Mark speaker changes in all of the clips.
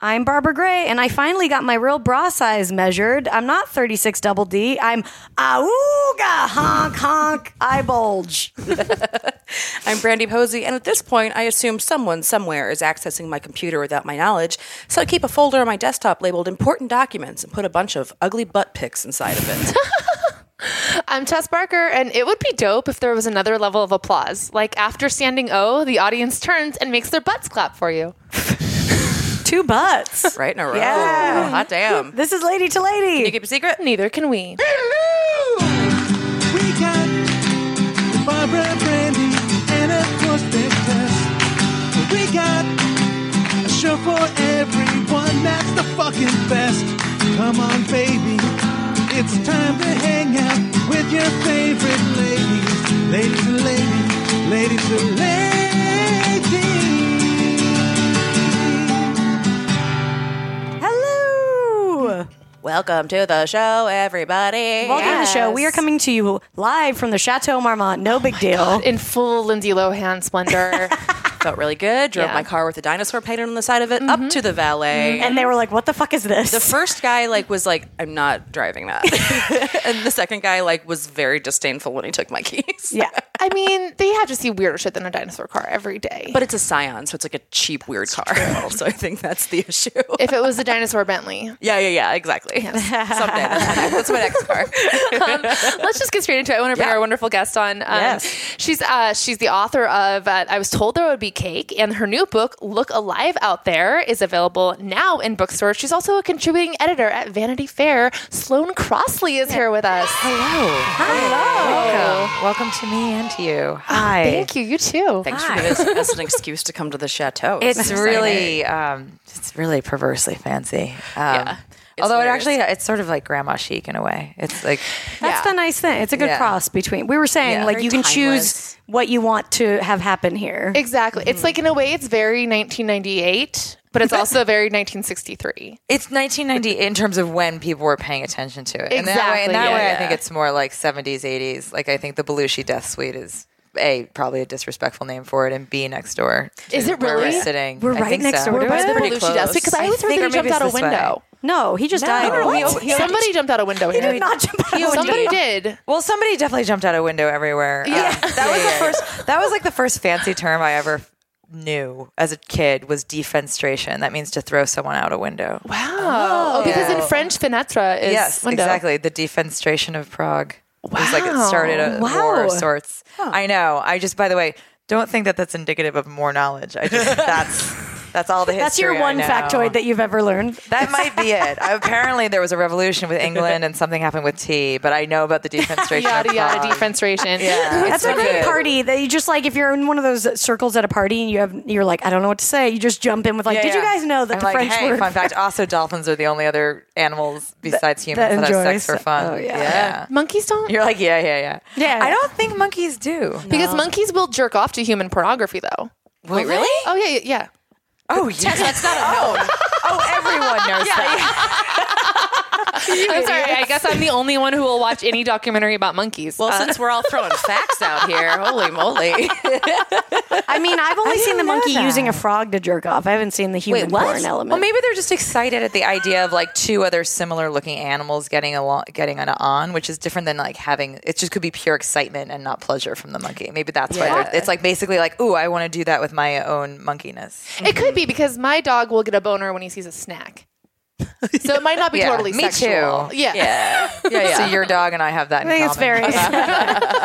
Speaker 1: I'm Barbara Gray, and I finally got my real bra size measured. I'm not 36 double D. I'm auga honk honk eye bulge.
Speaker 2: I'm Brandy Posey, and at this point, I assume someone somewhere is accessing my computer without my knowledge, so I keep a folder on my desktop labeled important documents and put a bunch of ugly butt pics inside of it.
Speaker 3: I'm Tess Barker, and it would be dope if there was another level of applause. Like after standing O, the audience turns and makes their butts clap for you.
Speaker 1: Two butts.
Speaker 2: right in a row. Oh,
Speaker 1: Yeah.
Speaker 2: Hot damn.
Speaker 1: This is lady to lady.
Speaker 2: you keep a secret?
Speaker 3: Neither can we.
Speaker 4: We got Barbara Brandy and of course Big Tess. We got a show for everyone that's the fucking best. Come on, baby. It's time to hang out with your favorite ladies. Ladies and ladies, ladies and ladies.
Speaker 1: Hello.
Speaker 2: Welcome to the show, everybody.
Speaker 1: Welcome to the show. We are coming to you live from the Chateau Marmont. No big deal.
Speaker 3: In full Lindsay Lohan splendor.
Speaker 2: Felt really good. Drove
Speaker 3: Yeah.
Speaker 2: my car with a dinosaur painted on the side of it up to the valet.
Speaker 1: Mm-hmm. And they were like, "What the fuck is this?"
Speaker 2: The first guy like was like, "I'm not driving that," and the second guy like was very disdainful when he took my keys.
Speaker 1: yeah.
Speaker 3: I mean, they have to see weirder shit than a dinosaur car every day.
Speaker 2: But it's a Scion, so it's like a cheap, weird car. so I think that's the issue.
Speaker 3: if it was a dinosaur Bentley,
Speaker 2: yeah, yeah, yeah, exactly. Someday. That's my next car.
Speaker 3: um, let's just get straight into it. I want to bring
Speaker 2: Yeah.
Speaker 3: our wonderful guest on. Um,
Speaker 2: Yes.
Speaker 3: She's uh, she's the author of uh, I Was Told There Would Be Cake, and her new book, Look Alive Out There, is available now in bookstores. She's also a contributing editor at Vanity Fair. Sloane Crossley is here with us.
Speaker 5: Hello. Welcome to me and to you. Hi.
Speaker 3: Thank you. You too.
Speaker 2: Thanks for this as an excuse to come to the chateau.
Speaker 5: It's
Speaker 2: Exciting.
Speaker 5: really, um, it's really perversely fancy. Um,
Speaker 2: It's
Speaker 5: although
Speaker 2: hilarious.
Speaker 5: it actually, it's sort of like grandma chic in a way. It's like,
Speaker 1: That's the nice thing. It's a good
Speaker 5: Yeah.
Speaker 1: cross between. We were saying
Speaker 5: Yeah.
Speaker 1: like
Speaker 2: Very
Speaker 1: you can
Speaker 2: timeless.
Speaker 1: choose what you want to have happen here.
Speaker 3: Exactly. It's like in a way, it's very 1998, but it's also very 1963.
Speaker 5: it's 1990 in terms of when people were paying attention to it. And that way, in
Speaker 3: Exactly.
Speaker 5: that
Speaker 3: Yeah,
Speaker 5: way,
Speaker 3: yeah.
Speaker 5: I think it's more like 70s, 80s. Like I think the Belushi Death Suite is a probably a disrespectful name for it, and B next door. to
Speaker 3: Is it
Speaker 5: where
Speaker 3: really?
Speaker 5: We're sitting.
Speaker 1: We're
Speaker 5: I
Speaker 1: right
Speaker 5: think
Speaker 1: next
Speaker 5: so.
Speaker 1: door to We're by it? the
Speaker 2: Pretty
Speaker 3: Belushi does
Speaker 2: close.
Speaker 3: because I
Speaker 5: I
Speaker 3: always heard
Speaker 5: think
Speaker 3: that he
Speaker 5: or maybe
Speaker 3: jumped out a
Speaker 5: it's this way.
Speaker 3: window.
Speaker 1: No, he just died.
Speaker 5: no,
Speaker 1: What?
Speaker 5: he o- he o-
Speaker 3: Somebody jumped out a window.
Speaker 1: He did not jump out of the
Speaker 3: Somebody
Speaker 1: window.
Speaker 3: did.
Speaker 5: Well, somebody definitely jumped out a window everywhere. Yeah, that was the first. That was like the first fancy term I ever knew as a kid was defenestration. That means to throw someone out a window.
Speaker 3: Wow. Oh, because in French, fenestra is
Speaker 5: yes,
Speaker 3: window.
Speaker 5: exactly. The defenestration of Prague. It was like it started a
Speaker 1: Wow.
Speaker 5: war of sorts. I know. I just, by the way, don't think that that's indicative of more knowledge. I just that's that's all the history.
Speaker 1: That's your
Speaker 5: I
Speaker 1: one
Speaker 5: know.
Speaker 1: factoid that you've ever learned.
Speaker 5: That might be it. Apparently, there was a revolution with England and something happened with tea, but I know about the defenestration.
Speaker 3: Yada
Speaker 5: of
Speaker 3: yada
Speaker 5: Prague.
Speaker 3: defenestration.
Speaker 5: Yeah.
Speaker 1: That's
Speaker 5: It's
Speaker 1: a great
Speaker 5: good.
Speaker 1: party that you just like if you're in one of those circles at a party and you have you're like I don't know what to say you just jump in with like
Speaker 5: Yeah,
Speaker 1: did you
Speaker 5: yeah.
Speaker 1: guys know that
Speaker 5: I'm
Speaker 1: the
Speaker 5: like,
Speaker 1: French
Speaker 5: hey,
Speaker 1: word
Speaker 5: fun fact. Also, dolphins are the only other animals besides humans
Speaker 1: that
Speaker 5: that, have sex
Speaker 1: enjoy
Speaker 5: for fun.
Speaker 1: se- oh, yeah.
Speaker 3: Monkeys don't.
Speaker 5: You're like, yeah, yeah, yeah.
Speaker 1: Yeah.
Speaker 5: I don't think monkeys do.
Speaker 3: because monkeys will jerk off to human pornography, though.
Speaker 5: Wait, really?
Speaker 3: Oh yeah, yeah, yeah.
Speaker 5: Oh, yeah.
Speaker 2: That's not a no.
Speaker 5: oh, everyone knows that.
Speaker 3: I'm sorry. I guess I'm the only one who will watch any documentary about monkeys.
Speaker 2: Well, since we're all throwing facts out here, holy moly.
Speaker 1: I mean I've only seen the
Speaker 5: didn't know
Speaker 1: monkey
Speaker 5: that.
Speaker 1: using a frog to jerk off I haven't seen the human porn element
Speaker 5: Well, maybe they're just excited at the idea of like two other similar-looking animals getting along, getting on, on, which is different than like having. It just could be pure excitement and not pleasure from the monkey. Maybe that's why
Speaker 3: Yeah.
Speaker 5: they're, it's like basically like, ooh, I want to do that with my own monkeyness.
Speaker 3: it could be because my dog will get a boner when he sees a snack. So it might not be
Speaker 5: Yeah.
Speaker 3: totally
Speaker 5: Me
Speaker 3: sexual.
Speaker 5: too.
Speaker 3: Yeah.
Speaker 5: Yeah, yeah. So your dog and I have that. In
Speaker 1: I think it's
Speaker 5: common.
Speaker 1: very.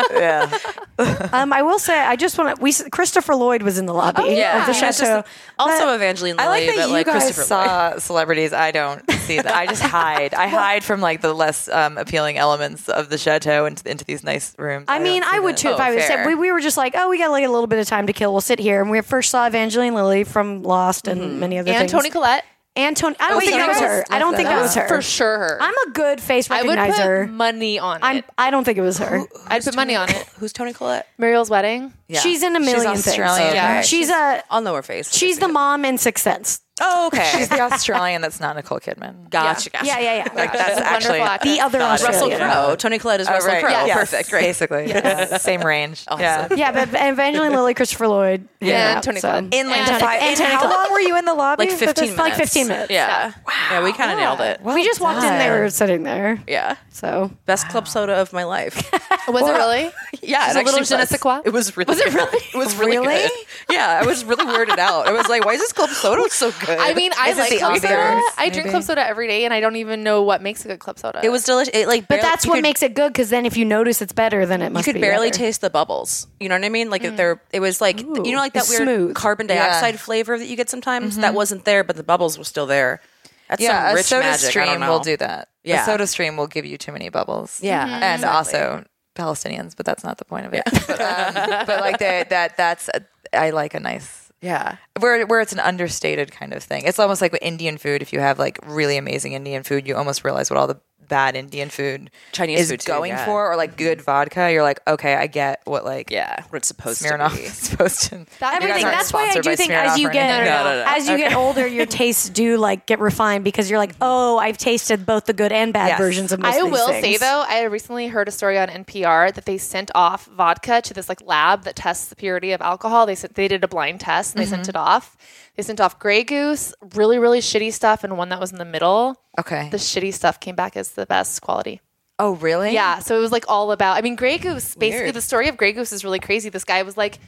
Speaker 1: Um, I will say, I just want to. We Christopher Lloyd was in the
Speaker 5: Oh,
Speaker 1: lobby
Speaker 2: yeah.
Speaker 1: of Oh, the
Speaker 2: Yeah, it's
Speaker 1: chateau.
Speaker 2: just- also Evangeline Lilly,
Speaker 5: I like
Speaker 2: but
Speaker 5: that you
Speaker 2: like
Speaker 5: guys
Speaker 2: Christopher Lloyd.
Speaker 5: saw celebrities. I don't see that. I just hide. I hide from like the less um, appealing elements of the chateau into, into these nice rooms.
Speaker 1: I mean,
Speaker 5: don't see
Speaker 1: I would
Speaker 5: that. Oh,
Speaker 1: too if I was.
Speaker 2: fair.
Speaker 1: We, we were just like, oh, we got like a little bit of time to kill. We'll sit here, and we first saw Evangeline Lilly from Lost and
Speaker 5: Mm-hmm.
Speaker 1: many other
Speaker 3: And
Speaker 1: things.
Speaker 3: Tony Collette,
Speaker 1: and Tony. I don't
Speaker 5: wait,
Speaker 1: think that
Speaker 5: Tony
Speaker 1: was her.
Speaker 5: Collette's
Speaker 1: I don't
Speaker 5: not
Speaker 1: think
Speaker 5: that.
Speaker 1: that was her.
Speaker 3: for sure. her.
Speaker 1: I'm a good face
Speaker 3: I would put
Speaker 1: recognizer.
Speaker 3: money on
Speaker 1: I'm.
Speaker 3: it.
Speaker 1: I don't think it was her.
Speaker 3: I'd put money on it.
Speaker 2: Who's Tony Collette?
Speaker 3: Muriel's wedding.
Speaker 5: Yeah.
Speaker 1: She's in a million
Speaker 5: She's Australian.
Speaker 1: things.
Speaker 3: Yeah.
Speaker 5: right?
Speaker 1: She's a.
Speaker 2: On lower face.
Speaker 1: She's the mom in Sixth Sense.
Speaker 2: Oh, okay.
Speaker 5: She's the Australian that's not Nicole Kidman.
Speaker 2: gotcha. gotcha.
Speaker 1: Yeah, yeah, yeah.
Speaker 5: Like that's actually
Speaker 3: Wonderful actress.
Speaker 1: the other
Speaker 5: Not
Speaker 2: Russell
Speaker 1: Australian.
Speaker 2: Crowe. Tony Collette is Russell
Speaker 5: right.
Speaker 2: Crowe.
Speaker 5: Yes.
Speaker 2: Oh, Perfect. Great.
Speaker 5: Basically, same range. Yeah.
Speaker 1: Yeah, but Evangeline Lilly, Christopher Lloyd,
Speaker 3: Yeah.
Speaker 1: yeah,
Speaker 3: Tony
Speaker 1: so-
Speaker 3: Collette.
Speaker 5: In like
Speaker 3: And Tony-
Speaker 5: five.
Speaker 1: and
Speaker 5: and
Speaker 1: Tony
Speaker 5: how
Speaker 1: Collette.
Speaker 5: long were you in the lobby?
Speaker 2: Like 15 minutes.
Speaker 1: like 15 minutes.
Speaker 2: Yeah. Yeah, we kind of nailed it.
Speaker 1: we just walked in, they
Speaker 5: done.
Speaker 1: were sitting there.
Speaker 2: Yeah.
Speaker 1: So
Speaker 2: Best club soda of my life.
Speaker 3: Was it really?
Speaker 2: yeah.
Speaker 3: Just
Speaker 2: it
Speaker 3: a little
Speaker 2: actually
Speaker 3: je ne
Speaker 2: was.
Speaker 3: sais quoi?
Speaker 2: It was really Was it really? It was really,
Speaker 5: Really?
Speaker 2: good. Yeah. I was really weirded out. I was like, why is this club soda so good?
Speaker 3: I mean, I
Speaker 5: Is it
Speaker 3: like
Speaker 5: the
Speaker 3: club soda.
Speaker 5: ambiance,
Speaker 3: I drink
Speaker 5: maybe?
Speaker 3: club soda every day, and I don't even know what makes a good club soda.
Speaker 2: it was delicious. It like
Speaker 1: But that's what makes it good because then if you notice it's better, then it
Speaker 2: you
Speaker 1: must
Speaker 2: could
Speaker 1: be
Speaker 2: barely
Speaker 1: better.
Speaker 2: taste the bubbles. You know what I mean?
Speaker 5: Mm.
Speaker 2: Like there, it was like you know, like that
Speaker 1: it's
Speaker 2: weird
Speaker 1: smooth.
Speaker 2: carbon dioxide flavor that you get sometimes. That wasn't there, but the bubbles were still there. That's
Speaker 5: Mm-hmm. Yeah,
Speaker 2: some
Speaker 5: a
Speaker 2: rich
Speaker 5: soda
Speaker 2: magic. I
Speaker 5: stream
Speaker 2: don't know.
Speaker 5: will do that.
Speaker 2: Yeah.
Speaker 5: A soda stream will give you too many bubbles.
Speaker 2: Yeah, Mhm.
Speaker 5: and also Palestinians, but that's not the point of it. but, um, but like the, that, that's a, I like a nice
Speaker 2: Yeah,
Speaker 5: where where it's an understated kind of thing. It's almost like with Indian food. If you have like really amazing Indian food, you almost realize what all the bad Indian food
Speaker 2: Chinese
Speaker 5: is
Speaker 2: food too,
Speaker 5: going
Speaker 2: yeah. Mm-hmm.
Speaker 5: for, or like good vodka. You're like, okay, I get what like
Speaker 2: yeah. What it's supposed
Speaker 5: Smirnoff
Speaker 2: to be.
Speaker 5: is supposed to.
Speaker 3: That-
Speaker 5: You guys
Speaker 1: Everything.
Speaker 5: aren't
Speaker 1: That's why I
Speaker 5: sponsored
Speaker 1: do
Speaker 5: by
Speaker 1: think as
Speaker 5: Smirnoff
Speaker 1: you
Speaker 5: or
Speaker 1: get
Speaker 5: anything.
Speaker 2: No, no, no.
Speaker 1: as you get older, your tastes do like get refined because you're like, oh, I've tasted both the good and bad
Speaker 5: Yes.
Speaker 1: versions of most
Speaker 3: I
Speaker 1: of these
Speaker 3: will
Speaker 1: things.
Speaker 3: say though, I recently heard a story on NPR that they sent off vodka to this like lab that tests the purity of alcohol. They sent, they did a blind test and they sent it off. They sent off Grey Goose, really really shitty stuff, and one that was in the middle.
Speaker 5: okay.
Speaker 3: The shitty stuff came back as the best quality.
Speaker 5: oh really?
Speaker 3: Yeah, so it was like all about. I mean, Grey Goose. Basically,
Speaker 2: Weird.
Speaker 3: the story of Grey Goose is really crazy. This guy was like.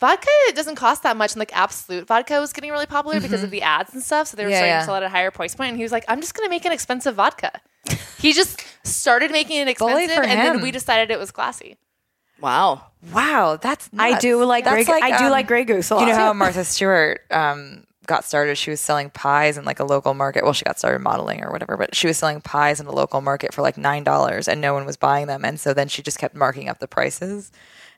Speaker 3: Vodka it doesn't cost that much, and like Absolute Vodka was getting really popular because of the ads and stuff. So they were
Speaker 5: Mm-hmm. Yeah,
Speaker 3: starting
Speaker 5: yeah.
Speaker 3: to sell it at a higher price point, and he was like, "I'm just going to make an expensive vodka." he just started making it
Speaker 5: Bully
Speaker 3: expensive,
Speaker 5: for
Speaker 3: and then
Speaker 5: him.
Speaker 3: we decided it was glassy.
Speaker 2: Wow.
Speaker 5: Wow, that's
Speaker 1: I
Speaker 5: nuts.
Speaker 1: do like
Speaker 5: That's um,
Speaker 1: Grey- I do like Grey Goose a lot,
Speaker 5: You know how
Speaker 1: too.
Speaker 5: Martha Stewart um, got started? She was selling pies in like a local market. Well, she got started modeling or whatever, but she was selling pies in a local market for like nine dollars, and no one was buying them. And so then she just kept marking up the prices,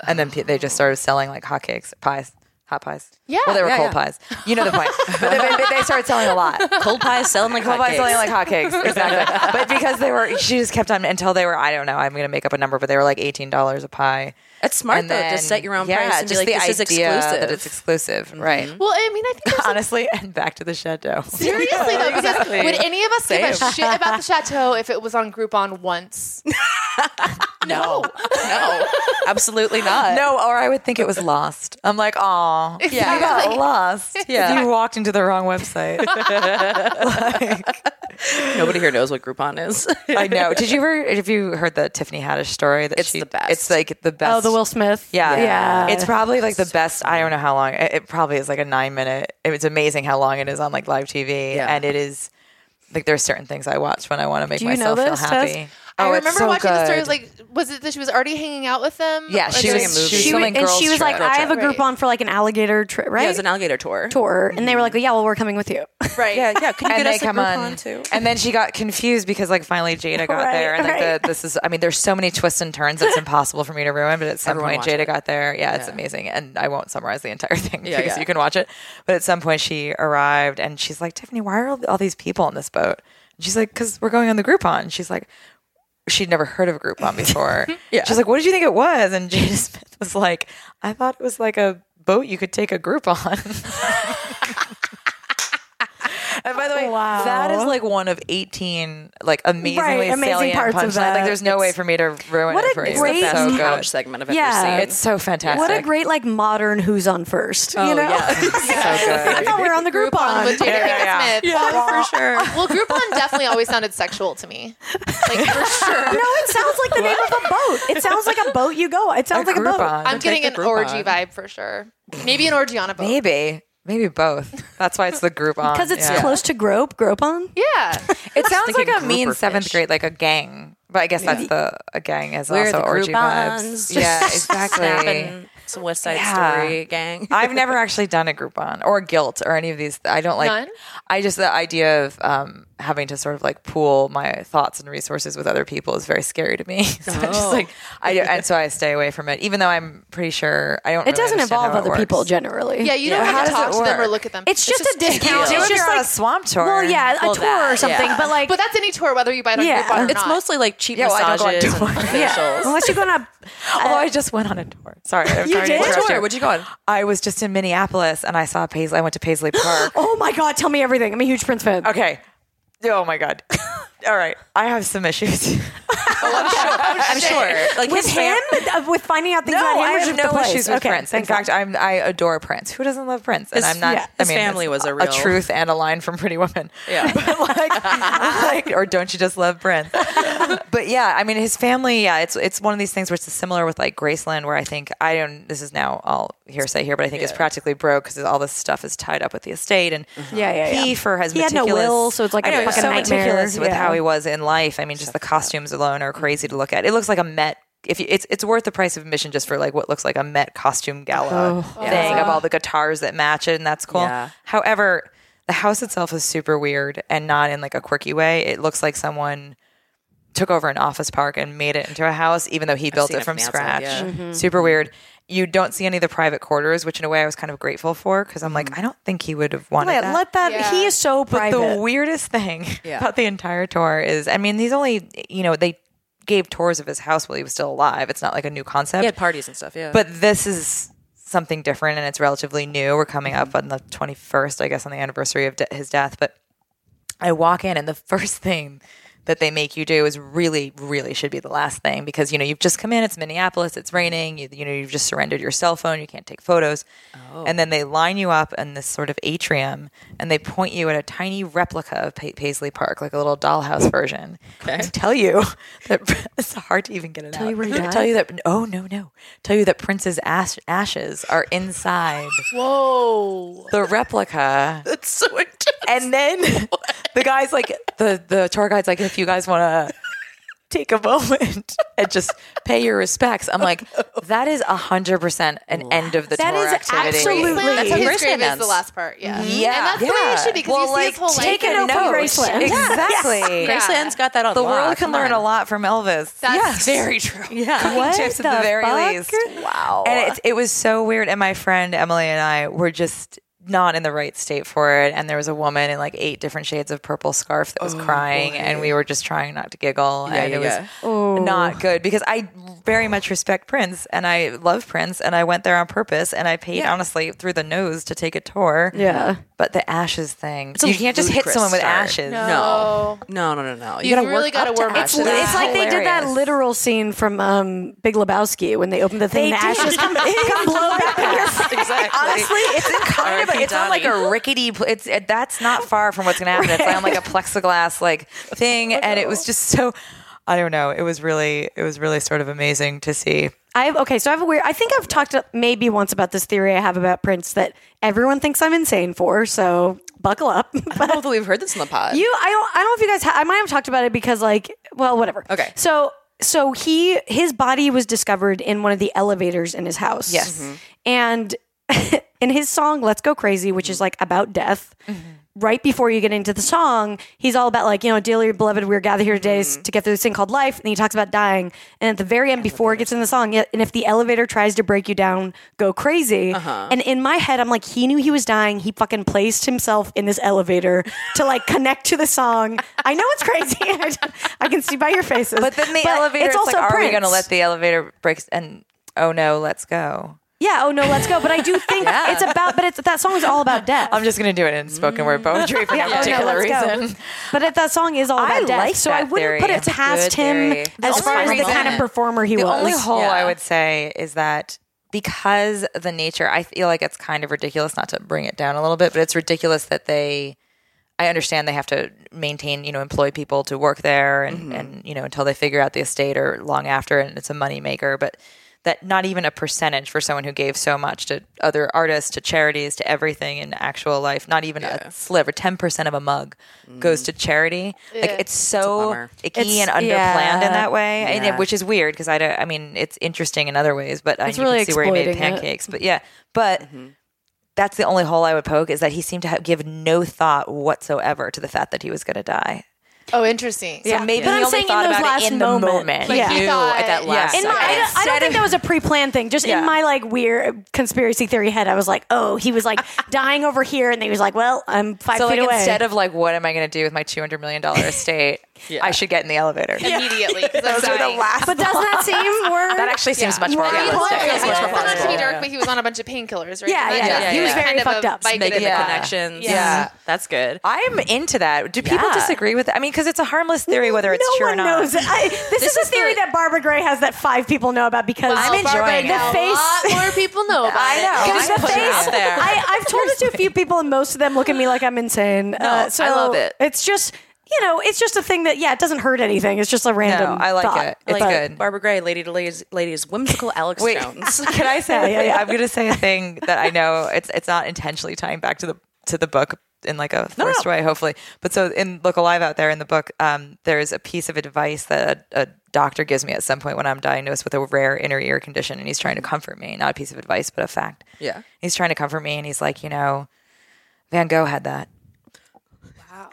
Speaker 5: and then pe they
Speaker 1: Oh.
Speaker 5: just started selling like hotcakes, pies. Hot pies.
Speaker 3: Yeah.
Speaker 5: Well, they were
Speaker 3: Yeah,
Speaker 5: cold
Speaker 3: yeah.
Speaker 5: pies. You know the point. but they, but they started selling a lot.
Speaker 2: Cold pie is selling like
Speaker 5: Cold
Speaker 2: hotcakes.
Speaker 5: pies selling like hotcakes. Exactly. but because they were, she just kept on until they were, I don't know, I'm going to make up a number, but they were like $18 a pie.
Speaker 2: That's smart
Speaker 5: And
Speaker 2: though.
Speaker 5: then-
Speaker 2: Just set your own
Speaker 5: yeah,
Speaker 2: price and
Speaker 5: just
Speaker 2: be like,
Speaker 5: the
Speaker 2: this is
Speaker 5: idea
Speaker 2: exclusive. Mm-hmm.
Speaker 5: That it's exclusive, right?
Speaker 3: Well, I mean, I think there's
Speaker 5: Honestly, and back to the chateau.
Speaker 3: seriously though, because
Speaker 5: exactly.
Speaker 3: would any of us give a shit about the chateau if it was on Groupon once?
Speaker 2: no, no, absolutely not.
Speaker 5: No, or I would think it was lost. I'm like, oh, yeah, you got
Speaker 3: Exactly.
Speaker 5: lost.
Speaker 2: Yeah.
Speaker 5: you walked into the wrong website.
Speaker 2: nobody here knows what Groupon is.
Speaker 5: I know. Did you ever? Have you heard the Tiffany Haddish story? That
Speaker 2: It's
Speaker 5: she,
Speaker 2: the best.
Speaker 5: It's like the best.
Speaker 1: Oh, the Will Smith.
Speaker 5: Yeah.
Speaker 1: yeah.
Speaker 5: It's probably like the best. I don't know how long. It, it probably is like a nine minute. It's amazing how long it is on like live TV.
Speaker 2: Yeah.
Speaker 5: And it is like there's certain things I watch when I want to make
Speaker 1: Do you know
Speaker 5: myself feel
Speaker 1: this, Tess?
Speaker 5: happy.
Speaker 3: I
Speaker 5: Oh, it's
Speaker 3: remember
Speaker 5: so
Speaker 3: watching the story. I was
Speaker 5: good.
Speaker 3: like, was it that she was already hanging out with them?
Speaker 5: Yeah,
Speaker 3: Or
Speaker 5: she
Speaker 3: there
Speaker 5: was- she was
Speaker 1: She
Speaker 5: filming
Speaker 1: was, and she
Speaker 5: Girls
Speaker 1: was like,
Speaker 5: Trip.
Speaker 1: I have a
Speaker 3: Right.
Speaker 1: Groupon for like an alligator trip, right?
Speaker 2: Yeah, it was an alligator tour.
Speaker 1: tour, and they were like, "Yeah, well, we're coming with you."
Speaker 2: Right. Yeah, yeah. Can you
Speaker 5: and
Speaker 2: get
Speaker 5: they
Speaker 2: us a
Speaker 5: come
Speaker 2: Groupon
Speaker 5: on
Speaker 2: too?
Speaker 5: and then she got confused because like finally Jada got
Speaker 1: Right,
Speaker 5: there and like
Speaker 1: right.
Speaker 5: the, this is I mean there's so many twists and turns it's impossible for me to ruin but at some
Speaker 2: Everyone
Speaker 5: point
Speaker 2: watch
Speaker 5: Jada
Speaker 2: it.
Speaker 5: got there yeah, it's amazing and I won't summarize the entire thing
Speaker 2: Yeah,
Speaker 5: because
Speaker 2: yeah.
Speaker 5: you can watch it but at some point she arrived and she's like Tiffany why are all these people on this boat and she's like because we're going on the Groupon and she's like she'd never heard of a Groupon before
Speaker 2: Yeah.
Speaker 5: she's like what did you think it was and Jada Smith was like I thought it was like a boat you could take a Groupon. And by the way,
Speaker 1: Wow.
Speaker 5: that is like one of 18 like amazingly
Speaker 1: Right, amazing
Speaker 5: salient
Speaker 1: parts of
Speaker 5: punchlines. Like
Speaker 1: that.
Speaker 5: there's no way for me to ruin
Speaker 1: What
Speaker 5: it
Speaker 1: a
Speaker 5: for you.
Speaker 1: great-
Speaker 5: it's so
Speaker 1: Mm.
Speaker 5: good.
Speaker 2: Couch segment I've
Speaker 1: Yeah.
Speaker 2: ever seen.
Speaker 5: It's so fantastic. Oh,
Speaker 1: What a great like modern who's on first. you know,
Speaker 5: so
Speaker 1: I
Speaker 5: good.
Speaker 1: thought we were on the
Speaker 3: Groupon
Speaker 1: Groupon.
Speaker 3: with Jada
Speaker 5: Yeah,
Speaker 3: Pinkett
Speaker 5: yeah.
Speaker 3: Smith.
Speaker 2: yeah, for sure.
Speaker 3: Well, Groupon definitely always sounded sexual to me. Like for sure.
Speaker 1: no, it sounds like the name of a boat. It sounds like a boat you go. It sounds
Speaker 5: A
Speaker 1: like a boat.
Speaker 5: Groupon.
Speaker 3: I'm
Speaker 5: Take
Speaker 3: getting
Speaker 5: the
Speaker 3: an orgy
Speaker 5: Groupon.
Speaker 3: vibe for sure. Maybe an orgy on a boat.
Speaker 5: Maybe. Maybe both. That's why it's the Groupon.
Speaker 1: Because it's
Speaker 5: Yeah.
Speaker 1: close to grope, gropon.
Speaker 3: Yeah.
Speaker 5: It sounds like
Speaker 2: thinking
Speaker 5: a mean
Speaker 2: grouper
Speaker 5: seventh
Speaker 2: fish.
Speaker 5: grade, like a gang. But I guess that's the a gang is
Speaker 2: We're
Speaker 5: also
Speaker 2: the
Speaker 5: orgy
Speaker 2: Groupons.
Speaker 5: vibes.
Speaker 2: Just
Speaker 5: Yeah, exactly.
Speaker 2: Snapping. It's a West Side
Speaker 5: Yeah.
Speaker 2: Story gang.
Speaker 5: I've never actually done a Groupon or guilt or any of these. I don't like.
Speaker 3: None?
Speaker 5: I just the idea of um, having to sort of like pool my thoughts and resources with other people is very scary to me. so I'm just like, I do, and so I stay away from it, even though I'm pretty sure I don't.
Speaker 1: It doesn't involve other people generally.
Speaker 3: Yeah, you don't
Speaker 5: how
Speaker 3: have to
Speaker 5: does
Speaker 3: talk
Speaker 5: it
Speaker 3: to them or
Speaker 5: work?
Speaker 3: look at them.
Speaker 1: It's just a discount.
Speaker 5: Do
Speaker 1: It's
Speaker 5: if
Speaker 1: just
Speaker 5: you're on
Speaker 1: like
Speaker 5: a swamp tour.
Speaker 1: Well, yeah, a
Speaker 5: Well,
Speaker 1: tour
Speaker 5: that,
Speaker 1: or something,
Speaker 5: yeah.
Speaker 1: but like
Speaker 3: But that's any tour, whether you buy it on
Speaker 1: Yeah.
Speaker 3: Groupon or
Speaker 2: It's
Speaker 3: not.
Speaker 2: mostly like cheap
Speaker 5: Yeah, well, I don't go on
Speaker 2: massages
Speaker 5: tour.
Speaker 2: and
Speaker 5: Yeah.
Speaker 2: facials.
Speaker 1: unless you're going to
Speaker 5: Although Oh, I just went on a tour. Sorry, I'm sorry to
Speaker 1: did? What
Speaker 5: interrupt
Speaker 2: tour?
Speaker 5: you.
Speaker 2: Where'd you go on?
Speaker 5: I was just in Minneapolis, and I saw Paisley. I went to Paisley Park.
Speaker 1: Oh my god, tell me everything. I'm a huge Prince fan.
Speaker 5: okay. Oh my god. All right, I have some issues.
Speaker 2: I'm sure. Like
Speaker 1: With
Speaker 2: his fam-
Speaker 1: him Uh, with finding out things
Speaker 5: No,
Speaker 1: about him
Speaker 5: I
Speaker 1: or
Speaker 5: have
Speaker 1: just
Speaker 5: no
Speaker 1: the place?
Speaker 5: issues with
Speaker 1: okay,
Speaker 5: Prince. In
Speaker 1: thank God.
Speaker 5: fact, I'm I adore Prince. Who doesn't love Prince? And
Speaker 2: His-
Speaker 5: I'm not.
Speaker 2: yeah,
Speaker 5: I
Speaker 2: his
Speaker 5: mean,
Speaker 2: family
Speaker 5: it's
Speaker 2: was a
Speaker 5: a
Speaker 2: real-
Speaker 5: truth and a line from Pretty Woman.
Speaker 2: Yeah.
Speaker 5: but like, like, or don't you just love Prince? but yeah, I mean, his family. Yeah, it's it's one of these things where it's similar with like Graceland, where I think I don't. This is now all hearsay here, but I think it's practically broke because all this stuff is tied up with the estate. And
Speaker 1: Yeah, yeah,
Speaker 5: he
Speaker 1: yeah.
Speaker 5: for has
Speaker 1: He had no
Speaker 5: meticulous.
Speaker 1: will, so it's like
Speaker 5: I
Speaker 1: a
Speaker 5: know, he was
Speaker 1: fucking
Speaker 5: so
Speaker 1: nightmare.
Speaker 5: meticulous with
Speaker 1: Yeah.
Speaker 5: how he was in life. I mean, just the costumes alone are crazy
Speaker 2: Mm-hmm.
Speaker 5: to look at. It looks like a Met. If you, it's it's worth the price of admission just for like what looks like a Met costume gala thing of all the guitars that match it, and that's cool.
Speaker 2: Oh, Yeah.
Speaker 5: However, the house itself is super weird and not in like a quirky way. It looks like someone took over an office park and made it into a house, even though he built
Speaker 2: seen
Speaker 5: it
Speaker 2: it
Speaker 5: from
Speaker 2: from the
Speaker 5: scratch.
Speaker 2: outside, yeah. Mm-hmm.
Speaker 5: Super weird. You don't see any of the private quarters, which in a way I was kind of grateful for because I'm
Speaker 2: Mm-hmm.
Speaker 5: like, I don't think he would have wanted
Speaker 1: Wait,
Speaker 5: that.
Speaker 1: let that.
Speaker 3: Yeah.
Speaker 1: He is so
Speaker 5: But
Speaker 1: private.
Speaker 5: the weirdest thing
Speaker 2: Yeah.
Speaker 5: about the entire tour is, I mean, he's only, you know, they gave tours of his house while he was still alive. It's not like a new concept.
Speaker 2: He had parties and stuff. Yeah,
Speaker 5: But this is something different and it's relatively new. We're coming
Speaker 2: Mm-hmm.
Speaker 5: up on the 21st, I guess, on the anniversary of de- his death. But I walk in and the first thing that they make you do is really, really should be the last thing because, you know, you've just come in, it's Minneapolis, it's raining, you, you know, you've just surrendered your cell phone, you can't take photos.
Speaker 1: Oh.
Speaker 5: And then they line you up in this sort of atrium and they point you at a tiny replica of pa- Paisley Park, like a little dollhouse version. And tell you that it's hard to even get it out.
Speaker 1: you where he died?
Speaker 5: Tell you that, oh, no, no. Tell you that Prince's ash- ashes are inside
Speaker 3: Whoa.
Speaker 5: the replica.
Speaker 2: it's so intense.
Speaker 5: And then the guy's like, the, the tour guide's like, if you guys want to take a moment and just pay your respects. I'm like, that is 100% an end of the
Speaker 1: That
Speaker 5: tour
Speaker 1: is
Speaker 5: activity.
Speaker 1: absolutely-
Speaker 3: That's
Speaker 2: how
Speaker 3: his
Speaker 2: Graceland
Speaker 3: grave is
Speaker 2: ends.
Speaker 3: the last part. Yeah.
Speaker 5: Yeah.
Speaker 3: And that's the way it should be because
Speaker 5: well,
Speaker 3: you see
Speaker 5: like,
Speaker 3: his whole life.
Speaker 5: take
Speaker 1: and
Speaker 5: a
Speaker 1: it
Speaker 5: note.
Speaker 1: goes- Graceland.
Speaker 5: Exactly.
Speaker 3: Yeah.
Speaker 2: Graceland's got that on
Speaker 5: The
Speaker 2: lock.
Speaker 5: world can
Speaker 2: Come
Speaker 5: learn
Speaker 2: on.
Speaker 5: a lot from Elvis.
Speaker 3: That's very true.
Speaker 5: Yeah,
Speaker 1: What
Speaker 5: tips at
Speaker 1: the
Speaker 5: the very
Speaker 1: fuck?
Speaker 5: least. Wow. And it, it was so weird. And my friend Emily and I were just not in the right state for it. And there was a woman in like eight different shades of purple scarf that was crying, and we were just trying not to giggle, and
Speaker 2: Oh, yeah,
Speaker 5: it was not good because I very much respect Prince and I love Prince, and I went there on purpose, and I paid honestly through the nose to take a tour.
Speaker 1: Yeah.
Speaker 5: But the ashes thing,
Speaker 2: a
Speaker 5: you can't just hit
Speaker 2: ludicrous
Speaker 5: someone with
Speaker 2: start.
Speaker 5: ashes.
Speaker 2: No, no, no, no, no. You, gotta
Speaker 3: really
Speaker 2: work
Speaker 3: gotta
Speaker 2: up to
Speaker 3: work up
Speaker 2: ashes.
Speaker 3: to that.
Speaker 1: it's like they did that
Speaker 5: Hilarious.
Speaker 1: literal scene from um, Big Lebowski when they opened the thing.
Speaker 5: They
Speaker 1: the ashes
Speaker 5: did.
Speaker 1: come, come blow back at us.
Speaker 2: exactly.
Speaker 5: Honestly, it's kind of
Speaker 2: R.I.P.
Speaker 5: a, it's not like
Speaker 2: Donnie.
Speaker 5: a rickety. pl- It's it, that's not far from what's going to happen. It's on like a plexiglass like thing, and it was just so. I don't know. It was really it was really sort of amazing to see.
Speaker 1: I have okay, so I have a weird. I think I've talked maybe once about this theory I have about Prince that everyone thinks I'm insane for. So buckle up.
Speaker 2: I don't know that we've heard this in the pod.
Speaker 1: You, I don't, I don't know if you guys. Ha- I might have talked about it because, like, well, whatever.
Speaker 2: Okay.
Speaker 1: So, so he, his body was discovered in one of the elevators in his house.
Speaker 5: Yes. Mhm.
Speaker 1: And in his song "Let's Go Crazy," which is like about death. Right before you get into the song, he's all about like you know, dearly beloved, we're gathered here today
Speaker 5: Mm-hmm.
Speaker 1: s- to get through this thing called life, and he talks about dying. And at the very end, before it gets in the song, yeah, and if the elevator tries to break you down, go crazy.
Speaker 5: Uh-huh.
Speaker 1: And in my head, I'm like, he knew he was dying. He fucking placed himself in this elevator to like connect to the song. I know it's crazy. I, don't- I can see by your faces.
Speaker 5: But then the elevator. It's, like, are we going to
Speaker 1: Prince.
Speaker 5: let the elevator break? And oh no, let's go.
Speaker 1: Yeah. Oh no, let's go. But I do think it's about. But it's that song is all about death.
Speaker 5: I'm just going to do it in spoken word poetry for no
Speaker 1: oh, no,
Speaker 5: particular
Speaker 1: let's go.
Speaker 5: reason.
Speaker 1: But it, that song is all about
Speaker 5: I
Speaker 1: death.
Speaker 5: like
Speaker 1: so I
Speaker 5: that
Speaker 1: wouldn't put
Speaker 5: theory.
Speaker 1: it
Speaker 5: It's a
Speaker 1: past
Speaker 5: good
Speaker 1: him
Speaker 5: theory. The
Speaker 1: as
Speaker 5: only
Speaker 1: far as the
Speaker 5: reason-
Speaker 1: kind of performer he
Speaker 5: The
Speaker 1: was.
Speaker 5: only hole I
Speaker 2: Yeah.
Speaker 5: would say is that because the nature, I feel like it's kind of ridiculous not to bring it down a little bit, but it's ridiculous that they. I understand they have to maintain, you know, employ people to work there and, and you know, until they figure out the estate or long after and it's a moneymaker, but that not even a percentage for someone who gave so much to other artists, to charities, to everything in actual life, not even a sliver, ten percent of a mug goes to charity. Like it's so
Speaker 2: bummer.
Speaker 5: icky and underplanned
Speaker 1: yeah.
Speaker 5: in that way, and
Speaker 2: Yeah.
Speaker 5: it, which is weird because I, don't- I mean, it's interesting in other ways, but I mean, you
Speaker 1: really Mm-hmm.
Speaker 5: can see where he made
Speaker 1: exploiting it.
Speaker 5: pancakes, but yeah, but that's the only hole I would poke is that he seemed to have, give no thought whatsoever to the fact that he was going to die.
Speaker 3: Oh, interesting. So
Speaker 5: So maybe
Speaker 1: But
Speaker 5: he
Speaker 1: I'm
Speaker 5: only
Speaker 1: saying in
Speaker 5: thought
Speaker 1: those
Speaker 5: about
Speaker 1: last
Speaker 5: it in the
Speaker 1: moment.
Speaker 5: moment.
Speaker 1: Like, Yeah.
Speaker 5: you
Speaker 1: he
Speaker 3: thought-
Speaker 5: at that
Speaker 3: yeah.
Speaker 5: last
Speaker 1: In my,
Speaker 5: second.
Speaker 1: I don't, I don't think that was a pre-planned thing. Just in
Speaker 5: Yeah.
Speaker 1: my like weird conspiracy theory head, I was like, oh, he was like dying over here, and then he was like, well, I'm five
Speaker 5: So
Speaker 1: feet
Speaker 5: like
Speaker 1: away.
Speaker 5: instead of like what am I going to do with my two hundred million dollar estate? I should get in the elevator.
Speaker 3: Immediately. 'cause I'm
Speaker 5: Those are the
Speaker 3: dying.
Speaker 5: last.
Speaker 1: but doesn't that seem more?
Speaker 5: that actually seems
Speaker 3: Yeah.
Speaker 5: much more
Speaker 3: I mean,
Speaker 5: realistic.
Speaker 3: It feels much more
Speaker 5: Yeah.
Speaker 3: Not to be dark, but he was on a bunch of painkillers, right?
Speaker 1: Yeah,
Speaker 3: Not
Speaker 1: yeah,
Speaker 3: just
Speaker 5: yeah. He was
Speaker 1: very
Speaker 3: like kind of a
Speaker 1: fucked up.
Speaker 3: Vicodin
Speaker 2: Making
Speaker 5: Yeah.
Speaker 2: the connections.
Speaker 3: Yeah.
Speaker 2: That's good.
Speaker 5: I'm into that. Do people
Speaker 2: Yeah.
Speaker 5: disagree with? It? I mean, because it's a harmless theory, whether it's
Speaker 1: no
Speaker 5: true
Speaker 1: one
Speaker 5: or not.
Speaker 1: knows. I, this, is a theory that Barbara Gray has that five people know about because
Speaker 3: Well,
Speaker 5: I'm
Speaker 3: Barbara,
Speaker 5: enjoying it.
Speaker 1: the
Speaker 3: now
Speaker 1: face.
Speaker 3: A lot more people know about
Speaker 5: Oh, I know.
Speaker 3: it.
Speaker 5: I'm
Speaker 1: Because
Speaker 5: just
Speaker 1: the
Speaker 5: putting it
Speaker 1: face,
Speaker 5: out there.
Speaker 1: I, I've told it to a few people, and most of them look at me like I'm insane. uh, so
Speaker 5: I love it.
Speaker 1: It's just, you know, it's just a thing that, yeah, it doesn't hurt anything. It's just a random.
Speaker 5: No, I like
Speaker 1: thought.
Speaker 5: it. It's
Speaker 1: But-
Speaker 5: good.
Speaker 2: Barbara Gray, Lady to Ladies, ladies Whimsical Alex
Speaker 5: Wait,
Speaker 2: Jones.
Speaker 5: can I say?
Speaker 1: Yeah, yeah, yeah.
Speaker 5: I'm going to say a thing that I know it's it's not intentionally tying back to the to the book in like a forced way, hopefully. But so in Look Alive out there in the book, um, there is a piece of advice that a, a doctor gives me at some point when I'm diagnosed with a rare inner ear condition, and he's trying to comfort me. Not a piece of advice, but a fact.
Speaker 2: Yeah.
Speaker 5: he's trying to comfort me, and he's like, you know, Van Gogh had that.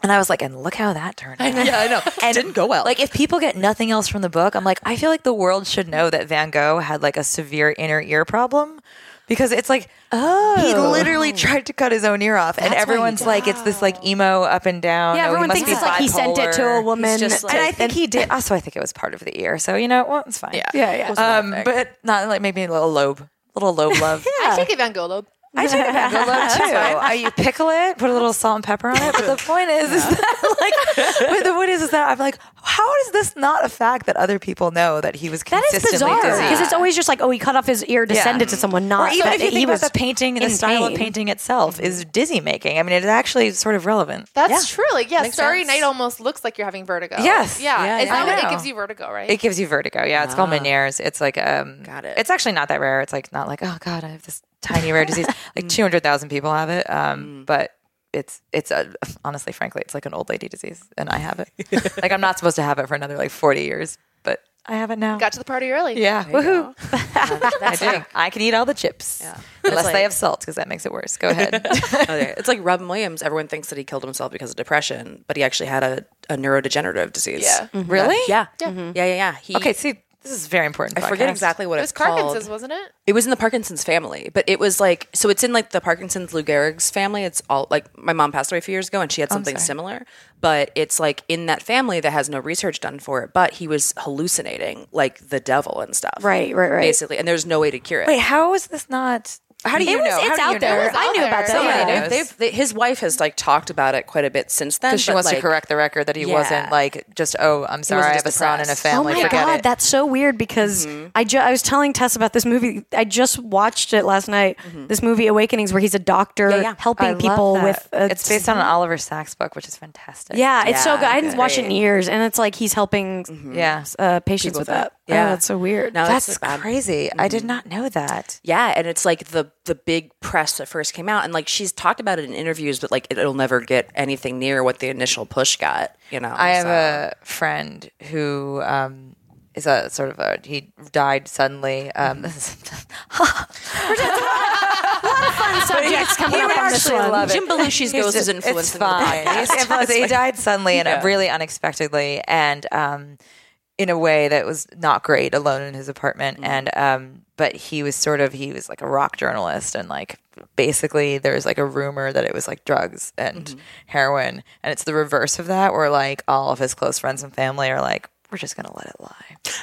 Speaker 5: And I was like, and look how that turned out.
Speaker 2: yeah, I know.
Speaker 5: And
Speaker 2: Didn't go well.
Speaker 5: Like if people get nothing else from the book, I'm like, I feel like the world should know that Van Gogh had like a severe inner ear problem because it's like oh he literally tried to cut his own ear off and everyone's like it's this like emo up and down
Speaker 1: Yeah,
Speaker 5: oh, he
Speaker 1: everyone
Speaker 5: must
Speaker 1: thinks
Speaker 5: be
Speaker 1: it's like he sent it to a
Speaker 5: bipolar.
Speaker 1: woman.
Speaker 2: just like-
Speaker 5: and I think he did also I think it was part of the ear so you know well, it's fine yeah
Speaker 1: Yeah, yeah.
Speaker 5: um but not like maybe a little lobe little lobe love
Speaker 3: I take it Van Gogh. though.
Speaker 5: I take a mango love too. Are you pickle it? Put a little salt and pepper on it. But the point is, is that like, but the point is, is that I'm like, how is this not a fact that other people know that he was
Speaker 1: That is
Speaker 5: consistently
Speaker 1: bizarre because
Speaker 5: dizzy?
Speaker 1: it's always just like, oh, he cut off his ear to
Speaker 5: Yeah.
Speaker 1: send it to someone,
Speaker 5: Or
Speaker 1: not
Speaker 5: even
Speaker 1: that
Speaker 5: if you
Speaker 1: he
Speaker 5: think
Speaker 1: was
Speaker 5: about the painting, the
Speaker 1: in
Speaker 5: style
Speaker 1: pain.
Speaker 5: of painting itself is dizzy making. I mean, it is actually sort of relevant.
Speaker 3: That's
Speaker 5: Yeah.
Speaker 3: true. Like, yeah,
Speaker 5: Makes
Speaker 3: Starry
Speaker 5: sense.
Speaker 3: Night almost looks like you're having vertigo.
Speaker 5: Yes.
Speaker 3: Yeah.
Speaker 5: Yeah,
Speaker 3: it's
Speaker 5: yeah.
Speaker 3: not-
Speaker 5: I
Speaker 3: it
Speaker 5: know.
Speaker 3: gives you vertigo, right?
Speaker 5: It gives you vertigo. Yeah, it's called Meniere's. It's like um,
Speaker 2: Ah. Got it.
Speaker 5: It's actually not that rare. It's like not like oh god, I have this tiny rare disease. Like two hundred thousand people have it.
Speaker 2: Mm.
Speaker 5: Um, but it's it's a, honestly, frankly, it's like an old lady disease, and I have it. like I'm not supposed to have it for another like forty years, but I have it now.
Speaker 3: Got to the party early.
Speaker 5: Yeah, woohoo! I
Speaker 2: That's
Speaker 5: do. I can eat all the chips, unless they have salt, because that makes it worse. Go ahead.
Speaker 2: Okay. It's like Robin Williams. Everyone thinks that he killed himself because of depression, but he actually had a, a neurodegenerative disease.
Speaker 3: Yeah.
Speaker 5: really?
Speaker 2: Yeah.
Speaker 3: Yeah.
Speaker 2: Yeah. Yeah. yeah. He,
Speaker 5: Okay. See, this is very important.
Speaker 2: I forget
Speaker 5: podcast.
Speaker 2: exactly what
Speaker 3: It
Speaker 2: it's
Speaker 3: was Parkinson's,
Speaker 2: called.
Speaker 3: wasn't it?
Speaker 2: It was in the Parkinson's family, but it was like so. It's in like the Parkinson's Lou Gehrig's family. It's all like my mom passed away a few years ago, and she had something similar. But it's like in that family that has no research done for it. But he was hallucinating like the devil and stuff.
Speaker 1: Right, right, right.
Speaker 2: Basically, and there's no way to cure it.
Speaker 5: Wait, how is this not? How do you
Speaker 1: It was,
Speaker 5: know? How
Speaker 1: it's
Speaker 5: do you
Speaker 1: out there.
Speaker 5: know?
Speaker 1: I knew
Speaker 3: out
Speaker 1: about
Speaker 3: there.
Speaker 1: that.
Speaker 5: Somebody
Speaker 1: yeah.
Speaker 5: knew.
Speaker 2: They've, they've, they, his wife has like talked about it quite a bit since then.
Speaker 5: because she
Speaker 2: but,
Speaker 5: wants to
Speaker 2: like,
Speaker 5: correct the record that he
Speaker 2: Yeah.
Speaker 5: wasn't like just oh I'm sorry I have
Speaker 2: wasn't
Speaker 5: a
Speaker 2: just
Speaker 5: son and a
Speaker 2: depressed.
Speaker 1: Oh
Speaker 5: family
Speaker 1: my
Speaker 5: forget
Speaker 1: god,
Speaker 5: it. Mm-hmm.
Speaker 1: that's so weird because I ju- I was telling Tess about this movie. I just watched it last night. This movie Awakenings where he's a doctor
Speaker 2: yeah.
Speaker 1: helping
Speaker 5: Mm-hmm. I love
Speaker 1: people
Speaker 5: that.
Speaker 1: with uh,
Speaker 5: it's based on an Oliver Sacks book which is fantastic.
Speaker 1: Yeah, it's so
Speaker 2: Yeah,
Speaker 1: good. I hadn't watched it in
Speaker 2: great.
Speaker 1: years, and it's like he's helping
Speaker 5: yeah, Oh,
Speaker 1: uh, patients with that. Yeah,
Speaker 2: yeah.
Speaker 1: that's so weird.
Speaker 2: No, it's
Speaker 5: that's Mm-hmm.
Speaker 2: a bad-
Speaker 5: crazy. I did not know that.
Speaker 2: Yeah, and it's like the the big press that first came out, and like she's talked about it in interviews, but like it'll never get anything near what the initial push got. You know,
Speaker 5: I have a friend who um, is a sort of a he died suddenly. Um, this is-
Speaker 1: fun subjects coming up on this one.
Speaker 5: love it.
Speaker 2: Jim Belushi's
Speaker 5: He's
Speaker 2: ghost
Speaker 5: just-
Speaker 2: is influencing
Speaker 5: It's
Speaker 2: the
Speaker 5: fine. He's influencing- he died suddenly and uh, really unexpectedly, and um, in a way that was not great. Alone in his
Speaker 2: Mm-hmm.
Speaker 5: apartment, and um, but he was sort of he was like a rock journalist, and like basically there was like a rumor that it was like drugs and
Speaker 2: Mm-hmm.
Speaker 5: heroin, and it's the reverse of that, where like all of his close friends and family are like, we're just gonna let it lie.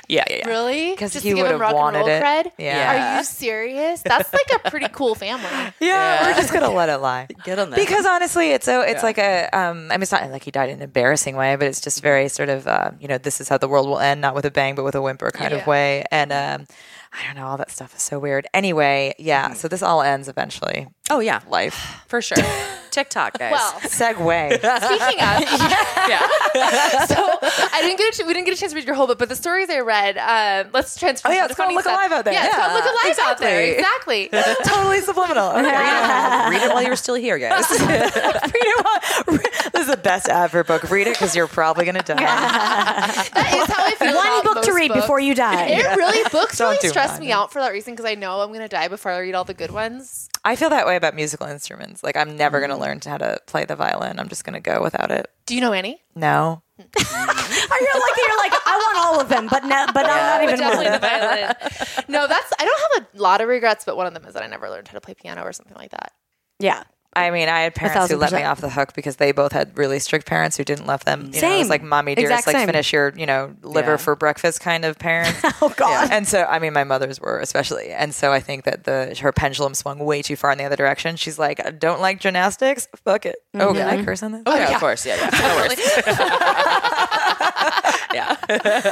Speaker 2: yeah, yeah, yeah.
Speaker 3: Really?
Speaker 5: Because
Speaker 3: Just
Speaker 5: he
Speaker 3: to give
Speaker 5: would
Speaker 3: him
Speaker 5: have
Speaker 3: rock
Speaker 5: wanted
Speaker 3: and roll
Speaker 5: it.
Speaker 3: cred?
Speaker 5: Yeah.
Speaker 3: Are you serious? That's like a pretty cool family.
Speaker 5: Yeah, we're just gonna let it lie.
Speaker 2: Get on that.
Speaker 5: because honestly, it's so it's like a um. I mean, it's not like he died in an embarrassing way, but it's just very sort of um, you know this is how the world will end, not with a bang, but with a whimper kind
Speaker 3: Yeah.
Speaker 5: of way. And um, I don't know, all that stuff is so weird. Anyway, yeah. So this all ends eventually.
Speaker 2: Oh yeah,
Speaker 5: Life
Speaker 2: for sure. TikTok guys.
Speaker 3: Well,
Speaker 5: segue.
Speaker 3: Speaking of, so I didn't get a ch- we didn't get a chance to read your whole book, but the stories I read. Um, let's transfer.
Speaker 5: Oh,
Speaker 3: to
Speaker 5: yeah,
Speaker 3: the
Speaker 5: it's called
Speaker 3: funny
Speaker 5: Look
Speaker 3: stuff.
Speaker 5: Alive Out There.
Speaker 3: Yeah, it's called
Speaker 5: Yeah,
Speaker 3: look alive out there. Exactly.
Speaker 5: totally subliminal. Okay.
Speaker 2: read it while you were still here, guys.
Speaker 5: Read it while- is the best ad for a book. Read it because you're probably going to die.
Speaker 3: That is how I feel.
Speaker 1: One
Speaker 3: about
Speaker 1: book to
Speaker 3: most
Speaker 1: read
Speaker 3: books.
Speaker 1: before you die.
Speaker 3: It really books
Speaker 5: Don't
Speaker 3: really
Speaker 5: do
Speaker 3: stress
Speaker 5: mine.
Speaker 3: me out for that reason because I know I'm gonna die before I read all the good ones.
Speaker 5: I feel that way about musical instruments. Like, I'm never going to learn how to play the violin. I'm just going to go without it.
Speaker 3: Do you know any?
Speaker 5: No.
Speaker 1: Are you like you're like I want all of them, but no, but I'm not
Speaker 3: But
Speaker 1: even
Speaker 3: definitely the
Speaker 1: one.
Speaker 3: violin. No, that's I don't have a lot of regrets, but one of them is that I never learned how to play piano or something like that.
Speaker 1: Yeah.
Speaker 5: I mean, I had parents who
Speaker 1: thousand
Speaker 5: let me
Speaker 1: percent.
Speaker 5: off the hook because they both had really strict parents who didn't let them. You know, it
Speaker 1: Same.
Speaker 5: was like, mommy, dear,
Speaker 1: Exact
Speaker 5: it's like
Speaker 1: same.
Speaker 5: finish your, you know, liver
Speaker 2: Yeah.
Speaker 5: for breakfast kind of parents.
Speaker 1: Oh God.
Speaker 5: And so, I mean, my mother's were especially, and so I think that the her pendulum swung way too far in the other direction. She's like, I don't like gymnastics. Fuck it. Oh,
Speaker 1: Mm-hmm.
Speaker 5: can I curse on this?
Speaker 2: Oh, yeah, of course. Yeah, yeah. No worries. yeah.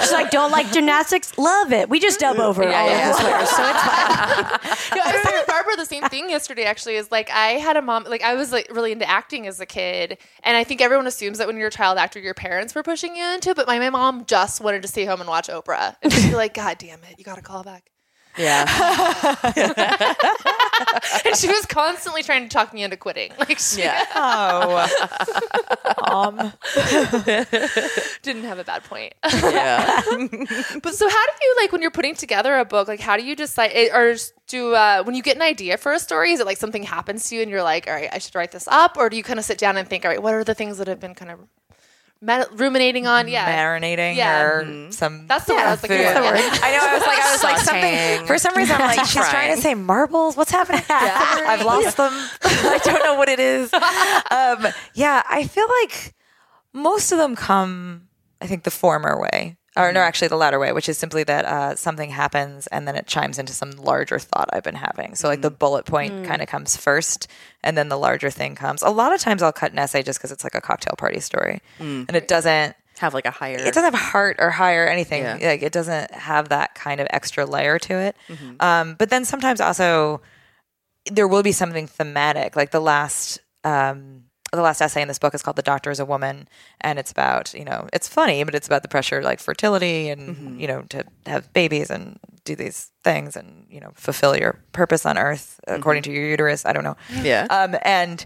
Speaker 1: She's like, don't like gymnastics, love it. We just dub over all
Speaker 2: yeah.
Speaker 1: of the swears, so it's fine.
Speaker 3: No, I was telling Barbara the same thing yesterday. Actually, is like I had a mom. Like I was like really into acting as a kid, and I think everyone assumes that when you're a child actor, your parents were pushing you into. it. But my, my mom just wanted to stay home and watch Oprah, and she'd be like, "God damn it, you got to call back."
Speaker 2: Yeah.
Speaker 3: And she was constantly trying to talk me into quitting. Like she
Speaker 2: Yeah.
Speaker 5: Oh, um,
Speaker 3: didn't have a bad point.
Speaker 2: Yeah.
Speaker 3: But so, how do you like when you're putting together a book? Like, how do you decide, eh, or do uh, when you get an idea for a story? Is it like something happens to you and you're like, all right, I should write this up, or do you kind of sit down and think, all right, what are the things that have been kind of med- ruminating on? Yeah,
Speaker 5: marinating
Speaker 3: Yeah. Mm-hmm.
Speaker 5: or some.
Speaker 3: that's the word. I was looking
Speaker 5: food.
Speaker 3: for.
Speaker 1: word.
Speaker 5: I know. I was like, I was like something.
Speaker 2: Sautéing.
Speaker 5: For some reason, I'm like, she's trying to say marbles. What's happening? I've lost them. I don't know what it is. Um, yeah, I feel like most of them come. I think the former way, or no, actually the latter way, which is simply that uh, something happens and then it chimes into some larger thought I've been having. So like the bullet point kind of comes first, and then the larger thing comes. A lot of times I'll cut an essay just because it's like a cocktail party story, and it doesn't
Speaker 2: Have like a higher.
Speaker 5: it doesn't have heart or high or anything.
Speaker 2: Yeah.
Speaker 5: Like it doesn't have that kind of extra layer to it.
Speaker 2: Mm-hmm.
Speaker 5: Um, but then sometimes also there will be something thematic. Like the last um, the last essay in this book is called "The Doctor Is a Woman," and it's about you know it's funny, but it's about the pressure like fertility and
Speaker 2: Mm-hmm.
Speaker 5: you know to have babies and do these things and you know fulfill your purpose on Earth according to your uterus. I don't know.
Speaker 2: Mm-hmm. Yeah.
Speaker 5: Um, and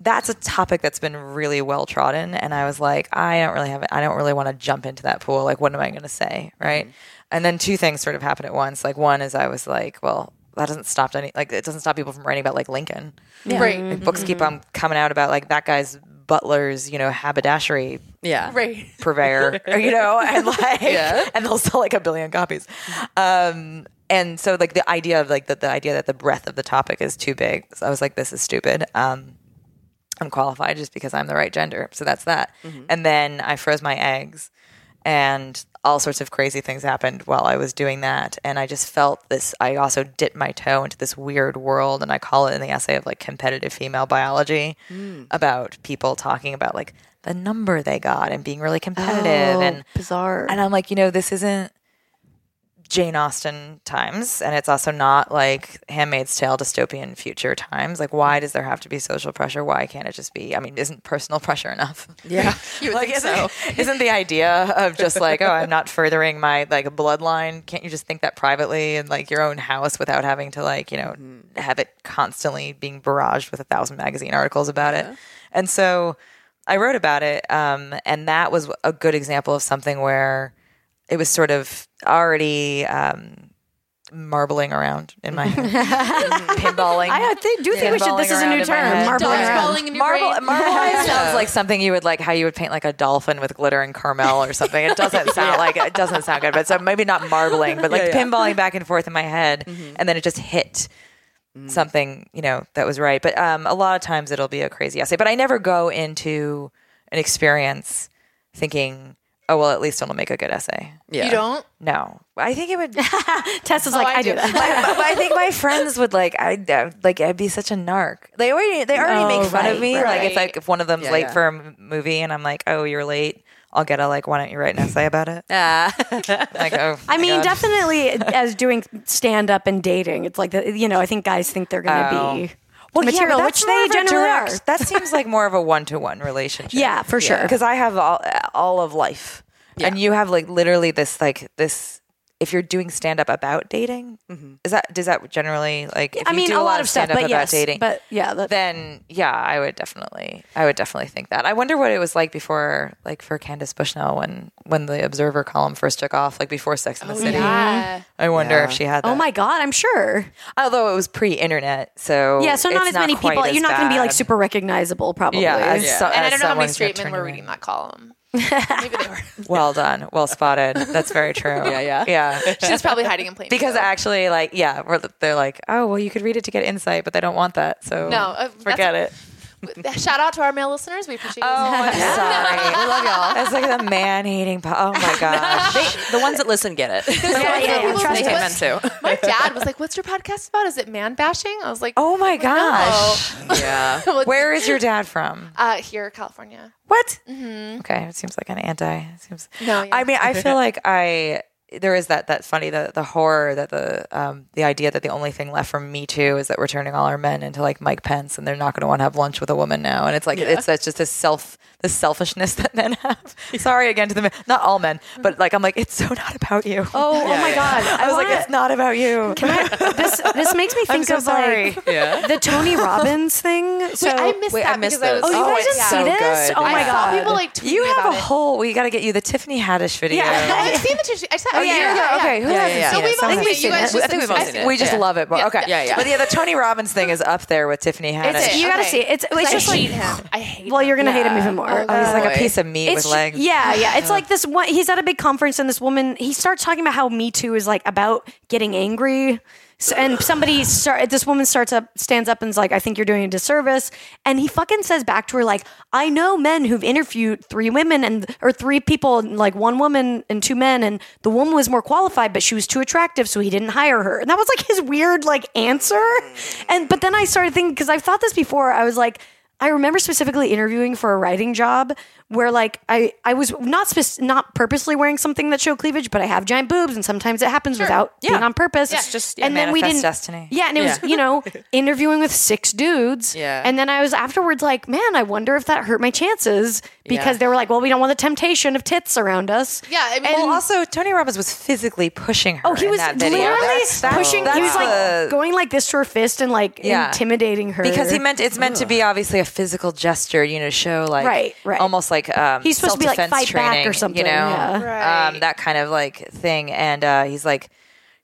Speaker 5: that's a topic that's been really well trodden and i was like i don't really have i don't really want to jump into that pool like what am i going to say right and then two things sort of happened at once like one is i was like well that doesn't stop any like it doesn't stop people from writing about like lincoln
Speaker 3: Right,
Speaker 5: Like, books keep on coming out about like that guy's butler's you know haberdashery
Speaker 2: yeah.
Speaker 3: right.
Speaker 5: purveyor, you know, and like,
Speaker 2: Yeah.
Speaker 5: and they'll sell like a billion copies. Um, and so like the idea of like the, the idea that the breadth of the topic is too big. So I was like, this is stupid. Um, I'm qualified just because I'm the right gender. So that's that. And then I froze my eggs and all sorts of crazy things happened while I was doing that. And I just felt this, I also dipped my toe into this weird world. And I call it in the essay of like competitive female biology about people talking about like the number they got and being really competitive. and
Speaker 1: bizarre.
Speaker 5: and I'm like, you know, this isn't Jane Austen times, and it's also not like Handmaid's Tale dystopian future times. Like, why does there have to be social pressure? Why can't it just be? I mean, isn't personal pressure enough?
Speaker 2: Yeah.
Speaker 3: You would
Speaker 5: Like,
Speaker 3: think so.
Speaker 5: isn't, isn't the idea of just like, oh, I'm not furthering my like bloodline? Can't you just think that privately in like your own house without having to like you know
Speaker 3: Mm-hmm.
Speaker 5: have it constantly being barraged with a thousand magazine articles about it? And so I wrote about it, um, and that was a good example of something where it was sort of already. Um, marbling around in my pinballing.
Speaker 1: I th- do think we should. This is a
Speaker 5: Pinballing around
Speaker 1: new
Speaker 5: in my
Speaker 1: term.
Speaker 5: head.
Speaker 1: Marbling
Speaker 3: Dogs
Speaker 1: around.
Speaker 3: crawling in your
Speaker 5: Marble,
Speaker 3: brain.
Speaker 5: marbleized sounds like something you would like how you would paint like a dolphin with glitter and caramel or something. It doesn't sound like it doesn't sound good, but so maybe not marbling, but like
Speaker 2: Yeah, Mm-hmm. yeah.
Speaker 5: pinballing back and forth in my head, and then it just hit
Speaker 2: Mm.
Speaker 5: something you know that was right. But um, a lot of times it'll be a crazy essay, but I never go into an experience thinking, oh well, at least it'll make a good essay.
Speaker 2: Yeah.
Speaker 3: You don't.
Speaker 5: No, I think it would.
Speaker 1: Tess is like, I, do. that.
Speaker 5: Oh, I, I think my friends would like I uh, like I'd be such a narc. They already they already
Speaker 1: Oh,
Speaker 5: make fun
Speaker 1: right,
Speaker 5: of me. Like
Speaker 3: right.
Speaker 5: it's like if one of them's
Speaker 2: Yeah,
Speaker 5: late
Speaker 2: yeah.
Speaker 5: for a m- movie and I'm like, oh, you're late. I'll get a like. Why don't you write an essay about it? like, oh,
Speaker 1: I
Speaker 5: my
Speaker 1: mean,
Speaker 5: God.
Speaker 1: definitely as doing stand up and dating, it's like the, you know, I think guys think they're going to
Speaker 5: Oh.
Speaker 1: be material,
Speaker 5: but
Speaker 1: which
Speaker 5: that's
Speaker 1: they
Speaker 5: more of a
Speaker 1: generally
Speaker 5: direct-
Speaker 1: are.
Speaker 5: That seems like more of a one to one relationship.
Speaker 1: Yeah, for sure.
Speaker 5: Because I have all all of life, and you have like literally this like this if you're doing stand up about dating,
Speaker 1: Mm-hmm.
Speaker 5: is that does that generally like? if
Speaker 1: I
Speaker 5: you
Speaker 1: mean,
Speaker 5: do
Speaker 1: a lot of stuff,
Speaker 5: stand-up
Speaker 1: but
Speaker 5: about
Speaker 1: yes,
Speaker 5: dating,
Speaker 1: but yeah, that-
Speaker 5: then yeah, I would definitely, I would definitely think that. I wonder what it was like before, like for Candace Bushnell when when the Observer column first took off, like before Sex in the City.
Speaker 3: Oh, Yeah.
Speaker 5: I wonder if she had. That.
Speaker 1: Oh my god, I'm sure.
Speaker 5: Although it was pre-internet, so
Speaker 1: Yeah, so not
Speaker 5: it's
Speaker 1: as many
Speaker 5: quite
Speaker 1: people.
Speaker 5: as
Speaker 1: You're not going to be like
Speaker 5: bad.
Speaker 1: super recognizable, probably.
Speaker 5: Yeah, as so-
Speaker 3: And I
Speaker 5: Oh,
Speaker 3: don't know how
Speaker 5: as someone
Speaker 3: many
Speaker 5: who's
Speaker 3: straight
Speaker 5: gonna
Speaker 3: men were
Speaker 5: turn you
Speaker 3: reading
Speaker 5: in.
Speaker 3: that column. Maybe they were.
Speaker 5: Well done, well spotted. That's very true. yeah, yeah, yeah.
Speaker 3: She was probably hiding in plain
Speaker 5: Because
Speaker 3: view.
Speaker 5: actually, like, yeah, we're, they're like, oh, well, you could read it to get insight, but they don't want that, so
Speaker 3: No, uh, that's-
Speaker 5: forget it.
Speaker 3: shout out to our male listeners. We appreciate
Speaker 5: Oh,
Speaker 3: you.
Speaker 5: I'm sorry. we love y'all. That's like the man hating. Po- oh my gosh. They-
Speaker 2: The ones that listen get it.
Speaker 1: Yeah,
Speaker 3: Because a lot of
Speaker 1: yeah,
Speaker 3: people
Speaker 1: yeah.
Speaker 3: were
Speaker 1: Trust
Speaker 3: like,
Speaker 1: me.
Speaker 3: "What's-"
Speaker 2: Men too.
Speaker 3: My dad was like, "What's your podcast about? Is it man bashing?" I was like,
Speaker 5: oh my gosh.
Speaker 2: yeah.
Speaker 3: Well,
Speaker 5: Where is your dad from?
Speaker 3: Uh, here, California.
Speaker 5: What? Okay, it seems like an anti. It seems.
Speaker 3: No, yeah.
Speaker 5: I mean, I feel like I there is that that funny the the horror that the um the idea that the only thing left from Me Too is that we're turning all our men into like Mike Pence and they're not going to want to have lunch with a woman now and it's like it's that's just this self the selfishness that men have. Sorry again to the men, not all men, but like I'm like it's so not about you.
Speaker 1: Oh, oh my god.
Speaker 5: I was like
Speaker 1: wanna-
Speaker 5: it's not about you.
Speaker 1: Can I, this this makes me think
Speaker 5: so
Speaker 1: of
Speaker 5: sorry.
Speaker 1: like the Tony Robbins thing. So
Speaker 3: Wait, I missed
Speaker 2: wait, I
Speaker 3: that
Speaker 2: missed
Speaker 3: because I was.
Speaker 2: those.
Speaker 1: oh, you
Speaker 2: Oh,
Speaker 1: guys
Speaker 2: it's
Speaker 1: didn't
Speaker 5: so
Speaker 1: see this?
Speaker 5: good.
Speaker 1: Oh my
Speaker 3: I
Speaker 1: god!
Speaker 3: saw people like tweeting
Speaker 5: You have a
Speaker 3: about it.
Speaker 5: whole. We got to get you the Tiffany Haddish video.
Speaker 3: I haven't seen the Tish. I saw it
Speaker 5: Oh,
Speaker 3: a
Speaker 5: yeah,
Speaker 3: year
Speaker 5: yeah,
Speaker 3: ago.
Speaker 5: yeah. Okay, who
Speaker 3: Yeah,
Speaker 5: hasn't
Speaker 3: yeah,
Speaker 5: seen
Speaker 3: So
Speaker 5: it?
Speaker 3: we've all seen
Speaker 5: Someone has
Speaker 3: it.
Speaker 5: seen
Speaker 3: You guys
Speaker 5: it.
Speaker 3: just
Speaker 5: I think we've all
Speaker 3: I-
Speaker 2: seen it.
Speaker 5: We just
Speaker 2: Yeah.
Speaker 5: love it. But
Speaker 3: Yeah,
Speaker 5: okay,
Speaker 2: yeah, yeah.
Speaker 5: But yeah, the Tony Robbins thing is up there with Tiffany Haddish.
Speaker 3: Is it?
Speaker 1: You gotta
Speaker 3: Okay.
Speaker 1: see it. It's- it's
Speaker 3: Because I
Speaker 1: just like-
Speaker 3: hate him. I hate.
Speaker 1: well,
Speaker 3: him.
Speaker 1: you're gonna hate him even more.
Speaker 3: Oh,
Speaker 5: Oh,
Speaker 1: Uh,
Speaker 5: he's like
Speaker 2: boy.
Speaker 5: a piece of meat with
Speaker 1: ju-
Speaker 5: legs.
Speaker 1: Yeah, yeah. It's like this one. He's at a big conference, and this woman he starts talking about how Me Too is like about getting angry. So, and somebody start this woman starts up stands up and's like, I think you're doing a disservice. And he fucking says back to her like, I know men who've interviewed three women and or three people, and, like one woman and two men, and the woman was more qualified, but she was too attractive, so he didn't hire her. And that was like his weird like answer. And but then I started thinking because I've thought this before. I was like. I remember specifically interviewing for a writing job where like I I was not spec- not purposely wearing something that showed cleavage, but I have giant boobs, and sometimes it happens without being on purpose.
Speaker 5: It's just, yeah, manifest destiny.
Speaker 1: Yeah, and it was you know interviewing with six dudes.
Speaker 2: Yeah.
Speaker 1: and then I was afterwards like, man, I wonder if that hurt my chances because
Speaker 2: Yeah.
Speaker 1: they were like, well, we don't want the temptation of tits around us.
Speaker 3: Yeah, I mean,
Speaker 5: Well, also Tony Robbins was physically pushing her.
Speaker 1: Oh, he
Speaker 5: in
Speaker 1: was
Speaker 5: that
Speaker 1: literally
Speaker 5: video. That's- that's-
Speaker 1: pushing. he was
Speaker 5: that's
Speaker 1: like
Speaker 5: the-
Speaker 1: going like this to her fist and like
Speaker 5: Yeah.
Speaker 1: intimidating her
Speaker 5: because he meant it's meant to be obviously a physical gesture, you know, to show like
Speaker 1: Right, right.
Speaker 5: almost like um,
Speaker 1: He's supposed to be, like,
Speaker 5: self-defense
Speaker 1: fight back or
Speaker 5: training,
Speaker 1: something,
Speaker 5: you know,
Speaker 1: yeah.
Speaker 3: Right.
Speaker 5: um, that kind of like thing. And uh, he's like,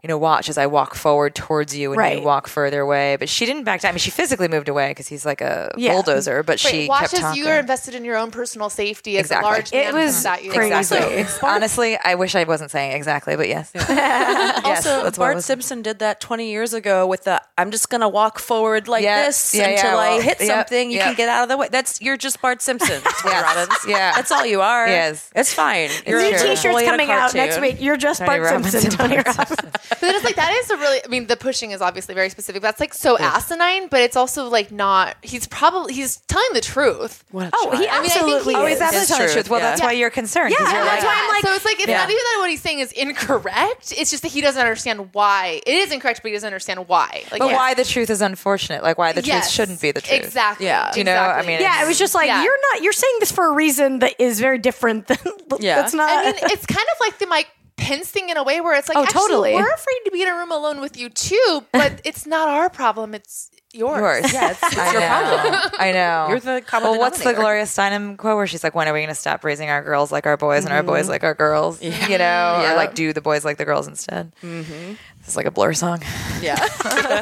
Speaker 5: you know, watch as I walk forward towards you, and
Speaker 1: Right.
Speaker 5: you walk further away. But she didn't back down. I mean, she physically moved away because he's like a
Speaker 1: Yeah.
Speaker 5: bulldozer. But
Speaker 3: Wait,
Speaker 5: she
Speaker 3: watch
Speaker 5: kept
Speaker 3: as
Speaker 5: talking.
Speaker 3: you are invested in your own personal safety as
Speaker 5: Exactly.
Speaker 3: a large
Speaker 1: It
Speaker 3: man comes
Speaker 1: was
Speaker 3: at you.
Speaker 1: crazy.
Speaker 5: Exactly. Honestly, I wish I wasn't saying exactly, but yes. yes,
Speaker 2: also,
Speaker 5: that's what I
Speaker 2: Bart
Speaker 5: was-
Speaker 2: Simpson did that 20 years ago with the "I'm just gonna walk forward like
Speaker 5: Yeah,
Speaker 2: this
Speaker 5: yeah, yeah,
Speaker 2: until
Speaker 5: well,
Speaker 2: I hit
Speaker 5: yep,
Speaker 2: something. You
Speaker 5: yep.
Speaker 2: can get out of the way." That's you're just Bart Simpson, Tony
Speaker 5: Yes,
Speaker 2: Robbins.
Speaker 5: yeah.
Speaker 2: that's all you are.
Speaker 5: Yes.
Speaker 2: it's fine. You're
Speaker 1: New
Speaker 5: Sure.
Speaker 2: a little
Speaker 1: T-shirts
Speaker 2: boy in a
Speaker 1: coming out next
Speaker 2: cartoon.
Speaker 1: week. You're just
Speaker 5: Tony
Speaker 1: Bart Simpson,
Speaker 5: Robbins and
Speaker 1: Tony
Speaker 5: Bart
Speaker 1: Robbins.
Speaker 3: But then it's like that is a really. I mean, the pushing is obviously very specific. That's like so asinine, but it's also like not. He's probably he's telling the truth.
Speaker 1: Oh, he
Speaker 3: I mean, I think
Speaker 1: absolutely.
Speaker 3: he-
Speaker 5: Oh,
Speaker 1: is.
Speaker 5: he's absolutely
Speaker 2: It's
Speaker 5: telling the
Speaker 2: true,
Speaker 5: truth. Well,
Speaker 2: yeah.
Speaker 5: that's why you're concerned. 'cause
Speaker 1: Yeah,
Speaker 5: you're
Speaker 1: and
Speaker 5: like,
Speaker 1: that's why I'm like-
Speaker 3: so it's like it's
Speaker 5: Yeah.
Speaker 3: not even that what he's saying is incorrect. It's just that he doesn't understand why it is incorrect, but he doesn't understand why. Like,
Speaker 5: but
Speaker 3: yeah.
Speaker 5: why the truth is unfortunate. Like why the
Speaker 3: Yes.
Speaker 5: truth shouldn't be the truth.
Speaker 3: Exactly.
Speaker 2: Yeah.
Speaker 5: Do you know? I
Speaker 3: Exactly.
Speaker 5: mean,
Speaker 1: Yeah, it was just like
Speaker 3: Yeah.
Speaker 1: you're not. You're saying this for a reason that is very different than.
Speaker 2: Yeah.
Speaker 1: that's not.
Speaker 3: I mean, it's kind of like the Mike Pence thing in a way where it's like,
Speaker 1: Oh,
Speaker 3: actually,
Speaker 1: totally.
Speaker 3: we're afraid to be in a room alone with you too, but it's not our problem. It's yours.
Speaker 5: yours. Yeah, it's,
Speaker 2: your
Speaker 5: problem. I know.
Speaker 2: You're the common
Speaker 5: Well, what's the
Speaker 2: denominator.
Speaker 5: Gloria Steinem quote where she's like, "When are we going to stop raising our girls like our boys and our boys
Speaker 1: Mm-hmm.
Speaker 5: like our girls? You know, or like do the boys like the girls instead?" Mm-hmm. It's like a Blur song.
Speaker 2: Yeah.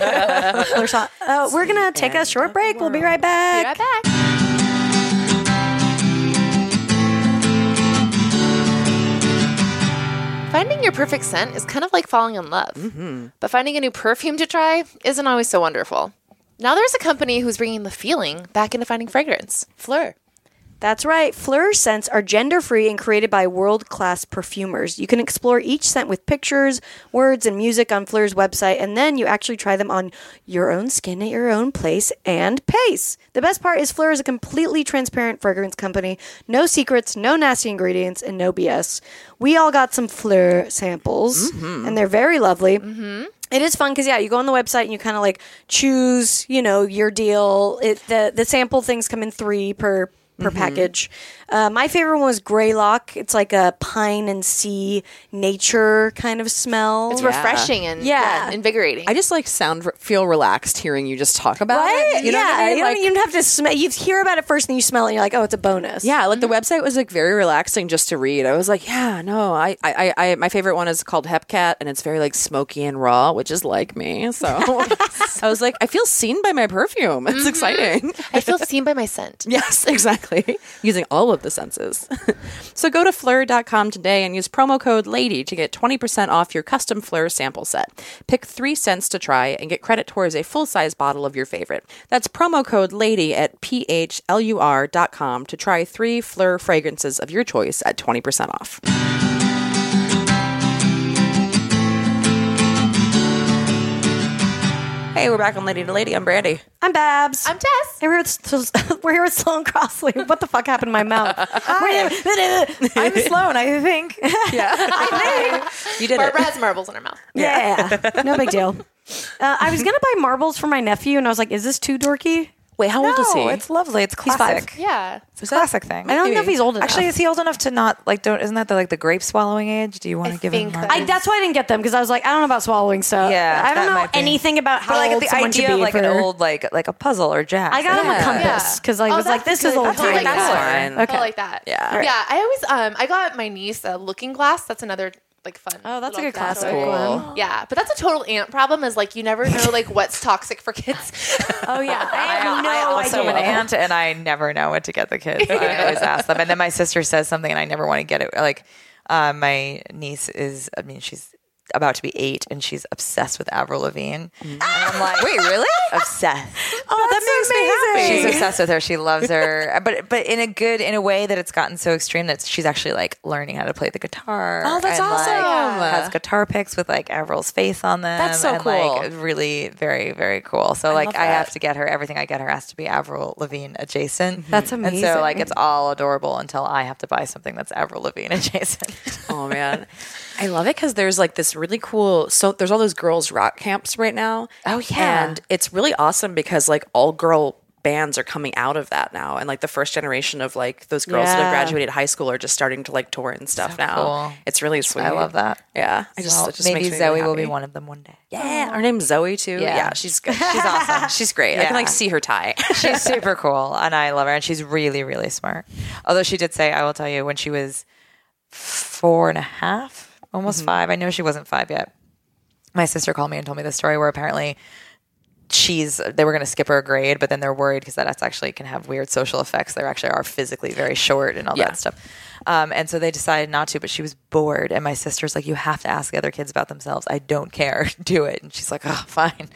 Speaker 1: uh, we're gonna take a short break. We'll be right
Speaker 3: Be
Speaker 1: back.
Speaker 3: right back. Finding your perfect scent is kind of like falling in love, but finding a new perfume to try isn't always so wonderful. Now there's a company who's bringing the feeling back into finding fragrance, Fleur.
Speaker 1: That's right. Fleur scents are gender free and created by world class perfumers. You can explore each scent with pictures, words, and music on Fleur's website, and then you actually try them on your own skin at your own place and pace. The best part is Fleur is a completely transparent fragrance company. No secrets, no nasty ingredients, and no BS. We all got some Fleur samples, and they're very lovely. It is fun because yeah, you go on the website and you kind of like choose, you know, your deal. It the the sample things come in three per per package. Uh, my favorite one was Greylock. It's like a pine and sea nature kind of smell.
Speaker 3: It's refreshing and
Speaker 1: Yeah.
Speaker 3: yeah, invigorating.
Speaker 2: I just like sound feel relaxed hearing you just talk about
Speaker 1: Right?
Speaker 2: it. You know
Speaker 1: yeah,
Speaker 2: what I mean?
Speaker 1: you don't
Speaker 2: Like-
Speaker 1: even have to smell. You hear about it first, and you smell it, and you're like, "Oh, it's a bonus."
Speaker 2: Yeah, like the website was like very relaxing just to read. I was like, yeah, no, I, I, I, I- my favorite one is called Hepcat, and it's very like smoky and raw, which is like me. So I was like, I feel seen by my perfume. It's exciting.
Speaker 3: I feel seen by my scent.
Speaker 2: Yes, exactly. Using all of the senses. so go to fleur.com today and use promo code LADY to get 20% off your custom Fleur sample set. Pick three scents to try and get credit towards a full size bottle of your favorite. That's promo code LADY at phlur.com to try three Fleur fragrances of your choice at 20% off. Hey, we're back on Lady to Lady. I'm Brandy.
Speaker 1: I'm Babs.
Speaker 3: I'm Tess.
Speaker 1: And we're, with- we're here with Sloan Crossley. What the fuck happened to my mouth?
Speaker 5: I'm Sloan, I think.
Speaker 2: You did
Speaker 3: Barbara
Speaker 2: it.
Speaker 3: has marbles in her mouth.
Speaker 1: yeah. no big deal. Uh, I was going to buy marbles for my nephew, and I was like, is this too dorky?
Speaker 2: Wait, how
Speaker 1: Oh,
Speaker 2: old is he?
Speaker 5: No, it's lovely. It's
Speaker 1: He's five.
Speaker 5: classic.
Speaker 3: Yeah.
Speaker 5: It's a classic thing.
Speaker 1: I don't know if he's old enough.
Speaker 5: Actually, is he old enough to not like? Don't isn't that the like the grape swallowing age? Do you want to give him?
Speaker 3: think that-
Speaker 1: I, that's why I didn't get them because I was like, I don't know about swallowing stuff.
Speaker 5: Yeah,
Speaker 1: I don't
Speaker 5: that
Speaker 1: know
Speaker 5: might be.
Speaker 1: anything about
Speaker 5: But
Speaker 1: how
Speaker 5: like
Speaker 1: old
Speaker 5: the
Speaker 1: someone should
Speaker 5: idea of
Speaker 1: be
Speaker 5: like
Speaker 1: for,
Speaker 5: an old like like a puzzle or jazz.
Speaker 1: I got him a
Speaker 5: yeah.
Speaker 1: compass because I
Speaker 3: Oh,
Speaker 1: was
Speaker 3: that's
Speaker 1: like, this
Speaker 3: good.
Speaker 1: is old
Speaker 3: That's really
Speaker 1: time.
Speaker 3: nice.
Speaker 5: That's
Speaker 2: fine.
Speaker 1: Okay.
Speaker 3: I like that.
Speaker 2: Yeah. Right.
Speaker 3: Yeah. I always um I got my niece a looking glass. That's another like fun.
Speaker 1: Oh, that's a
Speaker 3: little
Speaker 1: good classic
Speaker 3: toy.
Speaker 1: one.
Speaker 3: Yeah, but that's a total ant problem. Is like you never know like what's toxic for kids.
Speaker 1: Oh yeah, I have no
Speaker 5: I also am
Speaker 1: idea.
Speaker 5: an aunt, and I never know what to get the kids. I always ask them, and then my sister says something, and I never want to get it. Like uh, my niece is, I mean, she's about to be eight, and she's obsessed with Avril Lavigne. And I'm like, wait, really? Obsessed.
Speaker 1: Oh, that makes
Speaker 5: She's
Speaker 1: me happy.
Speaker 5: obsessed with her. She loves her, but but in a good in a way that it's gotten so extreme that she's actually like learning how to play the guitar.
Speaker 2: Oh, that's
Speaker 5: and, like,
Speaker 2: awesome.
Speaker 5: has guitar picks with like Avril's face on them.
Speaker 2: That's so
Speaker 5: and, Like,
Speaker 2: cool.
Speaker 5: really, very very cool. So like
Speaker 2: love
Speaker 5: I have
Speaker 2: that.
Speaker 5: to get her everything I get her has to be Avril Lavigne adjacent.
Speaker 1: That's
Speaker 5: And
Speaker 1: amazing.
Speaker 5: so like it's all adorable until I have to buy something that's Avril Lavigne adjacent.
Speaker 2: Oh man, I love it because there's like this really cool. So there's all those girls rock camps right now.
Speaker 5: Oh, yeah.
Speaker 2: and it's really awesome because like all girl bands are coming out of that now, and like the first generation of like those girls that
Speaker 1: Yeah.
Speaker 2: have graduated high school are just starting to like tour and stuff now.
Speaker 5: cool.
Speaker 2: It's really sweet.
Speaker 5: I love that.
Speaker 2: Yeah, I just,
Speaker 5: Well,
Speaker 2: it just
Speaker 5: maybe
Speaker 2: makes me
Speaker 5: Zoe
Speaker 2: really
Speaker 5: will be
Speaker 2: happy.
Speaker 5: one of them one day.
Speaker 2: Yeah, her name's Zoe too.
Speaker 5: Yeah.
Speaker 2: Yeah, she's good. She's awesome. She's great. I can like
Speaker 5: Yeah.
Speaker 2: see her tie.
Speaker 5: She's super cool, and I love her, and she's really, really smart. Although she did say, I will tell you, when she was four and a half, almost five, I know she wasn't five yet. My sister called me and told me the story where apparently she's they were going to skip her a grade, but then they're worried because that's actually can have weird social effects. They actually are physically very short and all
Speaker 2: Yeah.
Speaker 5: that stuff. Um, and so they decided not to, but she was bored. And my sister's like, "You have to ask the other kids about themselves. I don't care. Do it." And she's like, "Oh, fine."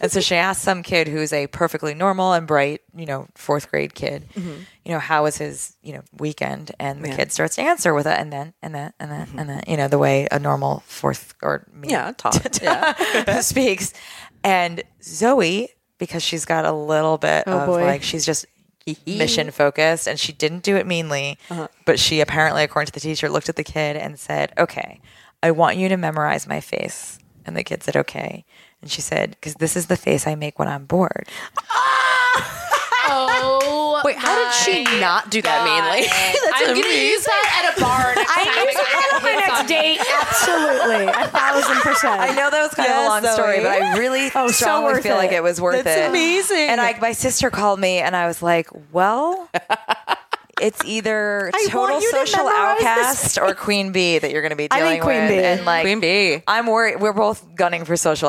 Speaker 5: and so she asked some kid who's a perfectly normal and bright, you know, fourth grade kid, you know, how was his, you know, weekend? And the kid starts to answer with a and then and then and then and then, you know, the way a normal fourth or me
Speaker 2: yeah, taught. Yeah.
Speaker 5: speaks. And Zoe, because she's got a little bit
Speaker 2: Oh,
Speaker 5: of
Speaker 1: boy.
Speaker 5: like, she's just mission focused and she didn't do it meanly,
Speaker 2: Uh-huh.
Speaker 5: but she apparently, according to the teacher, looked at the kid and said, Okay, I want you to memorize my face. And the kid said, Okay. And she said, Because this is the face I make when I'm bored.
Speaker 3: oh.
Speaker 2: Wait, how did she not do that mainly?
Speaker 3: I'm gonna use that at a bar. Next time
Speaker 1: I use
Speaker 3: gotta
Speaker 1: that
Speaker 3: get
Speaker 1: on my
Speaker 3: hits
Speaker 1: next
Speaker 3: on me.
Speaker 1: date. Absolutely, a thousand percent. Oh,
Speaker 5: I know that was kind
Speaker 2: Yes,
Speaker 5: of a long story,
Speaker 2: Zoe. Oh,
Speaker 5: but I really
Speaker 1: so
Speaker 5: strongly
Speaker 1: worth
Speaker 5: feel like
Speaker 1: it.
Speaker 5: it was worth
Speaker 2: That's
Speaker 5: it.
Speaker 2: amazing.
Speaker 5: And I, my sister called me, and I was like, "Well, it's either
Speaker 1: I
Speaker 5: total
Speaker 1: want you to
Speaker 5: social
Speaker 1: memorize this
Speaker 5: outcast or Queen Bee that you're going to be
Speaker 1: I
Speaker 5: dealing
Speaker 1: think Queen
Speaker 5: with."
Speaker 1: Bee.
Speaker 5: And like
Speaker 2: Queen Bee.
Speaker 5: I'm worried. We're both gunning for social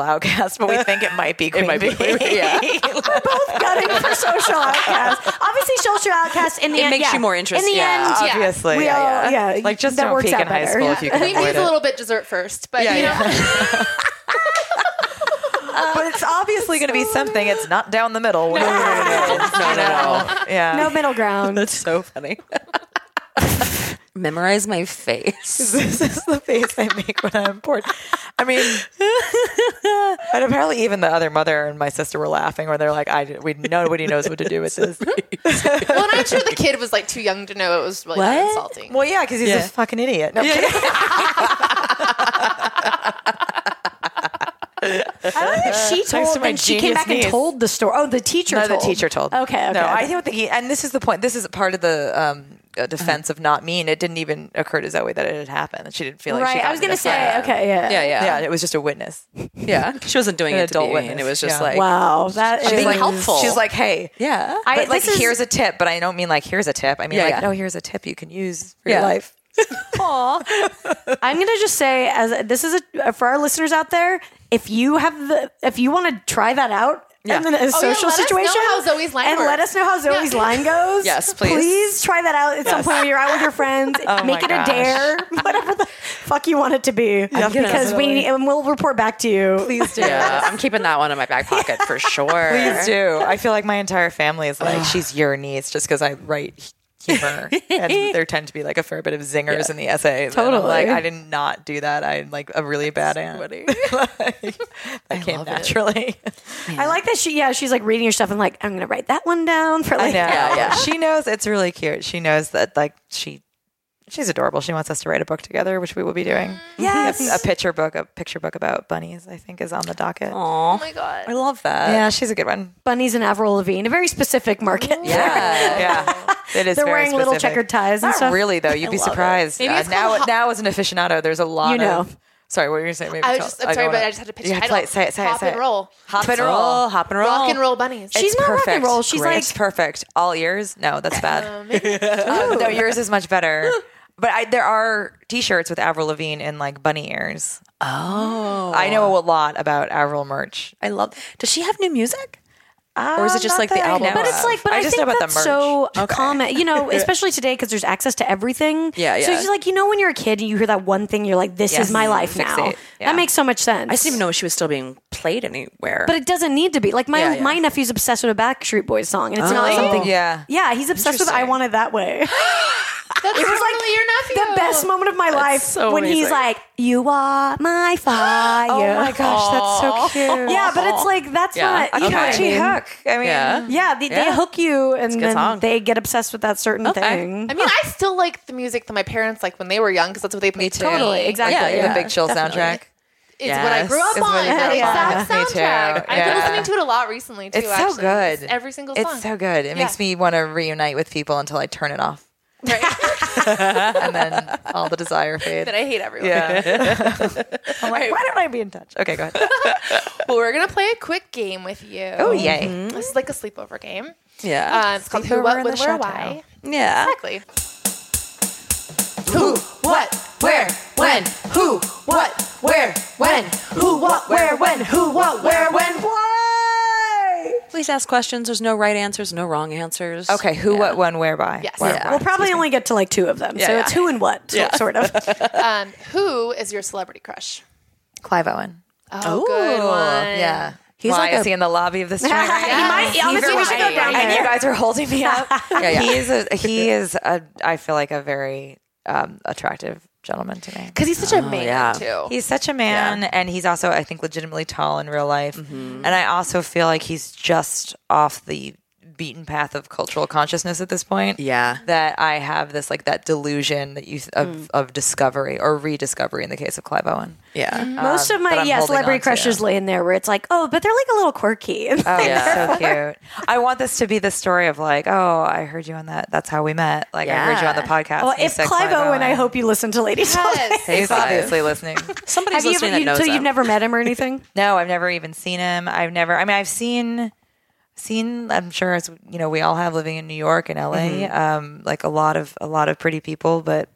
Speaker 5: outcast, but we think it might be Queen
Speaker 2: might be
Speaker 5: Bee.
Speaker 2: Queen Bee, yeah.
Speaker 5: Like,
Speaker 1: both gunning for social outcasts. Obviously, social outcasts in the
Speaker 2: It
Speaker 1: end
Speaker 2: makes
Speaker 1: yeah.
Speaker 2: you more
Speaker 1: In
Speaker 2: interesting.
Speaker 1: the
Speaker 2: Yeah.
Speaker 1: end,
Speaker 5: Obviously,
Speaker 1: we
Speaker 5: yeah,
Speaker 1: all-
Speaker 5: yeah.
Speaker 1: yeah,
Speaker 5: Like just
Speaker 1: that
Speaker 5: don't
Speaker 1: works
Speaker 5: peek
Speaker 1: out
Speaker 5: in high
Speaker 1: better.
Speaker 5: school if you can
Speaker 3: We
Speaker 5: avoid
Speaker 3: need
Speaker 5: it.
Speaker 3: a little bit dessert first, but you know,
Speaker 5: but it's obviously going to be something. It's not down the middle. No, no, Yeah.
Speaker 1: no middle ground.
Speaker 2: That's so funny. Memorize my face.
Speaker 5: this is the face I make when I'm bored. I mean, and apparently even the other mother and my sister were laughing, where they're like, "I we nobody knows what to do with this."
Speaker 3: well, and I'm sure the kid was like too young to know it was really
Speaker 2: What?
Speaker 3: insulting.
Speaker 5: Well, yeah, because he's
Speaker 2: Yeah.
Speaker 5: a fucking idiot. No, I'm kidding.
Speaker 6: I don't think she
Speaker 3: Thanks
Speaker 6: told.
Speaker 3: to my
Speaker 6: And she came
Speaker 3: genius
Speaker 6: back and
Speaker 3: niece.
Speaker 6: told the story. Oh, the teacher.
Speaker 5: No, the
Speaker 6: told.
Speaker 5: teacher told.
Speaker 6: Okay. Okay.
Speaker 5: No, I don't think he. And this is the point. This is part of the um, uh, defense of not mean. It didn't even occur to Zoe that it had happened. That she didn't feel like she.
Speaker 6: right.
Speaker 5: got
Speaker 6: I was
Speaker 5: into
Speaker 6: gonna
Speaker 5: the fight.
Speaker 6: say. Okay. Yeah.
Speaker 2: Yeah, yeah,
Speaker 5: Yeah,
Speaker 2: yeah.
Speaker 5: it was just a witness.
Speaker 2: She wasn't doing
Speaker 5: An
Speaker 2: it to
Speaker 5: adult
Speaker 2: be mean. It
Speaker 5: witness,
Speaker 2: was just
Speaker 5: yeah.
Speaker 2: like,
Speaker 6: Wow. That is
Speaker 2: She's
Speaker 5: Like,
Speaker 2: helpful.
Speaker 5: She's like, hey,
Speaker 2: yeah.
Speaker 6: I-
Speaker 5: but like,
Speaker 6: this is-
Speaker 5: here's a tip. But I don't mean like here's a tip. I mean
Speaker 2: Yeah,
Speaker 5: like,
Speaker 2: yeah.
Speaker 5: no, here's a tip you can use for
Speaker 2: Yeah.
Speaker 5: your life.
Speaker 6: I'm gonna just say, as this is a, uh, for our listeners out there, if you have the, if you want to try that out.
Speaker 2: Yeah.
Speaker 6: In a social
Speaker 3: Oh, let us know
Speaker 6: situation,
Speaker 3: how Zoe's line
Speaker 6: and let
Speaker 3: works.
Speaker 6: us know how Zoe's
Speaker 3: Yeah.
Speaker 6: line goes.
Speaker 2: Yes, please.
Speaker 6: Please try that out at some point when you're out with your friends. Make
Speaker 5: Oh my
Speaker 6: it
Speaker 5: gosh.
Speaker 6: a dare, whatever the fuck you want it to be, because we need, and we'll report back to you. Please do.
Speaker 2: yeah, uh, I'm keeping that one in my back pocket for sure.
Speaker 5: Please do. I feel like my entire family is like, she's your niece just because I write humor. and there tend to be like a fair bit of zingers in the essays. And I'm
Speaker 6: Totally.
Speaker 5: like, I did not do that. I'm like a really bad aunt. like, that came naturally.
Speaker 6: I like that she yeah, she's like reading your stuff and like, I'm gonna write that one down for like
Speaker 5: Yeah,
Speaker 2: yeah.
Speaker 5: She knows it's really cute. She knows that like she she's adorable. She wants us to write a book together, which we will be doing.
Speaker 6: Yes.
Speaker 5: A picture book, a picture book about bunnies, I think, is on the docket.
Speaker 3: Oh my god.
Speaker 2: I love that.
Speaker 5: Yeah, she's a good one.
Speaker 6: bunnies and Avril Lavigne, a very specific market.
Speaker 5: Yeah, yeah. It is
Speaker 6: They're
Speaker 5: very
Speaker 6: wearing little
Speaker 5: specific.
Speaker 6: checkered ties and
Speaker 5: Not
Speaker 6: stuff.
Speaker 5: really though. You'd be surprised.
Speaker 3: Maybe
Speaker 5: Uh,
Speaker 3: it's
Speaker 5: now,
Speaker 3: called ho-
Speaker 5: now as an aficionado, there's a lot.
Speaker 6: You know.
Speaker 5: Of, sorry, what were you saying? Maybe
Speaker 3: I was
Speaker 5: tell-
Speaker 3: just- I'm sorry,
Speaker 5: don't
Speaker 3: but
Speaker 5: wanna-
Speaker 3: I just had to pitch
Speaker 5: You
Speaker 3: a
Speaker 5: have to
Speaker 3: title.
Speaker 5: like, say it. Say
Speaker 3: Hop
Speaker 5: it. Say
Speaker 3: and
Speaker 5: it.
Speaker 3: roll.
Speaker 5: Hop and roll. Hop and roll.
Speaker 3: Rock
Speaker 1: Oh.
Speaker 3: and roll bunnies.
Speaker 6: She's
Speaker 5: It's
Speaker 6: not rock and
Speaker 5: perfect.
Speaker 6: roll. She's
Speaker 5: Great.
Speaker 6: like-
Speaker 5: it's perfect. All ears. No, that's bad. Uh, no, yours is much better. But I, there are T-shirts with Avril Lavigne in like bunny ears. Oh, I know a lot about Avril merch.
Speaker 2: I love. Does she have new music?
Speaker 5: Or
Speaker 2: is it just like the album?
Speaker 6: But it's
Speaker 2: Wow.
Speaker 6: like, but "Ah, I,
Speaker 5: just
Speaker 6: think
Speaker 5: know about
Speaker 6: that's
Speaker 5: the merch.
Speaker 6: so common, you know, especially today because there's access to everything.
Speaker 2: Yeah, yeah.
Speaker 6: So it's just like, you know, when you're a kid and you hear that one thing, you're like, this
Speaker 5: Yes.
Speaker 6: is my life
Speaker 5: Fixate.
Speaker 6: now.
Speaker 5: Yeah.
Speaker 6: That makes so much sense.
Speaker 2: I just didn't even know she was still being played anywhere.
Speaker 6: But it doesn't need to be. Like my
Speaker 2: Yeah, yeah.
Speaker 6: my nephew's obsessed with a Backstreet Boys song, and it's not something.
Speaker 5: Yeah.
Speaker 6: yeah, he's obsessed with "I
Speaker 2: Interesting.
Speaker 6: Want It That Way."
Speaker 3: That's
Speaker 6: It was like
Speaker 3: your nephew.
Speaker 6: the
Speaker 5: Oh,
Speaker 6: best moment of my life
Speaker 2: so
Speaker 6: when he's
Speaker 2: amazing.
Speaker 6: like, "You are my fire."
Speaker 5: Oh my gosh, that's so cute.
Speaker 6: Yeah, but it's like that's
Speaker 2: Yeah.
Speaker 6: not you
Speaker 2: Okay.
Speaker 6: know what I
Speaker 5: Catchy
Speaker 6: mean?
Speaker 5: hook. I mean,
Speaker 2: yeah.
Speaker 6: Yeah, they, they
Speaker 2: Yeah.
Speaker 6: hook you, and
Speaker 2: good
Speaker 6: then
Speaker 2: song.
Speaker 6: they get obsessed with that certain thing.
Speaker 3: I mean, I still like the music that my parents liked when they were young because that's what they played. too.
Speaker 6: Totally, exactly.
Speaker 5: Like the,
Speaker 6: Yeah,
Speaker 5: the Big Chill soundtrack.
Speaker 3: It's what I grew up
Speaker 5: Yes. It's what
Speaker 3: on.
Speaker 5: you grew
Speaker 3: That
Speaker 5: up on.
Speaker 3: exact
Speaker 5: Me too.
Speaker 3: soundtrack. I've been
Speaker 5: Yeah.
Speaker 3: listening to it a lot recently too.
Speaker 5: It's
Speaker 3: actually.
Speaker 5: so good.
Speaker 3: Every single song.
Speaker 5: It's so good. It makes me want to reunite with people until I turn it off,
Speaker 3: Right?
Speaker 5: and then all the desire fades.
Speaker 3: that I hate everyone.
Speaker 5: yeah. I'm like, why don't I be in touch? Okay, go ahead.
Speaker 3: Well, we're gonna play a quick game with you.
Speaker 5: Oh yay!
Speaker 3: This is like a sleepover game.
Speaker 2: yeah.
Speaker 3: Uh, it's called
Speaker 5: Sleepover
Speaker 3: Who, What,
Speaker 5: in
Speaker 3: When,
Speaker 5: the
Speaker 3: Where,
Speaker 5: Chateau.
Speaker 3: Why.
Speaker 2: yeah.
Speaker 3: Exactly. Who, what, where, when? Who, what, where, when? Who, what, where, when? Who, what, where, when?
Speaker 2: Please ask questions. There's no right answers, no wrong answers.
Speaker 5: Okay, who, what, when, where, by?
Speaker 3: Yes.
Speaker 5: Where,
Speaker 2: Yeah.
Speaker 5: why?
Speaker 6: We'll probably only get to like two of them, so
Speaker 2: yeah.
Speaker 6: it's who and what, so- sort of.
Speaker 5: Ah.
Speaker 3: Um, who is your celebrity crush?
Speaker 5: Clive Owen.
Speaker 3: Oh, good one.
Speaker 5: Yeah. He's Why like is he in the lobby of this train right now?
Speaker 6: He might, honestly, we should go down
Speaker 5: and you
Speaker 6: there.
Speaker 5: guys are holding me up.
Speaker 2: yeah.
Speaker 5: He is a, he is a I feel like a very um, attractive gentleman to me.
Speaker 3: Because he's such a man
Speaker 2: yeah.
Speaker 3: too.
Speaker 5: Oh, He's such a man, and he's also, I think, legitimately tall in real life.
Speaker 2: Mm-hmm.
Speaker 5: And I also feel like he's just off the beaten path of cultural consciousness at this point.
Speaker 2: Yeah.
Speaker 5: that I have this like that delusion that you of,
Speaker 2: Mm.
Speaker 5: of discovery or rediscovery in the case of Clive Owen.
Speaker 2: Yeah.
Speaker 6: Most of
Speaker 5: Um, but
Speaker 6: my
Speaker 5: I'm
Speaker 6: yeah
Speaker 5: holding
Speaker 6: celebrity
Speaker 5: on to
Speaker 6: crushes
Speaker 5: him.
Speaker 6: lay in there where it's like, oh, but they're like a little quirky. And
Speaker 5: Oh,
Speaker 6: like,
Speaker 5: yeah. so cute. I want this to be the story of like, oh, I heard you on that. That's how we met. Like, I heard you on the podcast.
Speaker 6: well,
Speaker 5: and you
Speaker 6: if
Speaker 5: said
Speaker 6: Clive, Owen, I hope you listen to Ladies.
Speaker 3: Yes.
Speaker 5: He's
Speaker 2: Clive.
Speaker 5: obviously listening.
Speaker 2: Somebody's
Speaker 6: Have you
Speaker 2: listening
Speaker 6: ever, you,
Speaker 2: that knows
Speaker 6: so you've
Speaker 2: him.
Speaker 6: never met him or anything?
Speaker 5: No, I've never even seen him. I've never. I mean, I've seen, seen. I'm sure as you know, we all have living in New York and LA.
Speaker 3: Mm-hmm.
Speaker 5: Um, like a lot of a lot of pretty people, but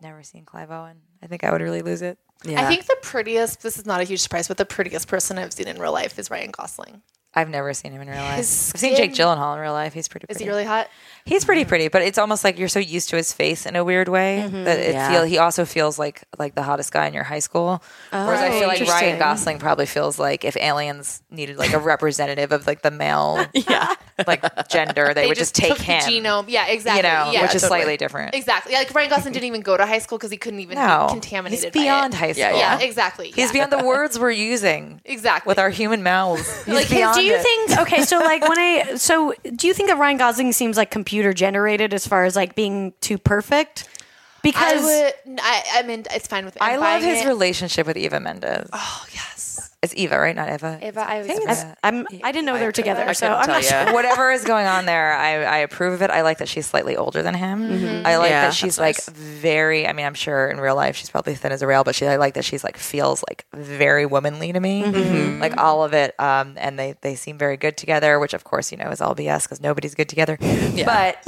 Speaker 5: never seen Clive Owen. I think I would really lose it.
Speaker 2: Yeah.
Speaker 3: I think the prettiest, this is not a huge surprise, but the prettiest person I've seen in real life is Ryan Gosling.
Speaker 5: I've never seen him in real life. I've
Speaker 3: His
Speaker 5: seen Jake
Speaker 3: skin-
Speaker 5: Gyllenhaal in real life. He's pretty. Pretty.
Speaker 3: Is he really hot?
Speaker 5: He's pretty
Speaker 3: Mm-hmm.
Speaker 5: pretty, but it's almost like you're so used to his face in a weird way that it
Speaker 2: Yeah.
Speaker 5: feel he also feels like like the hottest guy in your high school. Whereas
Speaker 3: Oh,
Speaker 5: I feel like Ryan
Speaker 6: interesting.
Speaker 5: Gosling probably feels like if aliens needed like a representative of like the male
Speaker 2: Yeah.
Speaker 5: like gender, they, would just, take
Speaker 3: took the
Speaker 5: him.
Speaker 3: genome. Yeah, exactly.
Speaker 5: You know,
Speaker 3: yeah,
Speaker 5: which is
Speaker 3: totally.
Speaker 5: slightly different.
Speaker 3: Exactly. Yeah, like Ryan Gosling didn't even go to high school because he couldn't even
Speaker 5: No,
Speaker 3: be contaminated.
Speaker 5: He's
Speaker 3: by
Speaker 5: beyond
Speaker 3: it.
Speaker 5: high school.
Speaker 3: Yeah, exactly.
Speaker 5: He's
Speaker 3: yeah.
Speaker 5: beyond the words we're using
Speaker 3: Exactly.
Speaker 5: with our human mouths. He's
Speaker 6: Like,
Speaker 5: beyond
Speaker 6: do you
Speaker 5: it.
Speaker 6: think okay? So like when I so do you think that Ryan Gosling seems like computer generated as far as like being too perfect?
Speaker 3: I
Speaker 6: Because
Speaker 3: would. I, I mean, it's fine with me. I'm
Speaker 5: I love
Speaker 3: buying
Speaker 5: his
Speaker 3: it.
Speaker 5: relationship with Eva Mendes.
Speaker 3: Oh, yes.
Speaker 5: It's Eva, right? Not Eva.
Speaker 3: Eva, I was
Speaker 1: I, I'm, I didn't know they were together,
Speaker 2: I
Speaker 1: so
Speaker 2: couldn't
Speaker 1: I'm
Speaker 2: tell
Speaker 1: not
Speaker 2: ya.
Speaker 1: sure.
Speaker 5: Whatever is going on there, I, I approve of it. I like that she's slightly older than him. I like
Speaker 2: Yeah,
Speaker 5: that she's
Speaker 2: Mm-hmm. that's
Speaker 5: like
Speaker 2: nice.
Speaker 5: very. I mean, I'm sure in real life she's probably thin as a rail, but she I like that she's like feels like very womanly to me.
Speaker 2: Mm-hmm.
Speaker 5: Like all of it, um, and they they seem very good together. Which of course you know is all BS because nobody's good together. But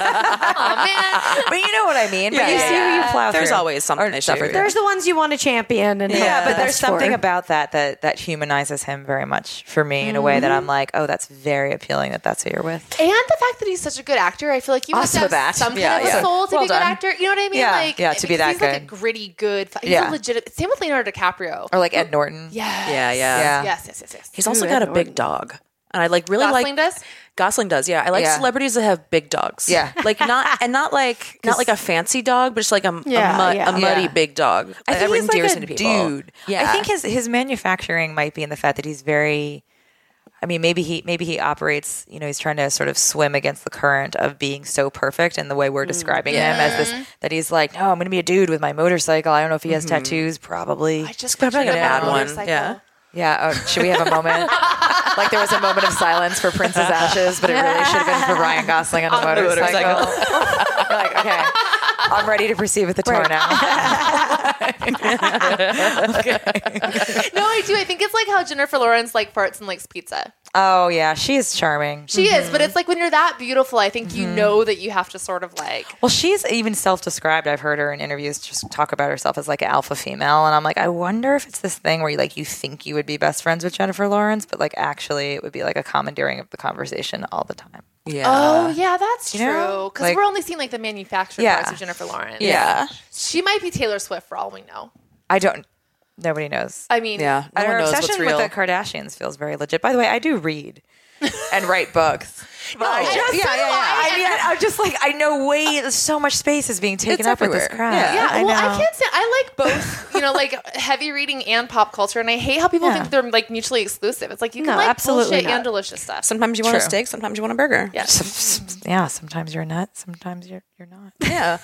Speaker 3: oh, man.
Speaker 5: but you know what I mean. but you see who you plow
Speaker 2: There's
Speaker 5: through.
Speaker 2: always something to
Speaker 5: suffer
Speaker 2: shoot.
Speaker 5: through.
Speaker 1: There's the ones you want to champion, and
Speaker 5: Yeah,
Speaker 1: hope
Speaker 5: but
Speaker 1: the
Speaker 5: there's
Speaker 1: best
Speaker 5: something
Speaker 1: for.
Speaker 5: about that that that humanizes him very much for me in a way that
Speaker 2: Mm-hmm.
Speaker 5: I'm like, oh, that's very appealing that that's who you're with.
Speaker 3: And the fact that he's such a good actor, I feel like you have
Speaker 5: Also
Speaker 3: to have
Speaker 5: that.
Speaker 3: some kind
Speaker 5: Yeah,
Speaker 3: of a
Speaker 5: yeah.
Speaker 3: soul to
Speaker 5: Well
Speaker 3: be a good
Speaker 5: done.
Speaker 3: actor. You know what I mean?
Speaker 5: Yeah,
Speaker 3: like,
Speaker 5: yeah, to be
Speaker 3: because
Speaker 5: that
Speaker 3: he's like a
Speaker 5: good.
Speaker 3: gritty, good. He's a
Speaker 5: Yeah.
Speaker 3: legit. Same with Leonardo DiCaprio.
Speaker 5: Or like Ed Norton.
Speaker 3: yes.
Speaker 2: Yeah, yeah.
Speaker 5: Yeah.
Speaker 3: Yes, yes, yes, yes.
Speaker 2: He's also got a big dog. And I like really
Speaker 3: Gosling
Speaker 2: like
Speaker 3: does?
Speaker 2: Gosling does, yeah. I like
Speaker 5: Yeah.
Speaker 2: celebrities that have big dogs.
Speaker 5: Yeah.
Speaker 2: Like not and not like not like a fancy dog, but just like a,
Speaker 1: Yeah,
Speaker 2: a, mud,
Speaker 1: yeah.
Speaker 2: a muddy
Speaker 5: Yeah.
Speaker 2: big dog.
Speaker 5: I think
Speaker 2: that
Speaker 5: he's like
Speaker 2: endears
Speaker 5: a
Speaker 2: me to people.
Speaker 5: dude.
Speaker 2: Yeah.
Speaker 5: I think his his manufacturing might be in the fact that he's very. I mean, maybe he maybe he operates. You know, he's trying to sort of swim against the current of being so perfect and the way we're describing him as this that he's like, no, I'm going to be a dude with my motorcycle. I don't know if he has tattoos, probably.
Speaker 3: I just
Speaker 2: Probably
Speaker 3: pictured
Speaker 2: a
Speaker 3: him on
Speaker 2: bad
Speaker 3: a
Speaker 2: one,
Speaker 3: motorcycle.
Speaker 2: yeah.
Speaker 5: Yeah. Oh, should we have a moment? like there was a moment of silence for Prince's Ashes, but it really should have been for Ryan Gosling on, the motorcycle. You're like, okay, I'm ready to proceed with the tour now.
Speaker 3: No, I do. I think it's like how Jennifer Lawrence like farts and likes pizza.
Speaker 5: Oh yeah, she is charming.
Speaker 3: She is, but it's like when you're that beautiful, I think
Speaker 5: Mm-hmm.
Speaker 3: you know that you have to sort of like.
Speaker 5: Well, she's even self-described. I've heard her in interviews just talk about herself as like an alpha female, and I'm like, I wonder if it's this thing where you like you think you would be best friends with Jennifer Lawrence, but like actually it would be like a commandeering of the conversation all the time.
Speaker 2: Yeah.
Speaker 3: Oh yeah, that's true.
Speaker 5: Uh, you know,
Speaker 3: Because
Speaker 5: like-
Speaker 3: we're only seeing like the manufactured
Speaker 5: Yeah.
Speaker 3: parts of Jennifer Lawrence.
Speaker 2: yeah.
Speaker 3: she might be Taylor Swift for all we know.
Speaker 5: I don't. Nobody knows.
Speaker 3: I mean,
Speaker 2: Yeah. No one
Speaker 5: Our
Speaker 2: knows what's
Speaker 5: obsession with
Speaker 2: real.
Speaker 5: the Kardashians feels very legit. By the way, I do read and write books.
Speaker 2: Oh.
Speaker 5: But I just, Oh, yeah, yeah, yeah. I mean, I'm just like, I know way there's so much space is being taken
Speaker 2: It's
Speaker 5: up with this
Speaker 2: everywhere.
Speaker 5: crap.
Speaker 3: Yeah,
Speaker 5: I
Speaker 3: well, I
Speaker 5: know.
Speaker 3: can't say I like both, you know, like heavy reading and pop culture, and I hate how people
Speaker 5: Yeah.
Speaker 3: think they're like mutually exclusive. It's like you can
Speaker 1: No,
Speaker 3: like
Speaker 1: absolutely
Speaker 3: bullshit
Speaker 1: not.
Speaker 3: and delicious stuff.
Speaker 2: Sometimes you want a
Speaker 5: True.
Speaker 2: steak, sometimes you want a burger.
Speaker 3: yeah.
Speaker 5: Yeah, sometimes you're a nut, sometimes you're you're not.
Speaker 2: Yeah.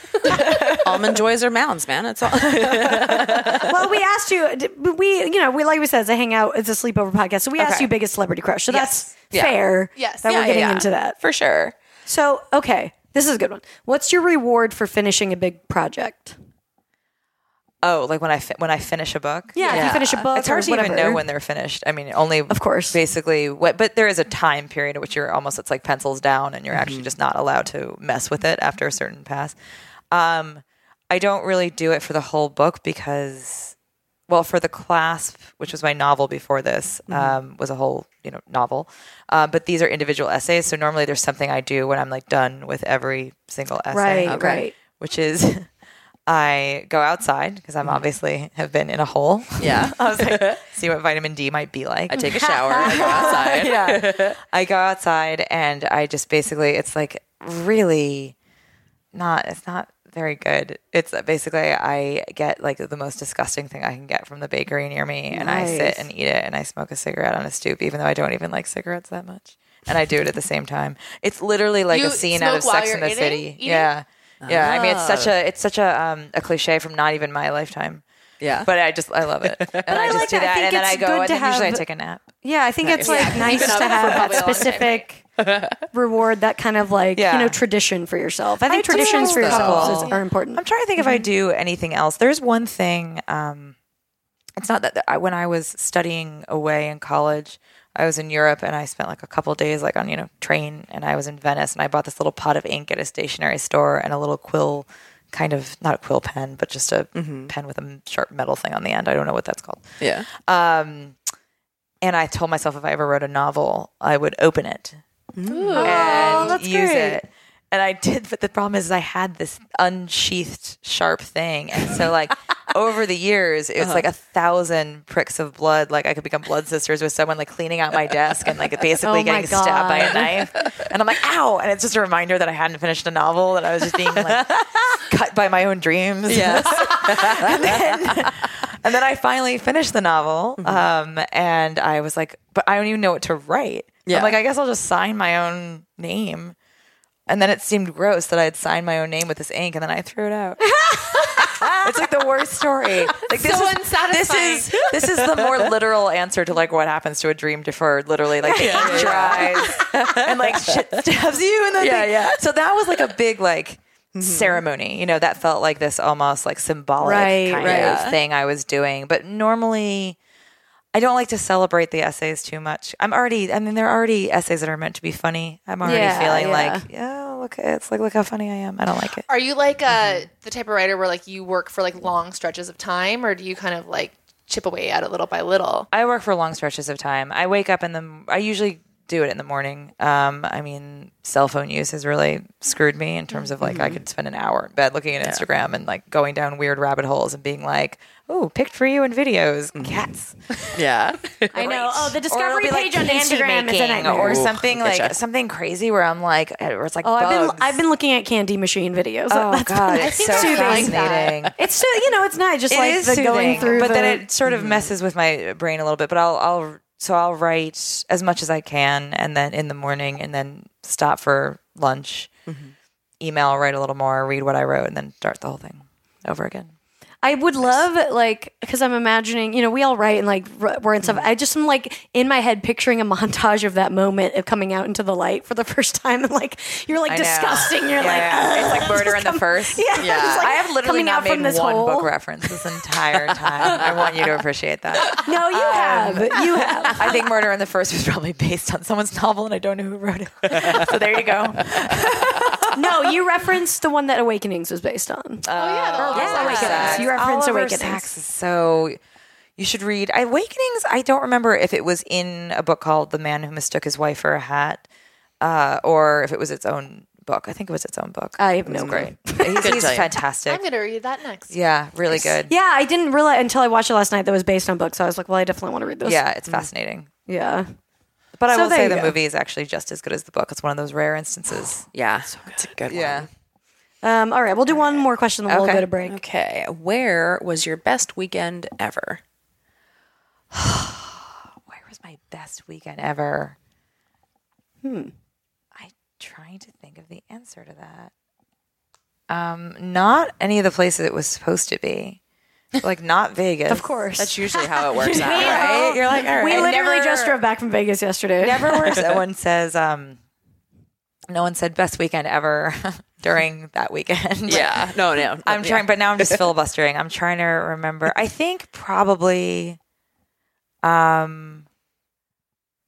Speaker 2: Almond joys are mounds, man. It's all
Speaker 1: well, we asked you. d- but We, you know, we like we said, it's a hangout, it's a sleepover podcast. So we asked
Speaker 5: Okay.
Speaker 1: you biggest celebrity crush. So
Speaker 2: Yes.
Speaker 1: that's
Speaker 2: Yeah.
Speaker 1: fair.
Speaker 3: Yes.
Speaker 1: that
Speaker 3: Yeah,
Speaker 1: we're
Speaker 3: yeah,
Speaker 1: getting
Speaker 2: yeah.
Speaker 1: into that.
Speaker 2: for sure.
Speaker 1: So okay, this is a good one. What's your reward for finishing a big project?
Speaker 5: Oh, like when I fi- when I finish a book.
Speaker 1: Yeah, if you finish a book,
Speaker 5: It's hard
Speaker 1: or
Speaker 5: to even
Speaker 1: whatever.
Speaker 5: know when they're finished. I mean, only of
Speaker 1: course.
Speaker 5: basically what. But there is a time period in which you're almost it's like pencils down, and you're
Speaker 1: Mm-hmm.
Speaker 5: actually just not allowed to mess with it after a certain pass. Um, I don't really do it for the whole book because, well, for the clasp, which was my novel before this,
Speaker 1: Mm-hmm.
Speaker 5: um, was a whole you know novel. Uh, but these are individual essays, so normally there's something I do when I'm like done with every single essay,
Speaker 1: Right, Okay. right.
Speaker 5: Which is. I go outside because I'm obviously have been in a hole.
Speaker 2: Mm. Yeah.
Speaker 5: I was like, see what vitamin D might be like.
Speaker 2: I take a shower, I go outside.
Speaker 5: yeah. I go outside and I just basically it's like really not it's not very good. It's basically I get like the most disgusting thing I can get from the bakery near me and I sit and eat it and I smoke a cigarette on a stoop even though I don't even like cigarettes that much. And I do it at the same time. It's literally like
Speaker 3: You
Speaker 5: a scene out of
Speaker 3: smoke while
Speaker 5: Sex in
Speaker 3: you're
Speaker 5: the
Speaker 3: eating-
Speaker 5: City.
Speaker 3: eating?
Speaker 5: Yeah. Yeah, I mean it's such
Speaker 1: Ah.
Speaker 5: a it's such a um, a cliche from not even my lifetime.
Speaker 2: Yeah.
Speaker 5: But I just I love it. And I, just
Speaker 1: like
Speaker 5: do
Speaker 1: that. Uh. I
Speaker 5: that
Speaker 1: think
Speaker 5: and then
Speaker 1: it's
Speaker 5: I go
Speaker 1: good
Speaker 5: and
Speaker 1: to
Speaker 5: then usually I
Speaker 1: have-
Speaker 5: take a nap.
Speaker 1: Yeah, I think it's like nice
Speaker 3: up
Speaker 1: to
Speaker 3: for
Speaker 1: have
Speaker 3: probably
Speaker 1: that
Speaker 3: a long time,
Speaker 1: specific reward, that kind of like
Speaker 5: Yeah.
Speaker 1: you know tradition for yourself. I think
Speaker 5: I do
Speaker 1: traditions for
Speaker 5: though.
Speaker 1: yourselves is,
Speaker 5: Yeah.
Speaker 1: are important.
Speaker 5: I'm trying to think if I do anything else. There's one thing. Um, it's not that that I, when I was studying away in college, I was in Europe and I spent like a couple days like on you know train and I was in Venice and I bought this little pot of ink at a stationery store and a little quill, kind of not a quill pen but just a pen with a sharp metal thing on the end. I don't know what that's called.
Speaker 2: Yeah.
Speaker 5: Um, and I told myself if I ever wrote a novel, I would open it
Speaker 1: Oh,
Speaker 5: and use it. And I did, but the problem is I had this unsheathed sharp thing, and so like over the years, it was
Speaker 1: Uh-huh.
Speaker 5: like a thousand pricks of blood. Like I could become blood sisters with someone like cleaning out my desk and like basically
Speaker 1: Oh my
Speaker 5: getting stabbed by a
Speaker 1: God.
Speaker 5: knife, and I'm like, ow! And it's just a reminder that I hadn't finished a novel, that I was just being like cut by my own dreams.
Speaker 2: Yes.
Speaker 5: and then, and then I finally finished the novel.
Speaker 3: Mm-hmm.
Speaker 5: Um, and I was like, but I don't even know what to write.
Speaker 2: Yeah.
Speaker 5: I'm like, I guess I'll just sign my own name And then it seemed gross that I had signed my own name with this ink, and then I threw it out. it's like the worst story. Like this
Speaker 3: So
Speaker 5: is this
Speaker 3: unsatisfying.
Speaker 5: is this is the more literal answer to like what happens to a dream deferred. Literally, like the ink dries and like shit stabs you, and then Yeah, they- yeah. So that was like a big like
Speaker 1: Mm-hmm.
Speaker 5: ceremony. You know, that felt like this almost like symbolic
Speaker 1: Right,
Speaker 5: kind
Speaker 1: right.
Speaker 5: of thing I was doing. But normally. I don't like to celebrate the essays too much. I'm already, I mean, there are already essays that are meant to be funny. I'm already
Speaker 1: Yeah,
Speaker 5: feeling
Speaker 1: yeah.
Speaker 5: like, yeah, look, it's like, look how funny I am. I don't like it.
Speaker 3: Are you like uh,
Speaker 5: Mm-hmm.
Speaker 3: the type of writer where like you work for like long stretches of time, or do you kind of like chip away at it little by little?
Speaker 5: I work for long stretches of time. I wake up in the, I usually do it in the morning. Um, I mean, cell phone use has really screwed me in terms of like, I could spend an hour in bed looking at Instagram and like going down weird rabbit holes and being like, oh, picked for you in videos, cats.
Speaker 2: Yeah.
Speaker 1: I know. Oh, the
Speaker 5: Or it'll
Speaker 1: discovery
Speaker 5: be, like,
Speaker 1: page on
Speaker 5: candy
Speaker 1: Instagram is a
Speaker 5: making
Speaker 1: nightmare.
Speaker 5: Or
Speaker 2: Ooh,
Speaker 5: something
Speaker 2: I
Speaker 5: like,
Speaker 2: getcha.
Speaker 5: something crazy where I'm like, or it's like,
Speaker 1: Oh, I've been
Speaker 5: bugs.
Speaker 1: I've been looking at candy machine videos.
Speaker 5: Oh
Speaker 1: That's
Speaker 5: God,
Speaker 1: been-
Speaker 5: it's
Speaker 3: think
Speaker 5: so
Speaker 3: I like that.
Speaker 5: fascinating.
Speaker 1: It's so you know, it's not just like the going through.
Speaker 5: but
Speaker 1: the,
Speaker 5: then it sort of messes with my brain a little bit. But I'll, I'll, so I'll write as much as I can, and then in the morning, and then stop for lunch, email, write a little more, read what I wrote, and then start the whole thing over again.
Speaker 1: I would love like because I'm imagining. You know, we all write and like r- we're in stuff. I just am like in my head picturing a montage of that moment of coming out into the light for the first time, and like you're like disgusting. You're like. "Ugh."
Speaker 5: it's like murder in the first. Yeah,
Speaker 1: It's like
Speaker 5: I have literally
Speaker 1: coming
Speaker 5: not
Speaker 1: out from
Speaker 5: made
Speaker 1: this
Speaker 5: one
Speaker 1: hole.
Speaker 5: book reference this entire time. I want you to appreciate that.
Speaker 1: No, you have. You have.
Speaker 5: I think Murder in the First was probably based on someone's novel, and I don't know who wrote it. so there you go.
Speaker 1: No, you referenced the one that Awakenings was based on.
Speaker 3: oh yeah, the
Speaker 1: yeah,
Speaker 3: long stretches.
Speaker 1: Awakenings.
Speaker 5: Sacks.
Speaker 1: You reference
Speaker 5: Oliver
Speaker 1: Awakenings.
Speaker 5: Sacks is so you should read Awakenings. I don't remember if it was in a book called The Man Who Mistook His Wife for a Hat, uh, or if it was its own book. I think it was its own book.
Speaker 1: I have
Speaker 5: It was
Speaker 1: no
Speaker 5: great. He's, he's
Speaker 2: title.
Speaker 5: fantastic.
Speaker 3: I'm gonna read that next.
Speaker 5: yeah, really good. Yeah,
Speaker 1: Yeah, I didn't realize until I watched it last night that it was based on books. So I was like, well, I definitely want to read this.
Speaker 5: it's fascinating.
Speaker 1: Yeah.
Speaker 5: But I
Speaker 1: So
Speaker 5: will
Speaker 1: there
Speaker 5: say
Speaker 1: you
Speaker 5: the
Speaker 1: go.
Speaker 5: movie is actually just as good as the book. It's one of those rare instances.
Speaker 2: Yeah. It's a good one.
Speaker 5: yeah.
Speaker 1: Um, all right, we'll do one more question, then we'll
Speaker 5: Okay.
Speaker 1: go to break.
Speaker 2: Okay. Where was your best weekend ever?
Speaker 5: Where was my best weekend ever? Hmm. I'm trying to think of the answer to that. Um, not any of the places it was supposed to be. Like not Vegas.
Speaker 1: Of course.
Speaker 2: That's usually how it works out,
Speaker 1: We
Speaker 2: right?
Speaker 1: know.
Speaker 2: You're like, all right.
Speaker 1: we literally
Speaker 5: never-
Speaker 1: just drove back from Vegas yesterday.
Speaker 5: Never works. no one says um no one said best weekend ever during that weekend. Like,
Speaker 2: yeah. No, no.
Speaker 5: I'm trying but now I'm just filibustering. I'm trying to remember. I think probably um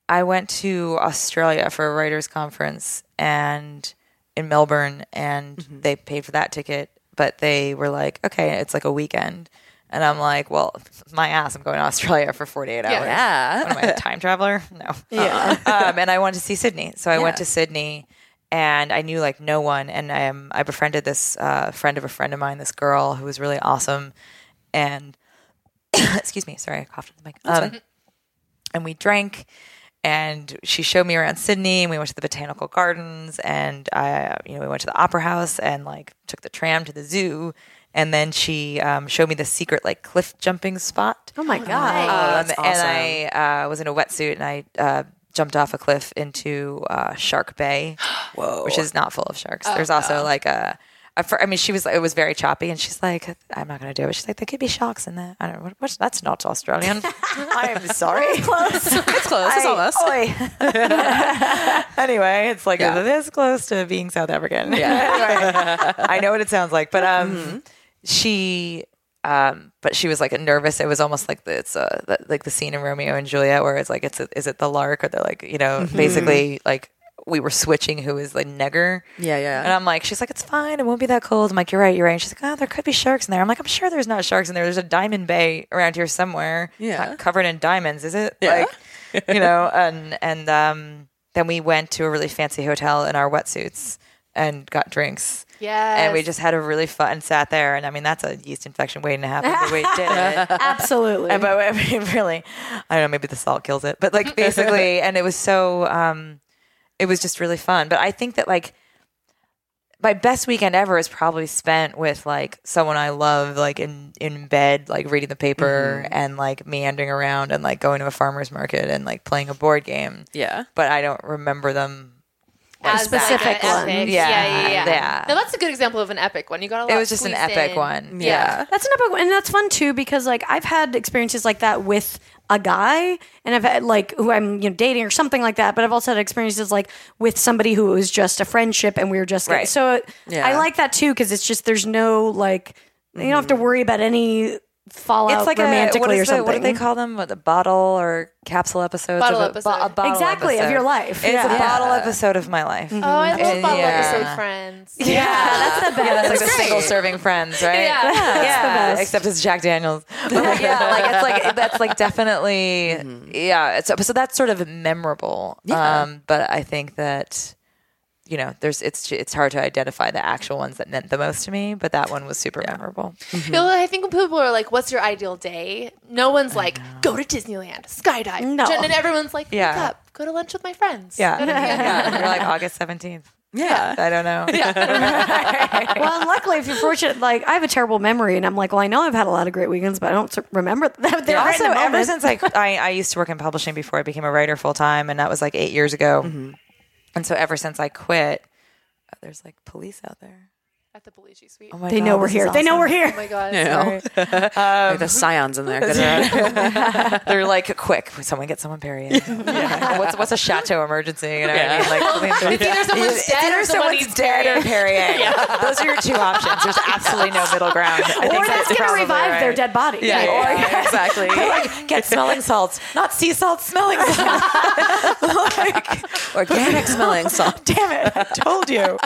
Speaker 5: I went to Australia for a writers conference and in Melbourne and
Speaker 2: Mm-hmm.
Speaker 5: they paid for that ticket, but they were like, okay, it's like a weekend. And I'm like, well, my ass, I'm going to Australia for 48 hours.
Speaker 2: Yeah.
Speaker 5: What am I, a time traveler? No.
Speaker 1: Yeah.
Speaker 5: um, and I wanted to see Sydney. So I went to Sydney and I knew like no one. And I, um, I befriended this uh, friend of a friend of mine, this girl who was really awesome. And excuse me, sorry, I coughed on the mic. Um, and we drank and she showed me around Sydney and we went to the botanical gardens and I you know we went to the opera house and like took the tram to the zoo and then she um, showed me the secret like cliff jumping spot
Speaker 1: Oh my God.
Speaker 5: um, and I uh, was in a wetsuit and I uh, jumped off a cliff into uh, Shark Bay, which is not full of sharks. There's also like a, a fir- I mean, she was it was very choppy, and she's like, "I'm not going to do it." She's like, "There could be sharks in there." I don't. What, what, that's not Australian. I'm sorry. close. It's close.
Speaker 2: It's almost.
Speaker 5: anyway, it's like
Speaker 2: Yeah.
Speaker 5: this close to being South African. Anyway, I know what it sounds like, but um, she. Um, but she was like nervous. It was almost like the, it's uh, the, like the scene in Romeo and Juliet where it's like it's is it the lark or the like you know basically like we were switching who is the nigger.
Speaker 2: Yeah, yeah.
Speaker 5: And I'm like, she's like, it's fine. It won't be that cold. I'm like, you're right, you're right. And she's like, oh, there could be sharks in there. I'm like, I'm sure there's not sharks in there. There's a diamond bay around here somewhere.
Speaker 2: Yeah.
Speaker 5: Not covered in diamonds, is it? Like, you know, and and um, then we went to a really fancy hotel in our wetsuits and got drinks.
Speaker 3: Yes.
Speaker 5: And we just had a really fun and sat there. And I mean, that's a yeast infection waiting to happen. The way it did it.
Speaker 1: Absolutely.
Speaker 5: And but I mean, really, I don't know. Maybe the salt kills it, but like basically, and it was so. um It was just really fun. But I think that like my best weekend ever is probably spent with like someone I love, like in in bed, like reading the paper and like meandering around and like going to a farmer's market and like playing a board game.
Speaker 2: Yeah.
Speaker 5: But I don't remember them
Speaker 1: A
Speaker 3: as, like, an
Speaker 1: specific one.
Speaker 3: epic.
Speaker 5: Yeah,
Speaker 3: Yeah, yeah, yeah.
Speaker 5: yeah.
Speaker 3: No, that's a good example of an epic one. You got a lot.
Speaker 5: It was just an
Speaker 3: squeezed
Speaker 5: epic
Speaker 3: in.
Speaker 5: one.
Speaker 2: Yeah.
Speaker 1: That's an epic one. And that's fun too because like I've had experiences like that with a guy and I've had like who I'm you know dating or something like that, but I've also had experiences like with somebody who was just a friendship and we were just
Speaker 5: Right.
Speaker 1: so uh,
Speaker 2: Yeah.
Speaker 1: I like that too because it's just there's no like you don't have to worry about any fallout
Speaker 5: It's like
Speaker 1: romantically
Speaker 5: a, what, is
Speaker 1: or
Speaker 5: the-
Speaker 1: something.
Speaker 5: what do they call them? What, The bottle or capsule episodes?
Speaker 3: Bottle
Speaker 5: of a, bo-
Speaker 3: episode.
Speaker 5: a bottle
Speaker 1: Exactly, of
Speaker 5: episode.
Speaker 1: your life.
Speaker 5: It's
Speaker 1: Yeah.
Speaker 5: a bottle
Speaker 2: Yeah.
Speaker 5: episode of my life.
Speaker 3: Oh, I love
Speaker 5: Yeah.
Speaker 3: bottle
Speaker 5: Mm-hmm. Yeah.
Speaker 3: episode friends. Yeah.
Speaker 5: that's the best. Yeah, that's like the
Speaker 3: great.
Speaker 5: single serving friends, right?
Speaker 3: Yeah. Yeah, that's
Speaker 5: Yeah,
Speaker 1: best.
Speaker 5: Except it's Jack Daniels. But like, yeah, like it's like that's like definitely yeah. So, so that's sort of memorable. Um, but I think that you know, there's it's it's hard to identify the actual ones that meant the most to me, but that one was super memorable.
Speaker 3: Feel- I think when people are like, "What's your ideal day?" No one's like, "Go to Disneyland, skydive."
Speaker 1: No.
Speaker 3: and everyone's like,
Speaker 5: Yeah.
Speaker 3: "Wake up, go to lunch with my friends."
Speaker 5: Yeah. yeah. You're like August 17th.
Speaker 2: Yeah.
Speaker 5: I don't know.
Speaker 1: well, and luckily, if you're fortunate, like I have a terrible memory, and I'm like, well, I know I've had a lot of great weekends, but I don't sort of remember that. They're right in
Speaker 5: also,
Speaker 1: the
Speaker 5: ever
Speaker 1: moment.
Speaker 5: since like I, I used to work in publishing before I became a writer full time, and that was like eight years ago. And so ever since I quit, oh, there's like police out there.
Speaker 3: at the Belushi Suite.
Speaker 5: Oh my
Speaker 1: they
Speaker 5: God,
Speaker 1: know we're
Speaker 5: this
Speaker 1: here.
Speaker 5: is
Speaker 1: They know
Speaker 5: awesome.
Speaker 1: we're
Speaker 3: Oh
Speaker 1: here.
Speaker 3: my god.
Speaker 2: Like the scions in there. That
Speaker 5: They're like, quick, someone get someone Perry. in." what's what's a chateau emergency? You know
Speaker 2: Yeah.
Speaker 5: what I mean? Like, something-
Speaker 3: Either someone's
Speaker 5: It's
Speaker 3: dead
Speaker 5: either
Speaker 3: or someone
Speaker 5: someone's
Speaker 3: needs
Speaker 5: dead or Perrier. Those are your two options. There's absolutely no middle ground. I think
Speaker 1: Or that's going to
Speaker 5: probably
Speaker 1: revive
Speaker 5: right.
Speaker 1: their dead body.
Speaker 5: Yeah,
Speaker 1: Like,
Speaker 5: yeah,
Speaker 1: or-
Speaker 5: yeah, exactly. like, get smelling salts, not sea salt, smelling salts. like, organic smelling salt. Damn it! I told you,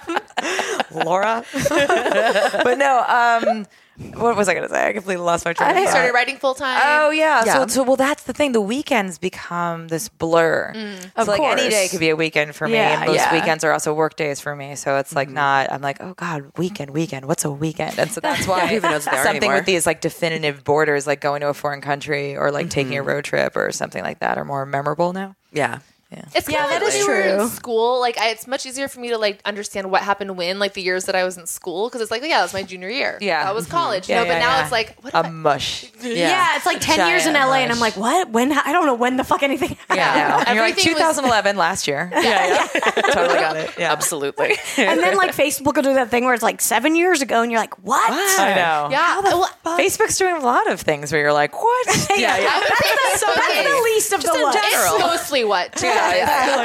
Speaker 5: Laura. but no. Um, what was I going to say? I completely lost my train. of
Speaker 3: I
Speaker 5: thought.
Speaker 3: started writing full time.
Speaker 5: Oh yeah.
Speaker 2: Yeah.
Speaker 5: So, so well, that's the thing. The weekends become this blur.
Speaker 1: Of
Speaker 5: so, like any
Speaker 1: course.
Speaker 5: day could be a weekend for me,
Speaker 1: Yeah,
Speaker 5: and most
Speaker 1: yeah.
Speaker 5: weekends are also work days for me. So it's like not. I'm like, oh god, weekend, weekend. What's a weekend? And so that's why
Speaker 2: who even knows what they are
Speaker 5: something
Speaker 2: anymore.
Speaker 5: with these like definitive borders, like going to a foreign country or like taking a road trip or something like that, are more memorable now.
Speaker 2: yeah.
Speaker 3: It's kind
Speaker 1: that
Speaker 3: of like when
Speaker 1: is
Speaker 3: we were in
Speaker 1: true.
Speaker 3: school. Like, I, it's much easier for me to like understand what happened when, like the years that I was in school, because it's like, yeah, that was my junior year.
Speaker 5: Yeah.
Speaker 3: that was college.
Speaker 5: Yeah,
Speaker 3: no, but
Speaker 5: yeah,
Speaker 3: now
Speaker 5: yeah. Um,
Speaker 3: it's like, what?
Speaker 5: A
Speaker 3: if I-
Speaker 5: mush.
Speaker 1: Yeah. it's like 10 years in LA,
Speaker 5: Giant
Speaker 1: and I'm
Speaker 5: mush.
Speaker 1: like, what? When? I don't know when the fuck anything happened.
Speaker 5: Yeah. And you're like
Speaker 3: Everything was-
Speaker 5: 2011 last year. Yeah, totally got it. Yeah,
Speaker 2: Absolutely.
Speaker 1: And then, like, Facebook will do that thing where it's like seven years ago, and you're like, what?
Speaker 5: I know.
Speaker 3: yeah, well,
Speaker 5: Facebook's doing a lot of things where you're like, what?
Speaker 1: Yeah,
Speaker 3: I would say that's so
Speaker 1: That's the least of the what.
Speaker 3: It's mostly what. too. Um, all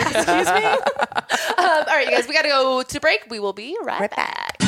Speaker 3: right, you guys, we got to go to break. We will be right, back. Oh,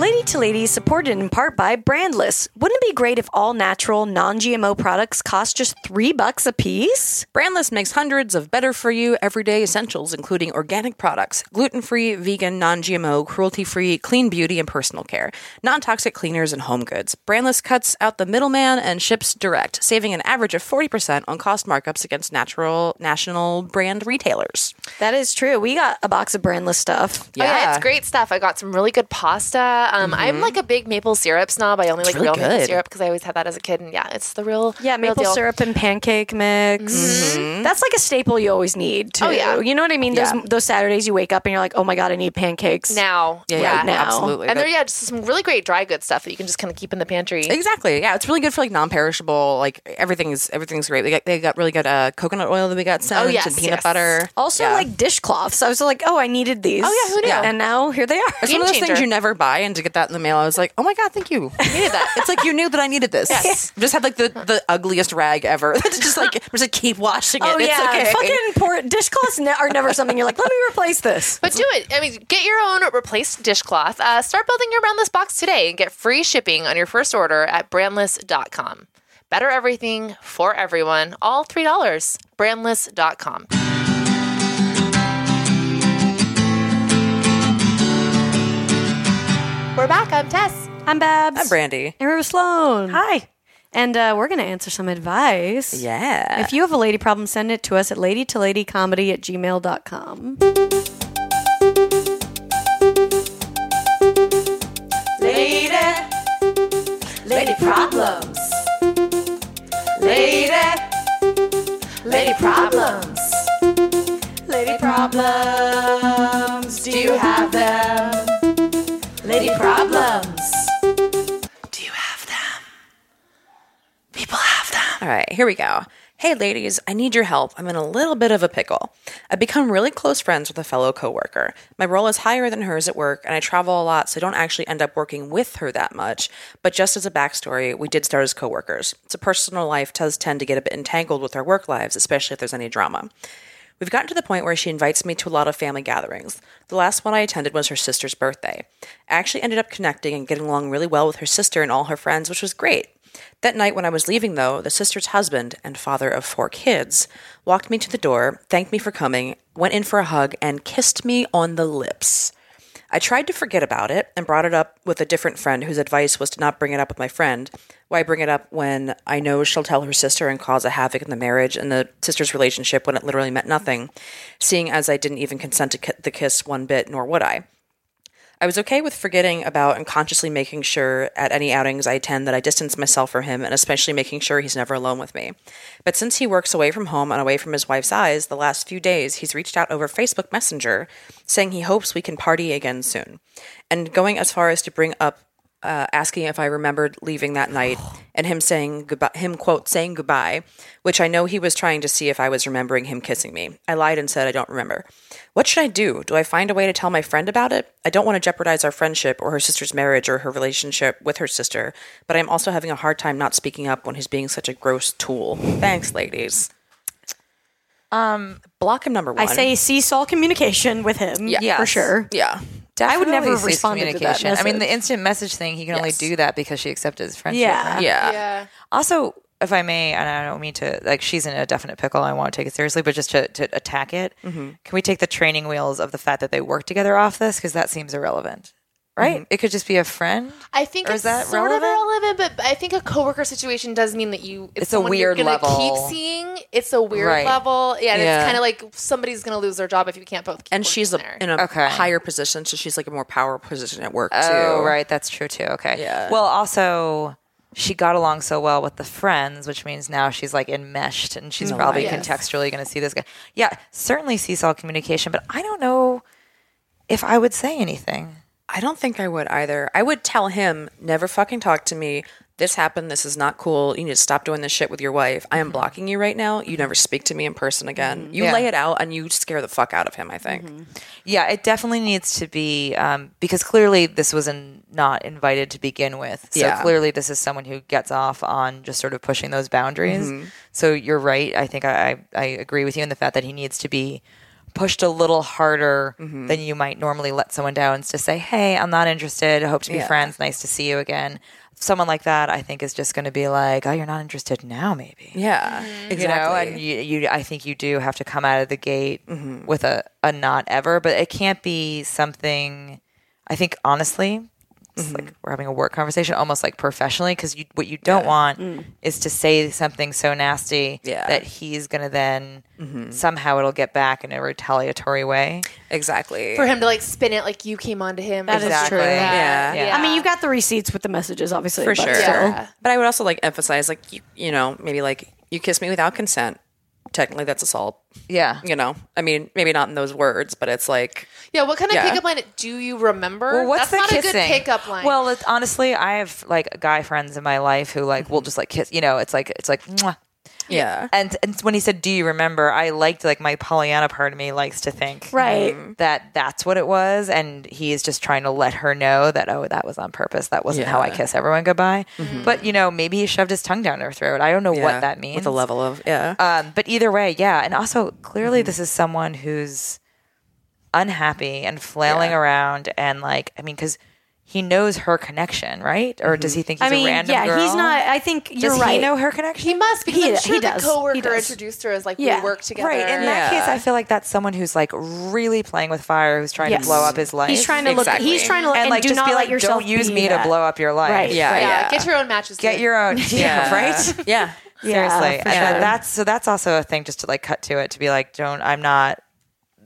Speaker 1: Lady to Lady is supported in part by Brandless. Wouldn't it be great if all natural, non-GMO products cost just three bucks a piece?
Speaker 2: Brandless makes hundreds of better for you everyday essentials, including organic products, gluten free, vegan, non GMO, cruelty free, clean beauty, and personal care, non toxic cleaners, and home goods. Brandless cuts out the middleman and ships direct, saving an average of 40% on cost markups against natural national brand retailers.
Speaker 1: That is true. We got a box of Brandless stuff.
Speaker 3: Oh, yeah, it's great stuff. I got some really good pasta. Um, I'm like a big maple syrup snob. I only like
Speaker 2: really
Speaker 3: real maple
Speaker 2: good.
Speaker 3: syrup because I always had that as a kid. And yeah, it's the real
Speaker 1: Yeah,
Speaker 3: real
Speaker 1: maple
Speaker 3: deal.
Speaker 1: syrup and pancake mix. Mm-hmm. That's like a staple you always need. Too.
Speaker 3: Oh, yeah.
Speaker 1: you know what I mean. Those those Saturdays you wake up and you're like, oh my god, I need pancakes
Speaker 3: now.
Speaker 2: Yeah, yeah,
Speaker 1: right now.
Speaker 2: absolutely.
Speaker 3: And
Speaker 2: That-
Speaker 3: there, yeah, just some really great dry goods stuff that you can just kind of keep in the pantry.
Speaker 2: Exactly. Yeah, it's really good for like non-perishable. Like everything's everything's great. We got they got really good uh, coconut oil that we got sent.
Speaker 3: Oh, yes,
Speaker 2: and peanut
Speaker 3: yes.
Speaker 2: butter.
Speaker 1: Also,
Speaker 2: Yeah.
Speaker 1: like dishcloths. I was like, oh, I needed these.
Speaker 3: Oh, yeah, who knew?
Speaker 1: Yeah. And now here they are.
Speaker 2: It's one of those
Speaker 3: Game
Speaker 2: things
Speaker 3: changer.
Speaker 2: you never buy, and to get that in the mail, I was like, "Oh my god, thank you! I needed that." it's like you knew that I needed this. Yes. just had like the, the ugliest rag ever. just like just like keep washing it.
Speaker 1: Oh
Speaker 2: it's
Speaker 1: yeah,
Speaker 2: okay.
Speaker 1: fucking poor dishcloths ne- are never something you're like. Let me replace this.
Speaker 3: But do it. I mean, get your own replaced dishcloth. Uh, start building your brandless box today and get free shipping on your first order at brandless.com. Better everything for everyone. All $3. Brandless.com. We're back. I'm Tess.
Speaker 1: I'm Babs.
Speaker 2: I'm Brandy.
Speaker 1: And we're Sloan.
Speaker 2: Hi.
Speaker 1: And uh, we're going to answer some advice.
Speaker 2: Yeah.
Speaker 1: If you have a lady problem, send it to us at ladytoladycomedy at gmail.com.
Speaker 7: Lady problems. Lady. Lady problems. Lady problems. Do you have them? Lady problems.
Speaker 2: All right, here we go. Hey, ladies, I need your help. I'm in a little bit of a pickle. I've become really close friends with a fellow coworker. My role is higher than hers at work, and I travel a lot, so I don't actually end up working with her that much. But just as a backstory, we did start as coworkers. So personal life does tend to get a bit entangled with our work lives, especially if there's any drama. We've gotten to the point where she invites me to a lot of family gatherings. The last one I attended was her sister's birthday. I actually ended up connecting and getting along really well with her sister and all her friends, which was great. That night when I was leaving, though, the sister's husband and father of four kids walked me to the door, thanked me for coming, went in for a hug, and kissed me on the lips. I tried to forget about it and brought it up with a different friend whose advice was to not bring it up with my friend. Why bring it up when I know she'll tell her sister and cause a havoc in the marriage and the sister's relationship when it literally meant nothing, seeing as I didn't even consent to ki- the kiss one bit, nor would I. I was okay with forgetting about and consciously making sure at any outings I attend that I distance myself from him and especially making sure he's never alone with me. But since he works away from home and away from his wife's eyes, the last few days he's reached out over Facebook Messenger saying he hopes we can party again soon. And going as far as to bring up uh, asking if I remembered leaving that night and him saying goodbye, him quote saying goodbye, which I know he was trying to see if I was remembering him kissing me. I lied and said I don't remember. What should I do? Do I find a way to tell my friend about it? I don't want to jeopardize our friendship or her sister's marriage or her relationship with her sister, but I'm also having a hard time not speaking up when he's being such a gross tool. Thanks, ladies. Um, block him number one.
Speaker 1: I say cease all communication with him for
Speaker 5: Yes.
Speaker 1: sure.
Speaker 2: yeah.
Speaker 1: I would never have
Speaker 5: cease
Speaker 1: responded to that
Speaker 5: communication. I mean, the
Speaker 1: message.
Speaker 5: instant message thing, he can only
Speaker 2: Yes.
Speaker 5: do that because she accepted his friendship.
Speaker 1: Yeah.
Speaker 5: right?
Speaker 2: Yeah.
Speaker 3: Yeah.
Speaker 5: Also, if I may, and I don't mean to, like, she's in a definite pickle. I want to take it seriously, but just to, to attack it,
Speaker 1: Mm-hmm.
Speaker 5: can we take the training wheels of the fact that they work together off this? Because that seems irrelevant, right?
Speaker 1: Mm-hmm.
Speaker 5: It could just be a friend.
Speaker 3: I think
Speaker 5: Or
Speaker 3: it's
Speaker 5: is that
Speaker 3: sort of
Speaker 5: relevant?
Speaker 3: irrelevant, but I think a coworker situation does mean that you it's,
Speaker 5: It's a
Speaker 3: someone you're
Speaker 5: weird
Speaker 3: gonna
Speaker 5: level.
Speaker 3: Keep seeing it's a weird
Speaker 5: Right.
Speaker 3: level, yeah, and
Speaker 2: Yeah.
Speaker 3: it's kind of like somebody's going to lose their job if you can't both. Keep
Speaker 2: And
Speaker 3: working
Speaker 2: she's
Speaker 3: there.
Speaker 2: a, in a
Speaker 5: Okay.
Speaker 2: higher position, so she's like a more power position at work too.
Speaker 5: Oh, right. That's true too. Okay.
Speaker 2: Yeah.
Speaker 5: Well, also, she got along so well with the friends, which means now she's like enmeshed and she's probably
Speaker 3: Yes.
Speaker 5: contextually going to see this guy. Yeah. Certainly seesaw communication, but I don't know if I would say anything.
Speaker 2: I don't think I would either. I would tell him, never fucking talk to me. This happened. This is not cool. You need to stop doing this shit with your wife. I am blocking you right now. You never speak to me in person again. You
Speaker 5: Yeah.
Speaker 2: lay it out and you scare the fuck out of him, I think.
Speaker 5: Yeah. It definitely needs to be um, because clearly this was in, not invited to begin with. So
Speaker 2: Yeah.
Speaker 5: clearly this is someone who gets off on just sort of pushing those boundaries. So you're right. I think I, I, I agree with you in the fact that he needs to be pushed a little harder than you might normally let someone down to say, Hey, I'm not interested. I hope to be friends. Nice to see you again. Someone like that, I think, is just going to be like, Oh, you're not interested now, maybe.
Speaker 2: Yeah.
Speaker 5: You know, and you, you, I think you do have to come out of the gate
Speaker 3: Mm-hmm.
Speaker 5: with a, a not ever, but it can't be something. I think honestly, it's
Speaker 3: Mm-hmm.
Speaker 5: like we're having a work conversation, almost like professionally, because you, what you don't want
Speaker 3: Mm.
Speaker 5: is to say something so nasty
Speaker 2: Yeah.
Speaker 5: that he's going to then
Speaker 3: Mm-hmm.
Speaker 5: somehow it'll get back in a retaliatory way.
Speaker 2: exactly.
Speaker 3: for him to like spin it like you came onto him. That
Speaker 1: is
Speaker 3: is
Speaker 1: Exactly. true.
Speaker 5: Yeah.
Speaker 3: Yeah.
Speaker 1: I mean, you've got the receipts with the messages, obviously.
Speaker 2: For
Speaker 1: but
Speaker 2: sure.
Speaker 1: still.
Speaker 3: Yeah.
Speaker 2: But I would also like emphasize, like, you, you know, maybe like you kiss me without consent. Technically, that's assault.
Speaker 5: Yeah.
Speaker 2: You know, I mean, maybe not in those words, but it's like,
Speaker 3: yeah. What kind of
Speaker 2: Yeah.
Speaker 3: pickup line do you remember?
Speaker 5: Well,
Speaker 3: That's
Speaker 5: what's the
Speaker 3: not
Speaker 5: kissing?
Speaker 3: a good pickup line.
Speaker 5: Well, it's, honestly, I have like guy friends in my life who like will just like kiss. You know, it's like it's like. Mwah.
Speaker 2: yeah.
Speaker 5: And, and when he said, "Do you remember?" I liked like my Pollyanna part of me likes to think
Speaker 1: Right.
Speaker 5: Mm-hmm. that that's what it was, and he is just trying to let her know that oh, that was on purpose. That wasn't how I
Speaker 2: Yeah.
Speaker 5: kiss everyone goodbye.
Speaker 1: Mm-hmm.
Speaker 5: But you know, maybe he shoved his tongue down her throat. I don't know
Speaker 2: Yeah.
Speaker 5: what that means.
Speaker 2: With a level of, yeah.
Speaker 5: Um, but either way, yeah. And also,
Speaker 1: Mm-hmm.
Speaker 5: clearly, this is someone who's unhappy and flailing around, and like, I mean, because he knows her connection, right? Or does he think he's
Speaker 1: Mm-hmm. I mean,
Speaker 5: a random
Speaker 1: yeah,
Speaker 5: girl?
Speaker 1: he's not. I think you're
Speaker 5: Does
Speaker 1: right.
Speaker 5: he know her connection?
Speaker 3: he must because
Speaker 1: He-
Speaker 3: I'm sure
Speaker 1: he
Speaker 3: the
Speaker 1: does. He
Speaker 3: coworker
Speaker 1: does.
Speaker 3: introduced her as like
Speaker 1: Yeah.
Speaker 3: we work together.
Speaker 5: Right. In that
Speaker 2: Yeah.
Speaker 5: case, I feel like that's someone who's like really playing with fire, who's trying
Speaker 1: Yes.
Speaker 5: to blow up his life.
Speaker 1: He's trying to
Speaker 2: Exactly.
Speaker 1: look. He's trying to look.
Speaker 5: and, like
Speaker 1: do
Speaker 5: just
Speaker 1: not
Speaker 5: be
Speaker 1: let
Speaker 5: like,
Speaker 1: yourself
Speaker 5: don't use
Speaker 1: be
Speaker 5: me
Speaker 1: that.
Speaker 5: to blow up your life.
Speaker 1: Right.
Speaker 2: Yeah.
Speaker 3: yeah,
Speaker 2: yeah.
Speaker 3: get your own matches.
Speaker 5: Get
Speaker 3: dude.
Speaker 5: your own. Yeah. Right.
Speaker 2: Yeah.
Speaker 5: Seriously.
Speaker 1: for
Speaker 5: And that-
Speaker 1: sure.
Speaker 5: that's so that's also a thing just to like cut to it to be like, don't I'm not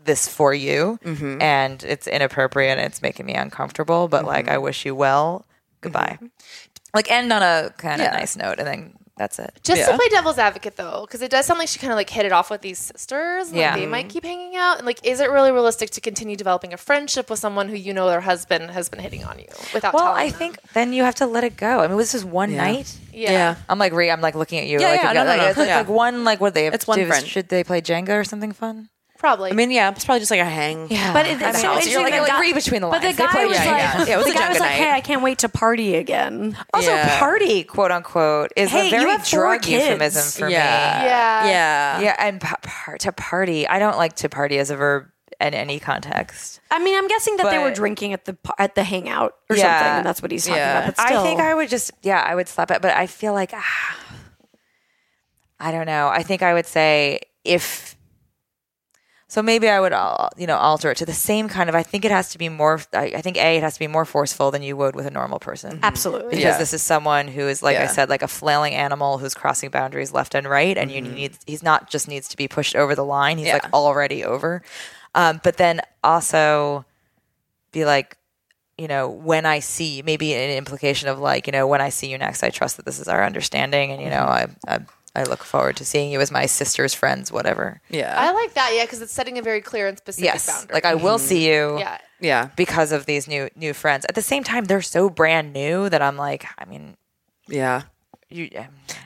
Speaker 5: this for you,
Speaker 3: Mm-hmm.
Speaker 5: and it's inappropriate. and It's making me
Speaker 3: Mm-hmm.
Speaker 5: uncomfortable, but like I wish you well. Goodbye. Like end on a kind of nice note, and then that's it.
Speaker 3: Just to
Speaker 5: Yeah.
Speaker 3: play devil's advocate though, because it does sound like she kind of like hit it off with these sisters. Like
Speaker 5: Yeah.
Speaker 3: they might keep hanging out. And like, is it really realistic to continue developing a friendship with someone who you know their husband has been hitting on you without
Speaker 5: Well,
Speaker 3: telling
Speaker 5: I
Speaker 3: them?
Speaker 5: think then you have to let it go. I mean, was this one night?
Speaker 3: yeah.
Speaker 5: I'm like, re, I'm like looking at you.
Speaker 2: Yeah,
Speaker 5: like,
Speaker 2: yeah,
Speaker 5: I've
Speaker 2: no,
Speaker 5: got-
Speaker 2: no,
Speaker 5: like,
Speaker 2: no.
Speaker 5: It's like,
Speaker 2: Yeah.
Speaker 5: like one, like what they have
Speaker 2: It's one
Speaker 5: do is-
Speaker 2: friend.
Speaker 5: Should they play Jenga or something fun?
Speaker 3: probably.
Speaker 2: I mean, yeah, it's probably just like a hang. Yeah.
Speaker 1: But it- it's
Speaker 5: mean,
Speaker 1: so
Speaker 5: you're
Speaker 1: interesting.
Speaker 5: like-
Speaker 1: that
Speaker 5: you're like,
Speaker 1: guy-
Speaker 5: read between the
Speaker 1: But the
Speaker 5: lines. They
Speaker 1: guy
Speaker 5: play-
Speaker 1: was
Speaker 5: yeah,
Speaker 2: yeah.
Speaker 1: like,
Speaker 2: Yeah, it was
Speaker 1: the
Speaker 2: a
Speaker 1: guy
Speaker 2: Jenga
Speaker 1: was like,
Speaker 2: night.
Speaker 1: hey, I can't wait to party again.
Speaker 5: Also,
Speaker 2: Yeah.
Speaker 5: party, quote unquote, is
Speaker 1: Hey,
Speaker 5: a
Speaker 1: you
Speaker 5: very
Speaker 1: have four
Speaker 5: drug
Speaker 1: kids.
Speaker 5: euphemism for me.
Speaker 2: yeah.
Speaker 3: Yeah.
Speaker 2: Yeah.
Speaker 5: uh, Yeah, and pa- par- to party, I don't like to party as a verb in any context.
Speaker 1: I mean, I'm guessing that they were
Speaker 5: But-
Speaker 1: drinking at the par- at the hangout or
Speaker 5: Yeah.
Speaker 1: something, and that's what he's talking
Speaker 2: Yeah.
Speaker 1: about. But still,
Speaker 5: I think I would just, yeah, I would slap it, but I feel like, ah, I don't know. I think I would say if, so maybe I would, al- you know, alter it to the same kind of, I think it has to be more, I, I think A, it has to be more forceful than you would with a normal person.
Speaker 1: absolutely.
Speaker 5: Because
Speaker 2: Yeah.
Speaker 5: this is someone who is, like I
Speaker 2: Yeah.
Speaker 5: said, like a flailing animal who's crossing boundaries left and right, and you need he's not just needs to be pushed over the line; he's
Speaker 2: Mm-hmm. Yeah.
Speaker 5: like already over. Um, but then also be like, you know, when I see maybe an implication of like, you know, when I see you next, I trust that this is our understanding, and you know,
Speaker 2: Mm-hmm.
Speaker 5: I I, I look forward to seeing you as my sister's friends, whatever.
Speaker 2: Yeah.
Speaker 3: I like that. Yeah. Because it's setting a very clear and specific
Speaker 5: Yes,
Speaker 3: boundary.
Speaker 5: like I will see you.
Speaker 3: yeah.
Speaker 2: Mm-hmm. Yeah.
Speaker 5: Because of these new new friends. At the same time, they're so brand new that I'm like, I mean,
Speaker 2: Yeah.
Speaker 5: you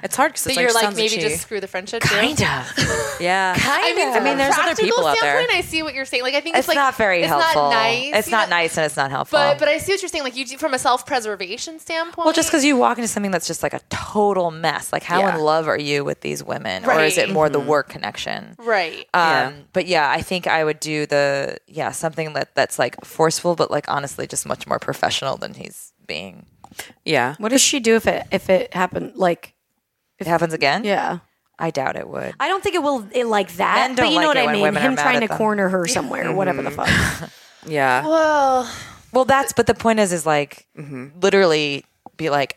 Speaker 2: It's hard because
Speaker 3: That
Speaker 2: it's
Speaker 3: you're
Speaker 2: like,
Speaker 3: like maybe just screw the friendship. too.
Speaker 5: kind of.
Speaker 2: yeah.
Speaker 3: I mean, from
Speaker 5: I mean,
Speaker 3: a
Speaker 5: there's other
Speaker 3: practical
Speaker 2: people out there.
Speaker 3: standpoint, I see what you're saying. Like, I think it's,
Speaker 5: it's,
Speaker 3: like
Speaker 5: not very
Speaker 3: it's
Speaker 5: helpful.
Speaker 3: Not nice.
Speaker 5: It's
Speaker 3: you
Speaker 5: not
Speaker 3: know?
Speaker 5: nice and it's not helpful.
Speaker 3: But but I see what you're saying. Like you do from a self preservation standpoint.
Speaker 5: well, just because you walk into something that's just like a total mess. Like, how
Speaker 2: Yeah.
Speaker 5: in love are you with these women, or is it
Speaker 3: Right.
Speaker 5: more the work connection?
Speaker 3: right.
Speaker 5: Um,
Speaker 2: Yeah.
Speaker 5: But yeah, I think I would do the yeah something that that's like forceful, but like honestly, just much more professional than he's being.
Speaker 2: yeah.
Speaker 1: What does she do if it if it happened? Like,
Speaker 5: It happens again.
Speaker 1: yeah.
Speaker 5: I doubt it would.
Speaker 1: I don't think it will it like that,
Speaker 5: Men
Speaker 1: but
Speaker 5: don't
Speaker 1: you know
Speaker 5: like
Speaker 1: what
Speaker 5: it
Speaker 1: I
Speaker 5: when
Speaker 1: mean.
Speaker 5: women are
Speaker 1: Him
Speaker 5: mad
Speaker 1: trying
Speaker 5: at
Speaker 1: to
Speaker 5: them.
Speaker 1: corner her somewhere, whatever the fuck.
Speaker 2: Yeah.
Speaker 3: well,
Speaker 5: Well, that's but the point is is like literally be like,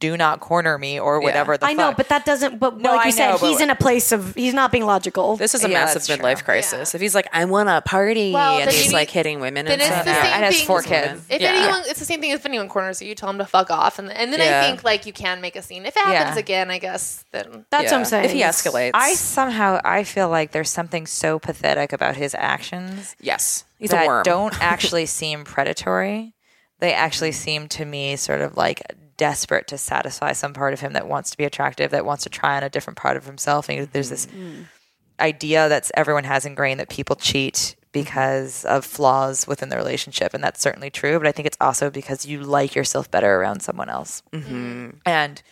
Speaker 5: do not corner me or whatever the
Speaker 1: I know,
Speaker 5: fuck.
Speaker 1: but that doesn't. But
Speaker 5: No,
Speaker 1: like
Speaker 5: I
Speaker 1: you said,
Speaker 5: know, but-
Speaker 1: he's in a place of he's not being logical.
Speaker 2: This is a
Speaker 5: Yeah,
Speaker 2: massive
Speaker 5: that's true.
Speaker 2: midlife crisis. If he's like, I want to party,
Speaker 3: Well,
Speaker 2: and
Speaker 3: then
Speaker 2: he's
Speaker 3: you
Speaker 2: like
Speaker 3: need-
Speaker 2: hitting women,
Speaker 3: then
Speaker 2: and
Speaker 3: it's
Speaker 2: stuff.
Speaker 3: the
Speaker 5: Yeah,
Speaker 3: same
Speaker 5: and has
Speaker 3: thing
Speaker 5: four
Speaker 3: as
Speaker 5: kids.
Speaker 3: if
Speaker 2: Yeah.
Speaker 3: anyone, it's the same thing if anyone corners you. You tell them to fuck off, and and then
Speaker 2: Yeah.
Speaker 3: I think like you can make a scene. If it happens
Speaker 5: Yeah.
Speaker 3: again, I guess then
Speaker 1: That's what I'm
Speaker 2: Yeah.
Speaker 1: saying.
Speaker 2: If he escalates,
Speaker 5: I somehow I feel like there's something so pathetic about his actions
Speaker 2: yes, he's
Speaker 5: that
Speaker 2: a worm.
Speaker 5: don't actually seem predatory. They actually seem to me sort of like desperate to satisfy some part of him that wants to be attractive, that wants to try on a different part of himself. And there's this
Speaker 2: Mm-hmm.
Speaker 5: idea that's everyone has ingrained that people cheat because of flaws within the relationship, and that's certainly true. But I think it's also because you like yourself better around someone else,
Speaker 2: Mm-hmm.
Speaker 5: and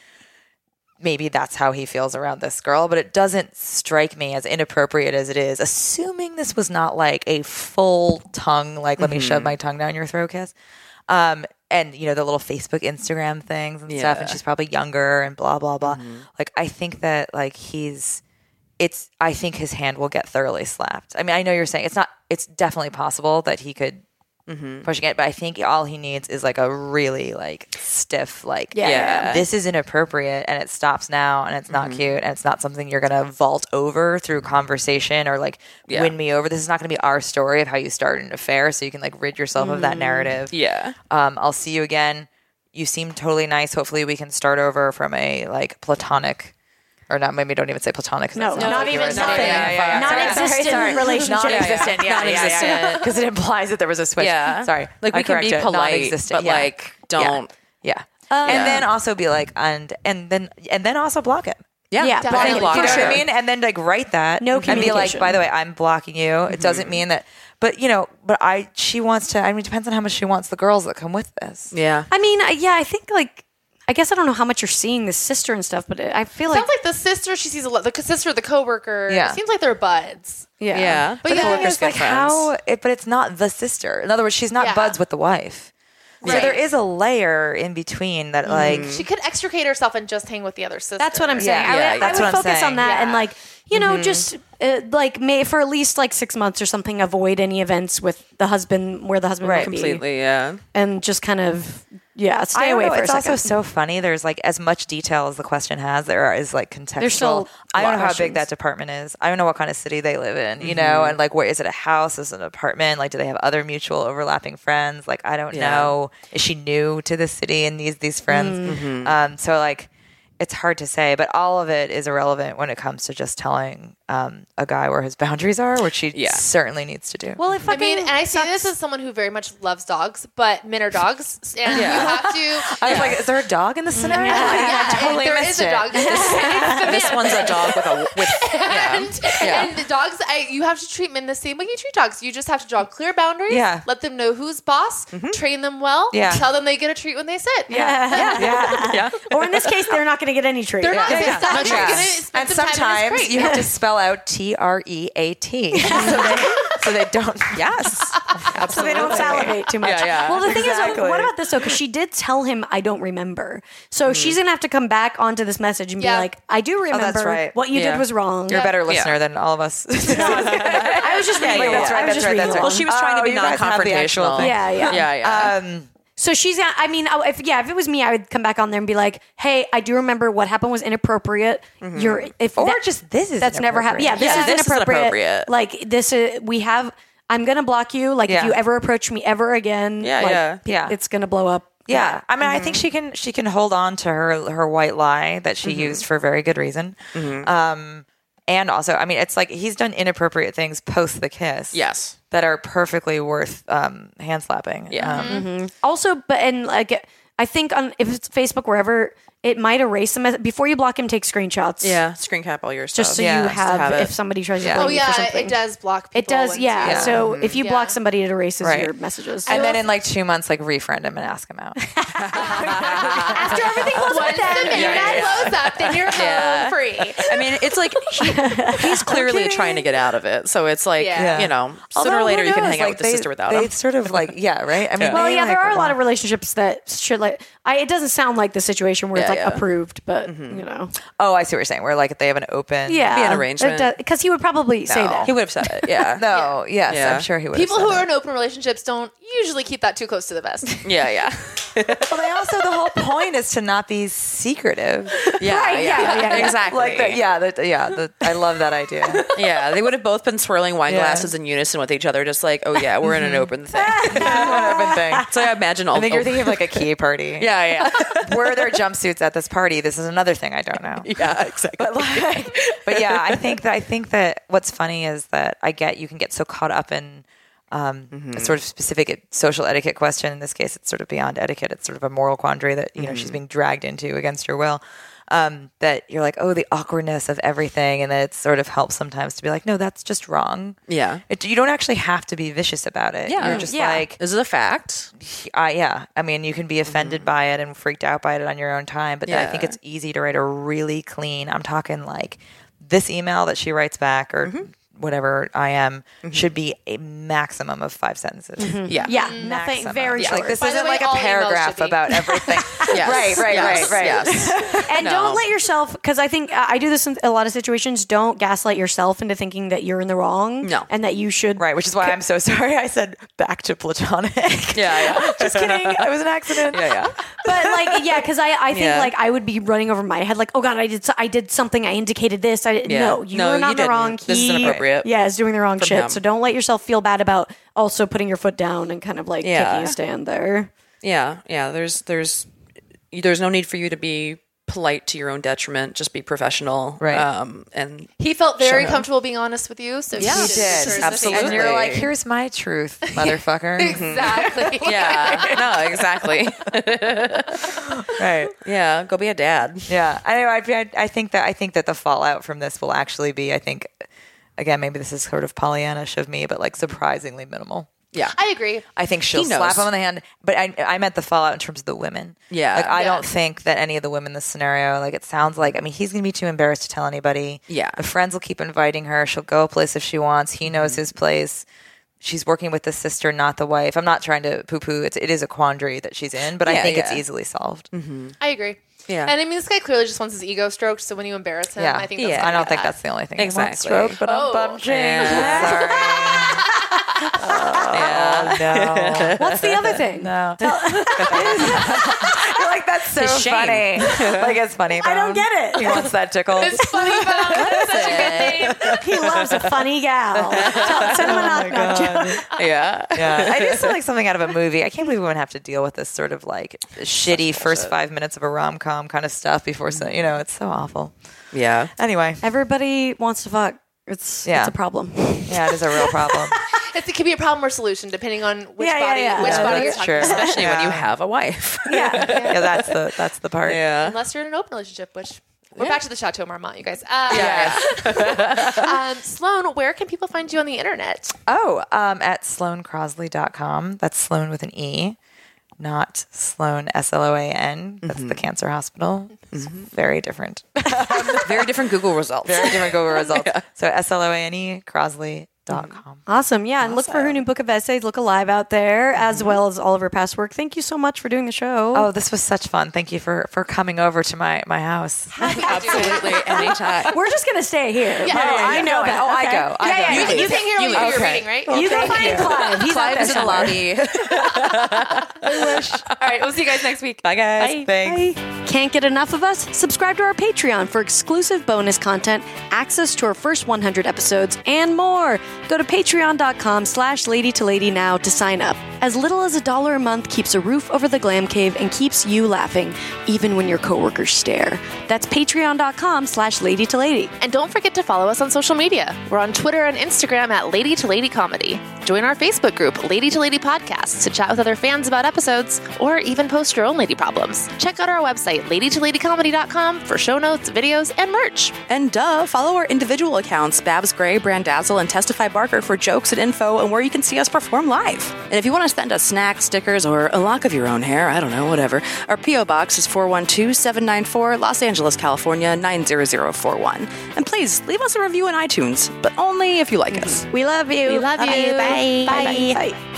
Speaker 5: maybe that's how he feels around this girl, but it doesn't strike me as inappropriate as it is, assuming this was not like a full tongue, like, let me shove my tongue down your throat kiss. Um, and, you know, the little Facebook, Instagram things and stuff. And she's probably younger and blah, blah, blah.
Speaker 2: Mm-hmm.
Speaker 5: Like, I think that, like, he's, it's, I think his hand will get thoroughly slapped. I mean, I know you're saying it's not, it's definitely possible that he could.
Speaker 2: Mm-hmm.
Speaker 5: push again, but I think all he needs is like a really like stiff like
Speaker 2: Yeah.
Speaker 5: this is inappropriate and it stops now and it's not
Speaker 2: Mm-hmm.
Speaker 5: cute and it's not something you're going to vault over through conversation or like
Speaker 2: Yeah.
Speaker 5: win me over. This is not going to be our story of how you started an affair. So you can like rid yourself of
Speaker 2: Mm-hmm.
Speaker 5: that narrative.
Speaker 2: yeah,
Speaker 5: Um, I'll see you again. You seem totally nice. Hopefully we can start over from a like platonic or not. Maybe don't even say platonic. 'cause that
Speaker 1: No,
Speaker 5: sounds
Speaker 1: not
Speaker 5: like you
Speaker 1: even
Speaker 5: were-
Speaker 1: nothing.
Speaker 5: Yeah, yeah, yeah. Sorry, sorry,
Speaker 1: Non-existent
Speaker 5: sorry.
Speaker 1: relationship.
Speaker 5: Non-existent. Yeah, yeah, yeah,
Speaker 2: Non-existent.
Speaker 5: yeah. Because it implies that there was a switch.
Speaker 2: yeah.
Speaker 5: Sorry.
Speaker 2: like we
Speaker 5: I
Speaker 2: can be
Speaker 5: correct it.
Speaker 2: polite,
Speaker 5: Non-existent.
Speaker 2: but
Speaker 5: Yeah.
Speaker 2: like
Speaker 5: Yeah.
Speaker 2: don't.
Speaker 5: Yeah.
Speaker 2: Yeah.
Speaker 5: And then also be like, and and then and then also block it.
Speaker 2: Yeah,
Speaker 1: Yeah,
Speaker 2: body
Speaker 1: definitely.
Speaker 2: block
Speaker 5: you
Speaker 1: For
Speaker 5: know
Speaker 2: it.
Speaker 5: what
Speaker 1: sure.
Speaker 5: I mean? And then like write that.
Speaker 1: No
Speaker 5: And be like,
Speaker 1: communication.
Speaker 5: by the way, I'm blocking you. It doesn't mean that. But you know, but I she wants to. I mean, it depends on how much she wants the girls that come with this.
Speaker 2: Yeah,
Speaker 1: I mean, I- Uh, yeah, I think like I guess I don't know how much you're seeing the sister and stuff, but it, I feel like,
Speaker 3: sounds like the sister. She sees a lot. The sister, the coworker.
Speaker 5: Yeah.
Speaker 3: It seems like they're buds.
Speaker 1: yeah.
Speaker 2: yeah.
Speaker 3: But yeah,
Speaker 5: It's like how, it, but it's not the sister. In other words, she's not
Speaker 3: Yeah.
Speaker 5: buds with the wife. So
Speaker 3: Right.
Speaker 5: there is a layer in between that, like,
Speaker 3: she could extricate herself and just hang with the other sister.
Speaker 1: That's what I'm saying. I,
Speaker 2: Yeah,
Speaker 1: would,
Speaker 5: that's
Speaker 1: I would
Speaker 5: what I'm
Speaker 1: focus on
Speaker 5: saying.
Speaker 1: that
Speaker 3: Yeah.
Speaker 1: and like you know just uh, like may for at least like six months or something avoid any events with the husband where the husband
Speaker 5: Right,
Speaker 1: might be.
Speaker 2: completely. Yeah,
Speaker 1: and just kind of yeah
Speaker 5: I
Speaker 1: stay
Speaker 5: don't
Speaker 1: away
Speaker 5: know,
Speaker 1: for
Speaker 5: it's
Speaker 1: a second.
Speaker 5: also so funny. There's like as much detail as the question has. There is like contextual.
Speaker 1: still a
Speaker 5: I
Speaker 1: lot
Speaker 5: don't know
Speaker 1: of
Speaker 5: how
Speaker 1: questions. Mm-hmm.
Speaker 5: big that department is. I don't know what kind of city they live in. You know, and like, where is it? A house? Is it an apartment? Like, do they have other mutual overlapping friends? Like, I don't
Speaker 2: Yeah.
Speaker 1: Mm-hmm.
Speaker 5: know. Is she new to the city and needs these friends? Um, so like. it's hard to say, but all of it is irrelevant when it comes to just telling um, a guy where his boundaries are, which she
Speaker 2: Yeah.
Speaker 5: certainly needs to do.
Speaker 6: Well, it
Speaker 3: I
Speaker 6: fucking
Speaker 3: mean, and I see this as someone who very much loves dogs, but men are dogs, and you have to.
Speaker 5: I was like, is there a dog in this scenario? Like,
Speaker 3: Yeah,
Speaker 5: I totally
Speaker 3: there
Speaker 5: missed
Speaker 3: is a
Speaker 5: it.
Speaker 3: dog. It's the
Speaker 5: This
Speaker 3: man.
Speaker 5: one's a dog with a with yeah.
Speaker 3: and, and the dogs, I, you have to treat men the same way you treat dogs. You just have to draw clear boundaries.
Speaker 5: Yeah. Mm-hmm.
Speaker 3: Let them know who's boss. Train them well.
Speaker 5: Yeah.
Speaker 3: Tell them they get a treat when they sit.
Speaker 5: yeah, yeah, yeah.
Speaker 6: or in this case, they're not going to get any treat.
Speaker 3: They're not
Speaker 5: Yeah,
Speaker 3: It's
Speaker 5: yeah.
Speaker 3: not-
Speaker 5: Yeah.
Speaker 3: you're gonna spend
Speaker 5: And
Speaker 3: some time in this crate.
Speaker 5: sometimes
Speaker 3: Oh,
Speaker 5: you have to spell out T R E A T, so they so they don't. Yes,
Speaker 6: so they don't salivate too much.
Speaker 5: Yeah, yeah.
Speaker 6: Well, the thing is,
Speaker 5: Exactly.
Speaker 6: what about this though? Because she did tell him, "I don't remember." So she's gonna have to come back onto this message and
Speaker 3: Yeah.
Speaker 6: be like, "I do remember.
Speaker 5: right.
Speaker 6: What you
Speaker 5: Yeah.
Speaker 6: did was wrong."
Speaker 5: you're a better listener than all of us.
Speaker 6: I was just reading.
Speaker 5: yeah,
Speaker 6: along.
Speaker 5: that's right,
Speaker 6: I was
Speaker 5: that's right, that's
Speaker 6: just reading
Speaker 5: right.
Speaker 6: along.
Speaker 2: Well, she was trying to
Speaker 5: Oh,
Speaker 2: be
Speaker 5: you guys have the actual
Speaker 2: non-confrontational.
Speaker 5: thing.
Speaker 6: Yeah, yeah.
Speaker 2: yeah, yeah.
Speaker 6: So she's, at- I mean, I- if yeah, if it was me, I would come back on there and be like, "Hey, I do remember what happened was inappropriate. You're if
Speaker 5: Or
Speaker 6: that-
Speaker 5: just this is
Speaker 6: that's never happened. Yeah, this,
Speaker 2: Yeah,
Speaker 6: is,
Speaker 2: this is
Speaker 6: inappropriate.
Speaker 2: inappropriate.
Speaker 6: Like this is we have. I'm gonna block you. Like if
Speaker 5: Yeah.
Speaker 6: you ever approach me ever again,
Speaker 2: Yeah,
Speaker 6: like,
Speaker 2: yeah,
Speaker 5: yeah.
Speaker 6: it's gonna blow up.
Speaker 5: Yeah, I mean, I think she can she can hold on to her her white lie that she used for very good reason. Um, and also, I mean, it's like he's done inappropriate things post the kiss.
Speaker 2: Yes.
Speaker 5: that are perfectly worth um, hand slapping.
Speaker 2: Yeah.
Speaker 5: Um,
Speaker 6: also but and like i think on if it's facebook wherever it might erase them before you block him take screenshots
Speaker 2: Yeah, screen cap all your stuff.
Speaker 6: just so
Speaker 5: Yeah,
Speaker 6: you
Speaker 5: just to
Speaker 6: have,
Speaker 2: have it.
Speaker 6: if somebody tries to
Speaker 5: Yeah.
Speaker 6: blame
Speaker 5: Oh,
Speaker 3: Oh
Speaker 6: you for
Speaker 3: yeah,
Speaker 6: something
Speaker 3: it does block. people
Speaker 6: it does
Speaker 3: once
Speaker 6: yeah,
Speaker 3: you-
Speaker 6: so if you block somebody it erases
Speaker 5: Right.
Speaker 6: your messages
Speaker 2: Mm-hmm.
Speaker 5: And then
Speaker 3: will-
Speaker 5: in like two months, like refriend him and ask him out.
Speaker 6: after everything blows
Speaker 3: Once the
Speaker 6: up
Speaker 3: internet blows up, then you're home free.
Speaker 2: I mean, it's like he, he's clearly trying to get out of it. So it's like,
Speaker 3: Yeah.
Speaker 2: you know, sooner
Speaker 5: Although,
Speaker 2: or
Speaker 5: who
Speaker 2: later you can
Speaker 5: knows?
Speaker 2: hang out
Speaker 5: Like,
Speaker 2: with the
Speaker 5: they,
Speaker 2: sister without
Speaker 5: they
Speaker 2: him.
Speaker 5: sort of like yeah right. I mean,
Speaker 6: well
Speaker 5: they,
Speaker 6: yeah there
Speaker 5: like,
Speaker 6: are a lot
Speaker 5: want-
Speaker 6: of relationships that should like i it doesn't sound like the situation where it's
Speaker 2: Yeah,
Speaker 6: like
Speaker 2: yeah.
Speaker 6: approved but you know
Speaker 5: Oh, I see what you're saying. Where like they have an open
Speaker 6: yeah
Speaker 2: be an arrangement.
Speaker 6: because he would probably say
Speaker 5: No.
Speaker 6: that
Speaker 2: Oh. He would have said it. Yeah.
Speaker 5: No, yes,
Speaker 2: Yeah.
Speaker 5: I'm sure he would.
Speaker 3: People
Speaker 5: have
Speaker 3: who
Speaker 5: said
Speaker 3: are
Speaker 5: it.
Speaker 3: in open relationships don't usually keep that too close to the vest.
Speaker 2: Yeah, yeah.
Speaker 5: well, they also the whole point is to not be secretive.
Speaker 2: Yeah,
Speaker 6: Right, yeah, yeah, yeah.
Speaker 2: Exactly.
Speaker 5: Like the, yeah, the, yeah. The, I love that idea.
Speaker 2: Yeah, they would have both been swirling wine
Speaker 5: Yeah.
Speaker 2: glasses in unison with each other, just like, oh yeah, we're in an open thing.
Speaker 5: open thing.
Speaker 2: So I imagine all.
Speaker 5: I think you're
Speaker 2: oh,
Speaker 5: thinking of like a key party.
Speaker 2: Yeah, yeah,
Speaker 5: Were there jumpsuits at this party? This is another thing I don't know.
Speaker 2: yeah, exactly.
Speaker 5: Like, but yeah, I think that I think that what's funny is that I get you can get so caught up in um,
Speaker 2: Mm-hmm.
Speaker 5: a sort of specific ed- social etiquette question. In this case, it's sort of beyond etiquette. It's sort of a moral quandary that you know
Speaker 2: Mm-hmm.
Speaker 5: she's being dragged into against her will. Um, that you're like, oh, the awkwardness of everything, and that it sort of helps sometimes to be like, no, that's just wrong.
Speaker 2: Yeah.
Speaker 5: it, you don't actually have to be vicious about it.
Speaker 2: Yeah.
Speaker 5: you're just
Speaker 6: Yeah.
Speaker 5: like,
Speaker 2: This is a fact.
Speaker 5: I yeah. I mean, you can be offended by it and freaked out by it on your own time, but then I think
Speaker 2: Yeah.
Speaker 5: it's easy to write a really clean. I'm talking like this email that she writes back or whatever I am should be a maximum of five sentences.
Speaker 2: Yeah,
Speaker 6: yeah nothing
Speaker 5: Maximum.
Speaker 6: very short
Speaker 5: Like this
Speaker 3: By the
Speaker 5: isn't
Speaker 3: way,
Speaker 5: like a
Speaker 3: all emails should
Speaker 5: paragraph
Speaker 3: be.
Speaker 5: about everything.
Speaker 2: Yes.
Speaker 5: Right, right,
Speaker 2: Yes.
Speaker 5: right, right.
Speaker 2: Yes.
Speaker 6: And
Speaker 2: No.
Speaker 6: don't let yourself, because I think I I do this in a lot of situations. Don't gaslight yourself into thinking that you're in the wrong,
Speaker 2: No.
Speaker 6: and that you should.
Speaker 5: Right, which is why I'm so sorry I said back to platonic.
Speaker 2: Yeah, yeah.
Speaker 5: Just kidding. It was an accident.
Speaker 2: Yeah,
Speaker 6: But like, yeah, because I, I think
Speaker 2: Yeah.
Speaker 6: like I would be running over my head, like, oh god, I did, so- I did something. I indicated this. I did
Speaker 2: Yeah.
Speaker 6: no, you
Speaker 2: No,
Speaker 6: were not
Speaker 2: you
Speaker 6: in the wrong.
Speaker 2: didn't. This is
Speaker 6: He-
Speaker 2: inappropriate.
Speaker 6: Yeah, is doing the wrong shit.
Speaker 2: him.
Speaker 6: So don't let yourself feel bad about also putting your foot down and kind of like
Speaker 2: Yeah.
Speaker 6: taking a stand there.
Speaker 2: yeah, yeah. There's there's there's no need for you to be polite to your own detriment. Just be professional.
Speaker 5: Right.
Speaker 2: Um, and
Speaker 3: He felt very comfortable being honest with you, so
Speaker 2: Yeah.
Speaker 3: he
Speaker 2: He
Speaker 3: just
Speaker 2: did.
Speaker 3: chose the
Speaker 2: Absolutely.
Speaker 5: And
Speaker 3: secret.
Speaker 5: you're like, here's my truth, motherfucker.
Speaker 3: Exactly.
Speaker 2: yeah, no, exactly.
Speaker 5: Right.
Speaker 2: Yeah, go be a dad.
Speaker 5: Yeah, I know. I, I- I think that I think that the fallout from this will actually be. I think again, maybe this is sort of Pollyannish of me, but like surprisingly minimal.
Speaker 2: Yeah,
Speaker 3: I agree.
Speaker 5: I think she'll
Speaker 2: He knows.
Speaker 5: slap him on the hand, but I I meant the fallout in terms of the women.
Speaker 2: Yeah.
Speaker 5: like I
Speaker 3: Yeah.
Speaker 5: don't think that any of the women in this scenario. Like it sounds like I mean he's gonna be too embarrassed to tell anybody.
Speaker 2: Yeah.
Speaker 5: the friends will keep inviting her. She'll go a place if she wants. He
Speaker 2: Mm-hmm.
Speaker 5: knows his place. She's working with the sister, not the wife. I'm not trying to poo poo. It's it is a quandary that she's in, but I
Speaker 2: Yeah,
Speaker 5: think it's
Speaker 2: yeah.
Speaker 5: easily solved.
Speaker 3: I agree.
Speaker 2: Yeah.
Speaker 3: And I mean, this guy clearly just wants his ego stroked. So when you embarrass him,
Speaker 5: Yeah,
Speaker 3: I think that's
Speaker 5: I
Speaker 3: gonna
Speaker 5: don't
Speaker 3: be
Speaker 5: think
Speaker 3: bad.
Speaker 5: that's the only thing. he wants
Speaker 2: Exactly.
Speaker 5: stroked, but
Speaker 3: Oh.
Speaker 5: I'm bum
Speaker 2: Yeah.
Speaker 5: Sorry. Oh, no.
Speaker 6: What's the other thing?
Speaker 5: No. feel like that's so
Speaker 2: It's shame.
Speaker 5: funny. like it's funny.
Speaker 1: I don't get
Speaker 5: He
Speaker 1: it.
Speaker 5: wants that tickle.
Speaker 3: It's funny, Val. That's such a good name.
Speaker 1: He loves a funny gal. Oh Tell, send him a knock knock joke.
Speaker 2: yeah.
Speaker 5: yeah. I just feel like something out of a movie. I can't believe women have to deal with this sort of like shitty first five minutes of a rom com kind of stuff before, so, you know, it's so awful.
Speaker 2: Yeah.
Speaker 5: Anyway,
Speaker 1: Everybody wants to fuck. It's
Speaker 5: Yeah.
Speaker 1: it's a problem.
Speaker 5: yeah, it is a real problem.
Speaker 3: It's, it could be a problem or solution depending on which
Speaker 1: Yeah, yeah,
Speaker 3: body,
Speaker 1: yeah.
Speaker 3: which
Speaker 5: Yeah,
Speaker 3: body you're
Speaker 5: that's
Speaker 3: talking
Speaker 5: true.
Speaker 3: about.
Speaker 2: Especially when you have a wife.
Speaker 1: Yeah.
Speaker 5: yeah, that's the that's the part.
Speaker 2: Yeah.
Speaker 3: Unless you're in an open relationship, which we're back to the Chateau Marmont, you guys. Uh,
Speaker 2: Yeah.
Speaker 3: um, Sloan, where can people find you on the internet?
Speaker 5: Oh, um, at sloancrosley.com. That's Sloan with an E, not Sloan, S L O A N. That's the cancer hospital. It's very different.
Speaker 2: Very different Google results.
Speaker 5: Very different Google results. So S L O A N E, crosley.com.
Speaker 6: Mm-hmm.
Speaker 1: Awesome. Yeah. And look for her new book of essays, Look Alive, out there, as well as all of her past work. Thank you so much for doing the show.
Speaker 5: Oh, this was such fun. Thank you for, for coming over to my, my house.
Speaker 2: Absolutely. Anytime.
Speaker 1: We're just going to stay here.
Speaker 3: Yeah.
Speaker 1: Oh,
Speaker 3: Yeah,
Speaker 1: I know that.
Speaker 5: Oh, I
Speaker 1: okay?
Speaker 5: go. I
Speaker 3: Yeah, yeah,
Speaker 5: go.
Speaker 3: you, can, you can hear me when you're
Speaker 5: Okay.
Speaker 3: reading, right?
Speaker 1: You go find Clive. He's out
Speaker 2: Clive
Speaker 1: there
Speaker 2: is in the
Speaker 1: somewhere.
Speaker 2: lobby.
Speaker 3: All right, we'll see you guys next week.
Speaker 5: Bye, guys. Thanks.
Speaker 1: Bye. Can't get enough of us? Subscribe to our Patreon for exclusive bonus content, access to our first 100 episodes, and more. Go to patreon.com slash lady to lady now to sign up. As little as a dollar a month keeps a roof over the glam cave and keeps you laughing, even when your coworkers stare. That's patreon.com slash lady to lady.
Speaker 3: And don't forget to follow us on social media. We're on Twitter and Instagram at Lady to Lady Comedy. Join our Facebook group, Lady to Lady Podcast, to chat with other fans about episodes or even post your own lady problems. Check out our website, ladytoladycomedy.com, for show notes, videos, and merch.
Speaker 2: And duh, follow our individual accounts, Babs Gray, Brandazzle, and Testify Barker for jokes and info and where you can see us perform live. And if you want to send us snacks, stickers, or a lock of your own hair, I don't know, whatever, our P.O. Box is 412-794 Los Angeles, California, 90041. And please, leave us a review on iTunes, but only if you like us.
Speaker 1: We love you.
Speaker 3: We love you.
Speaker 1: Bye.
Speaker 3: Bye.
Speaker 1: Bye. Bye.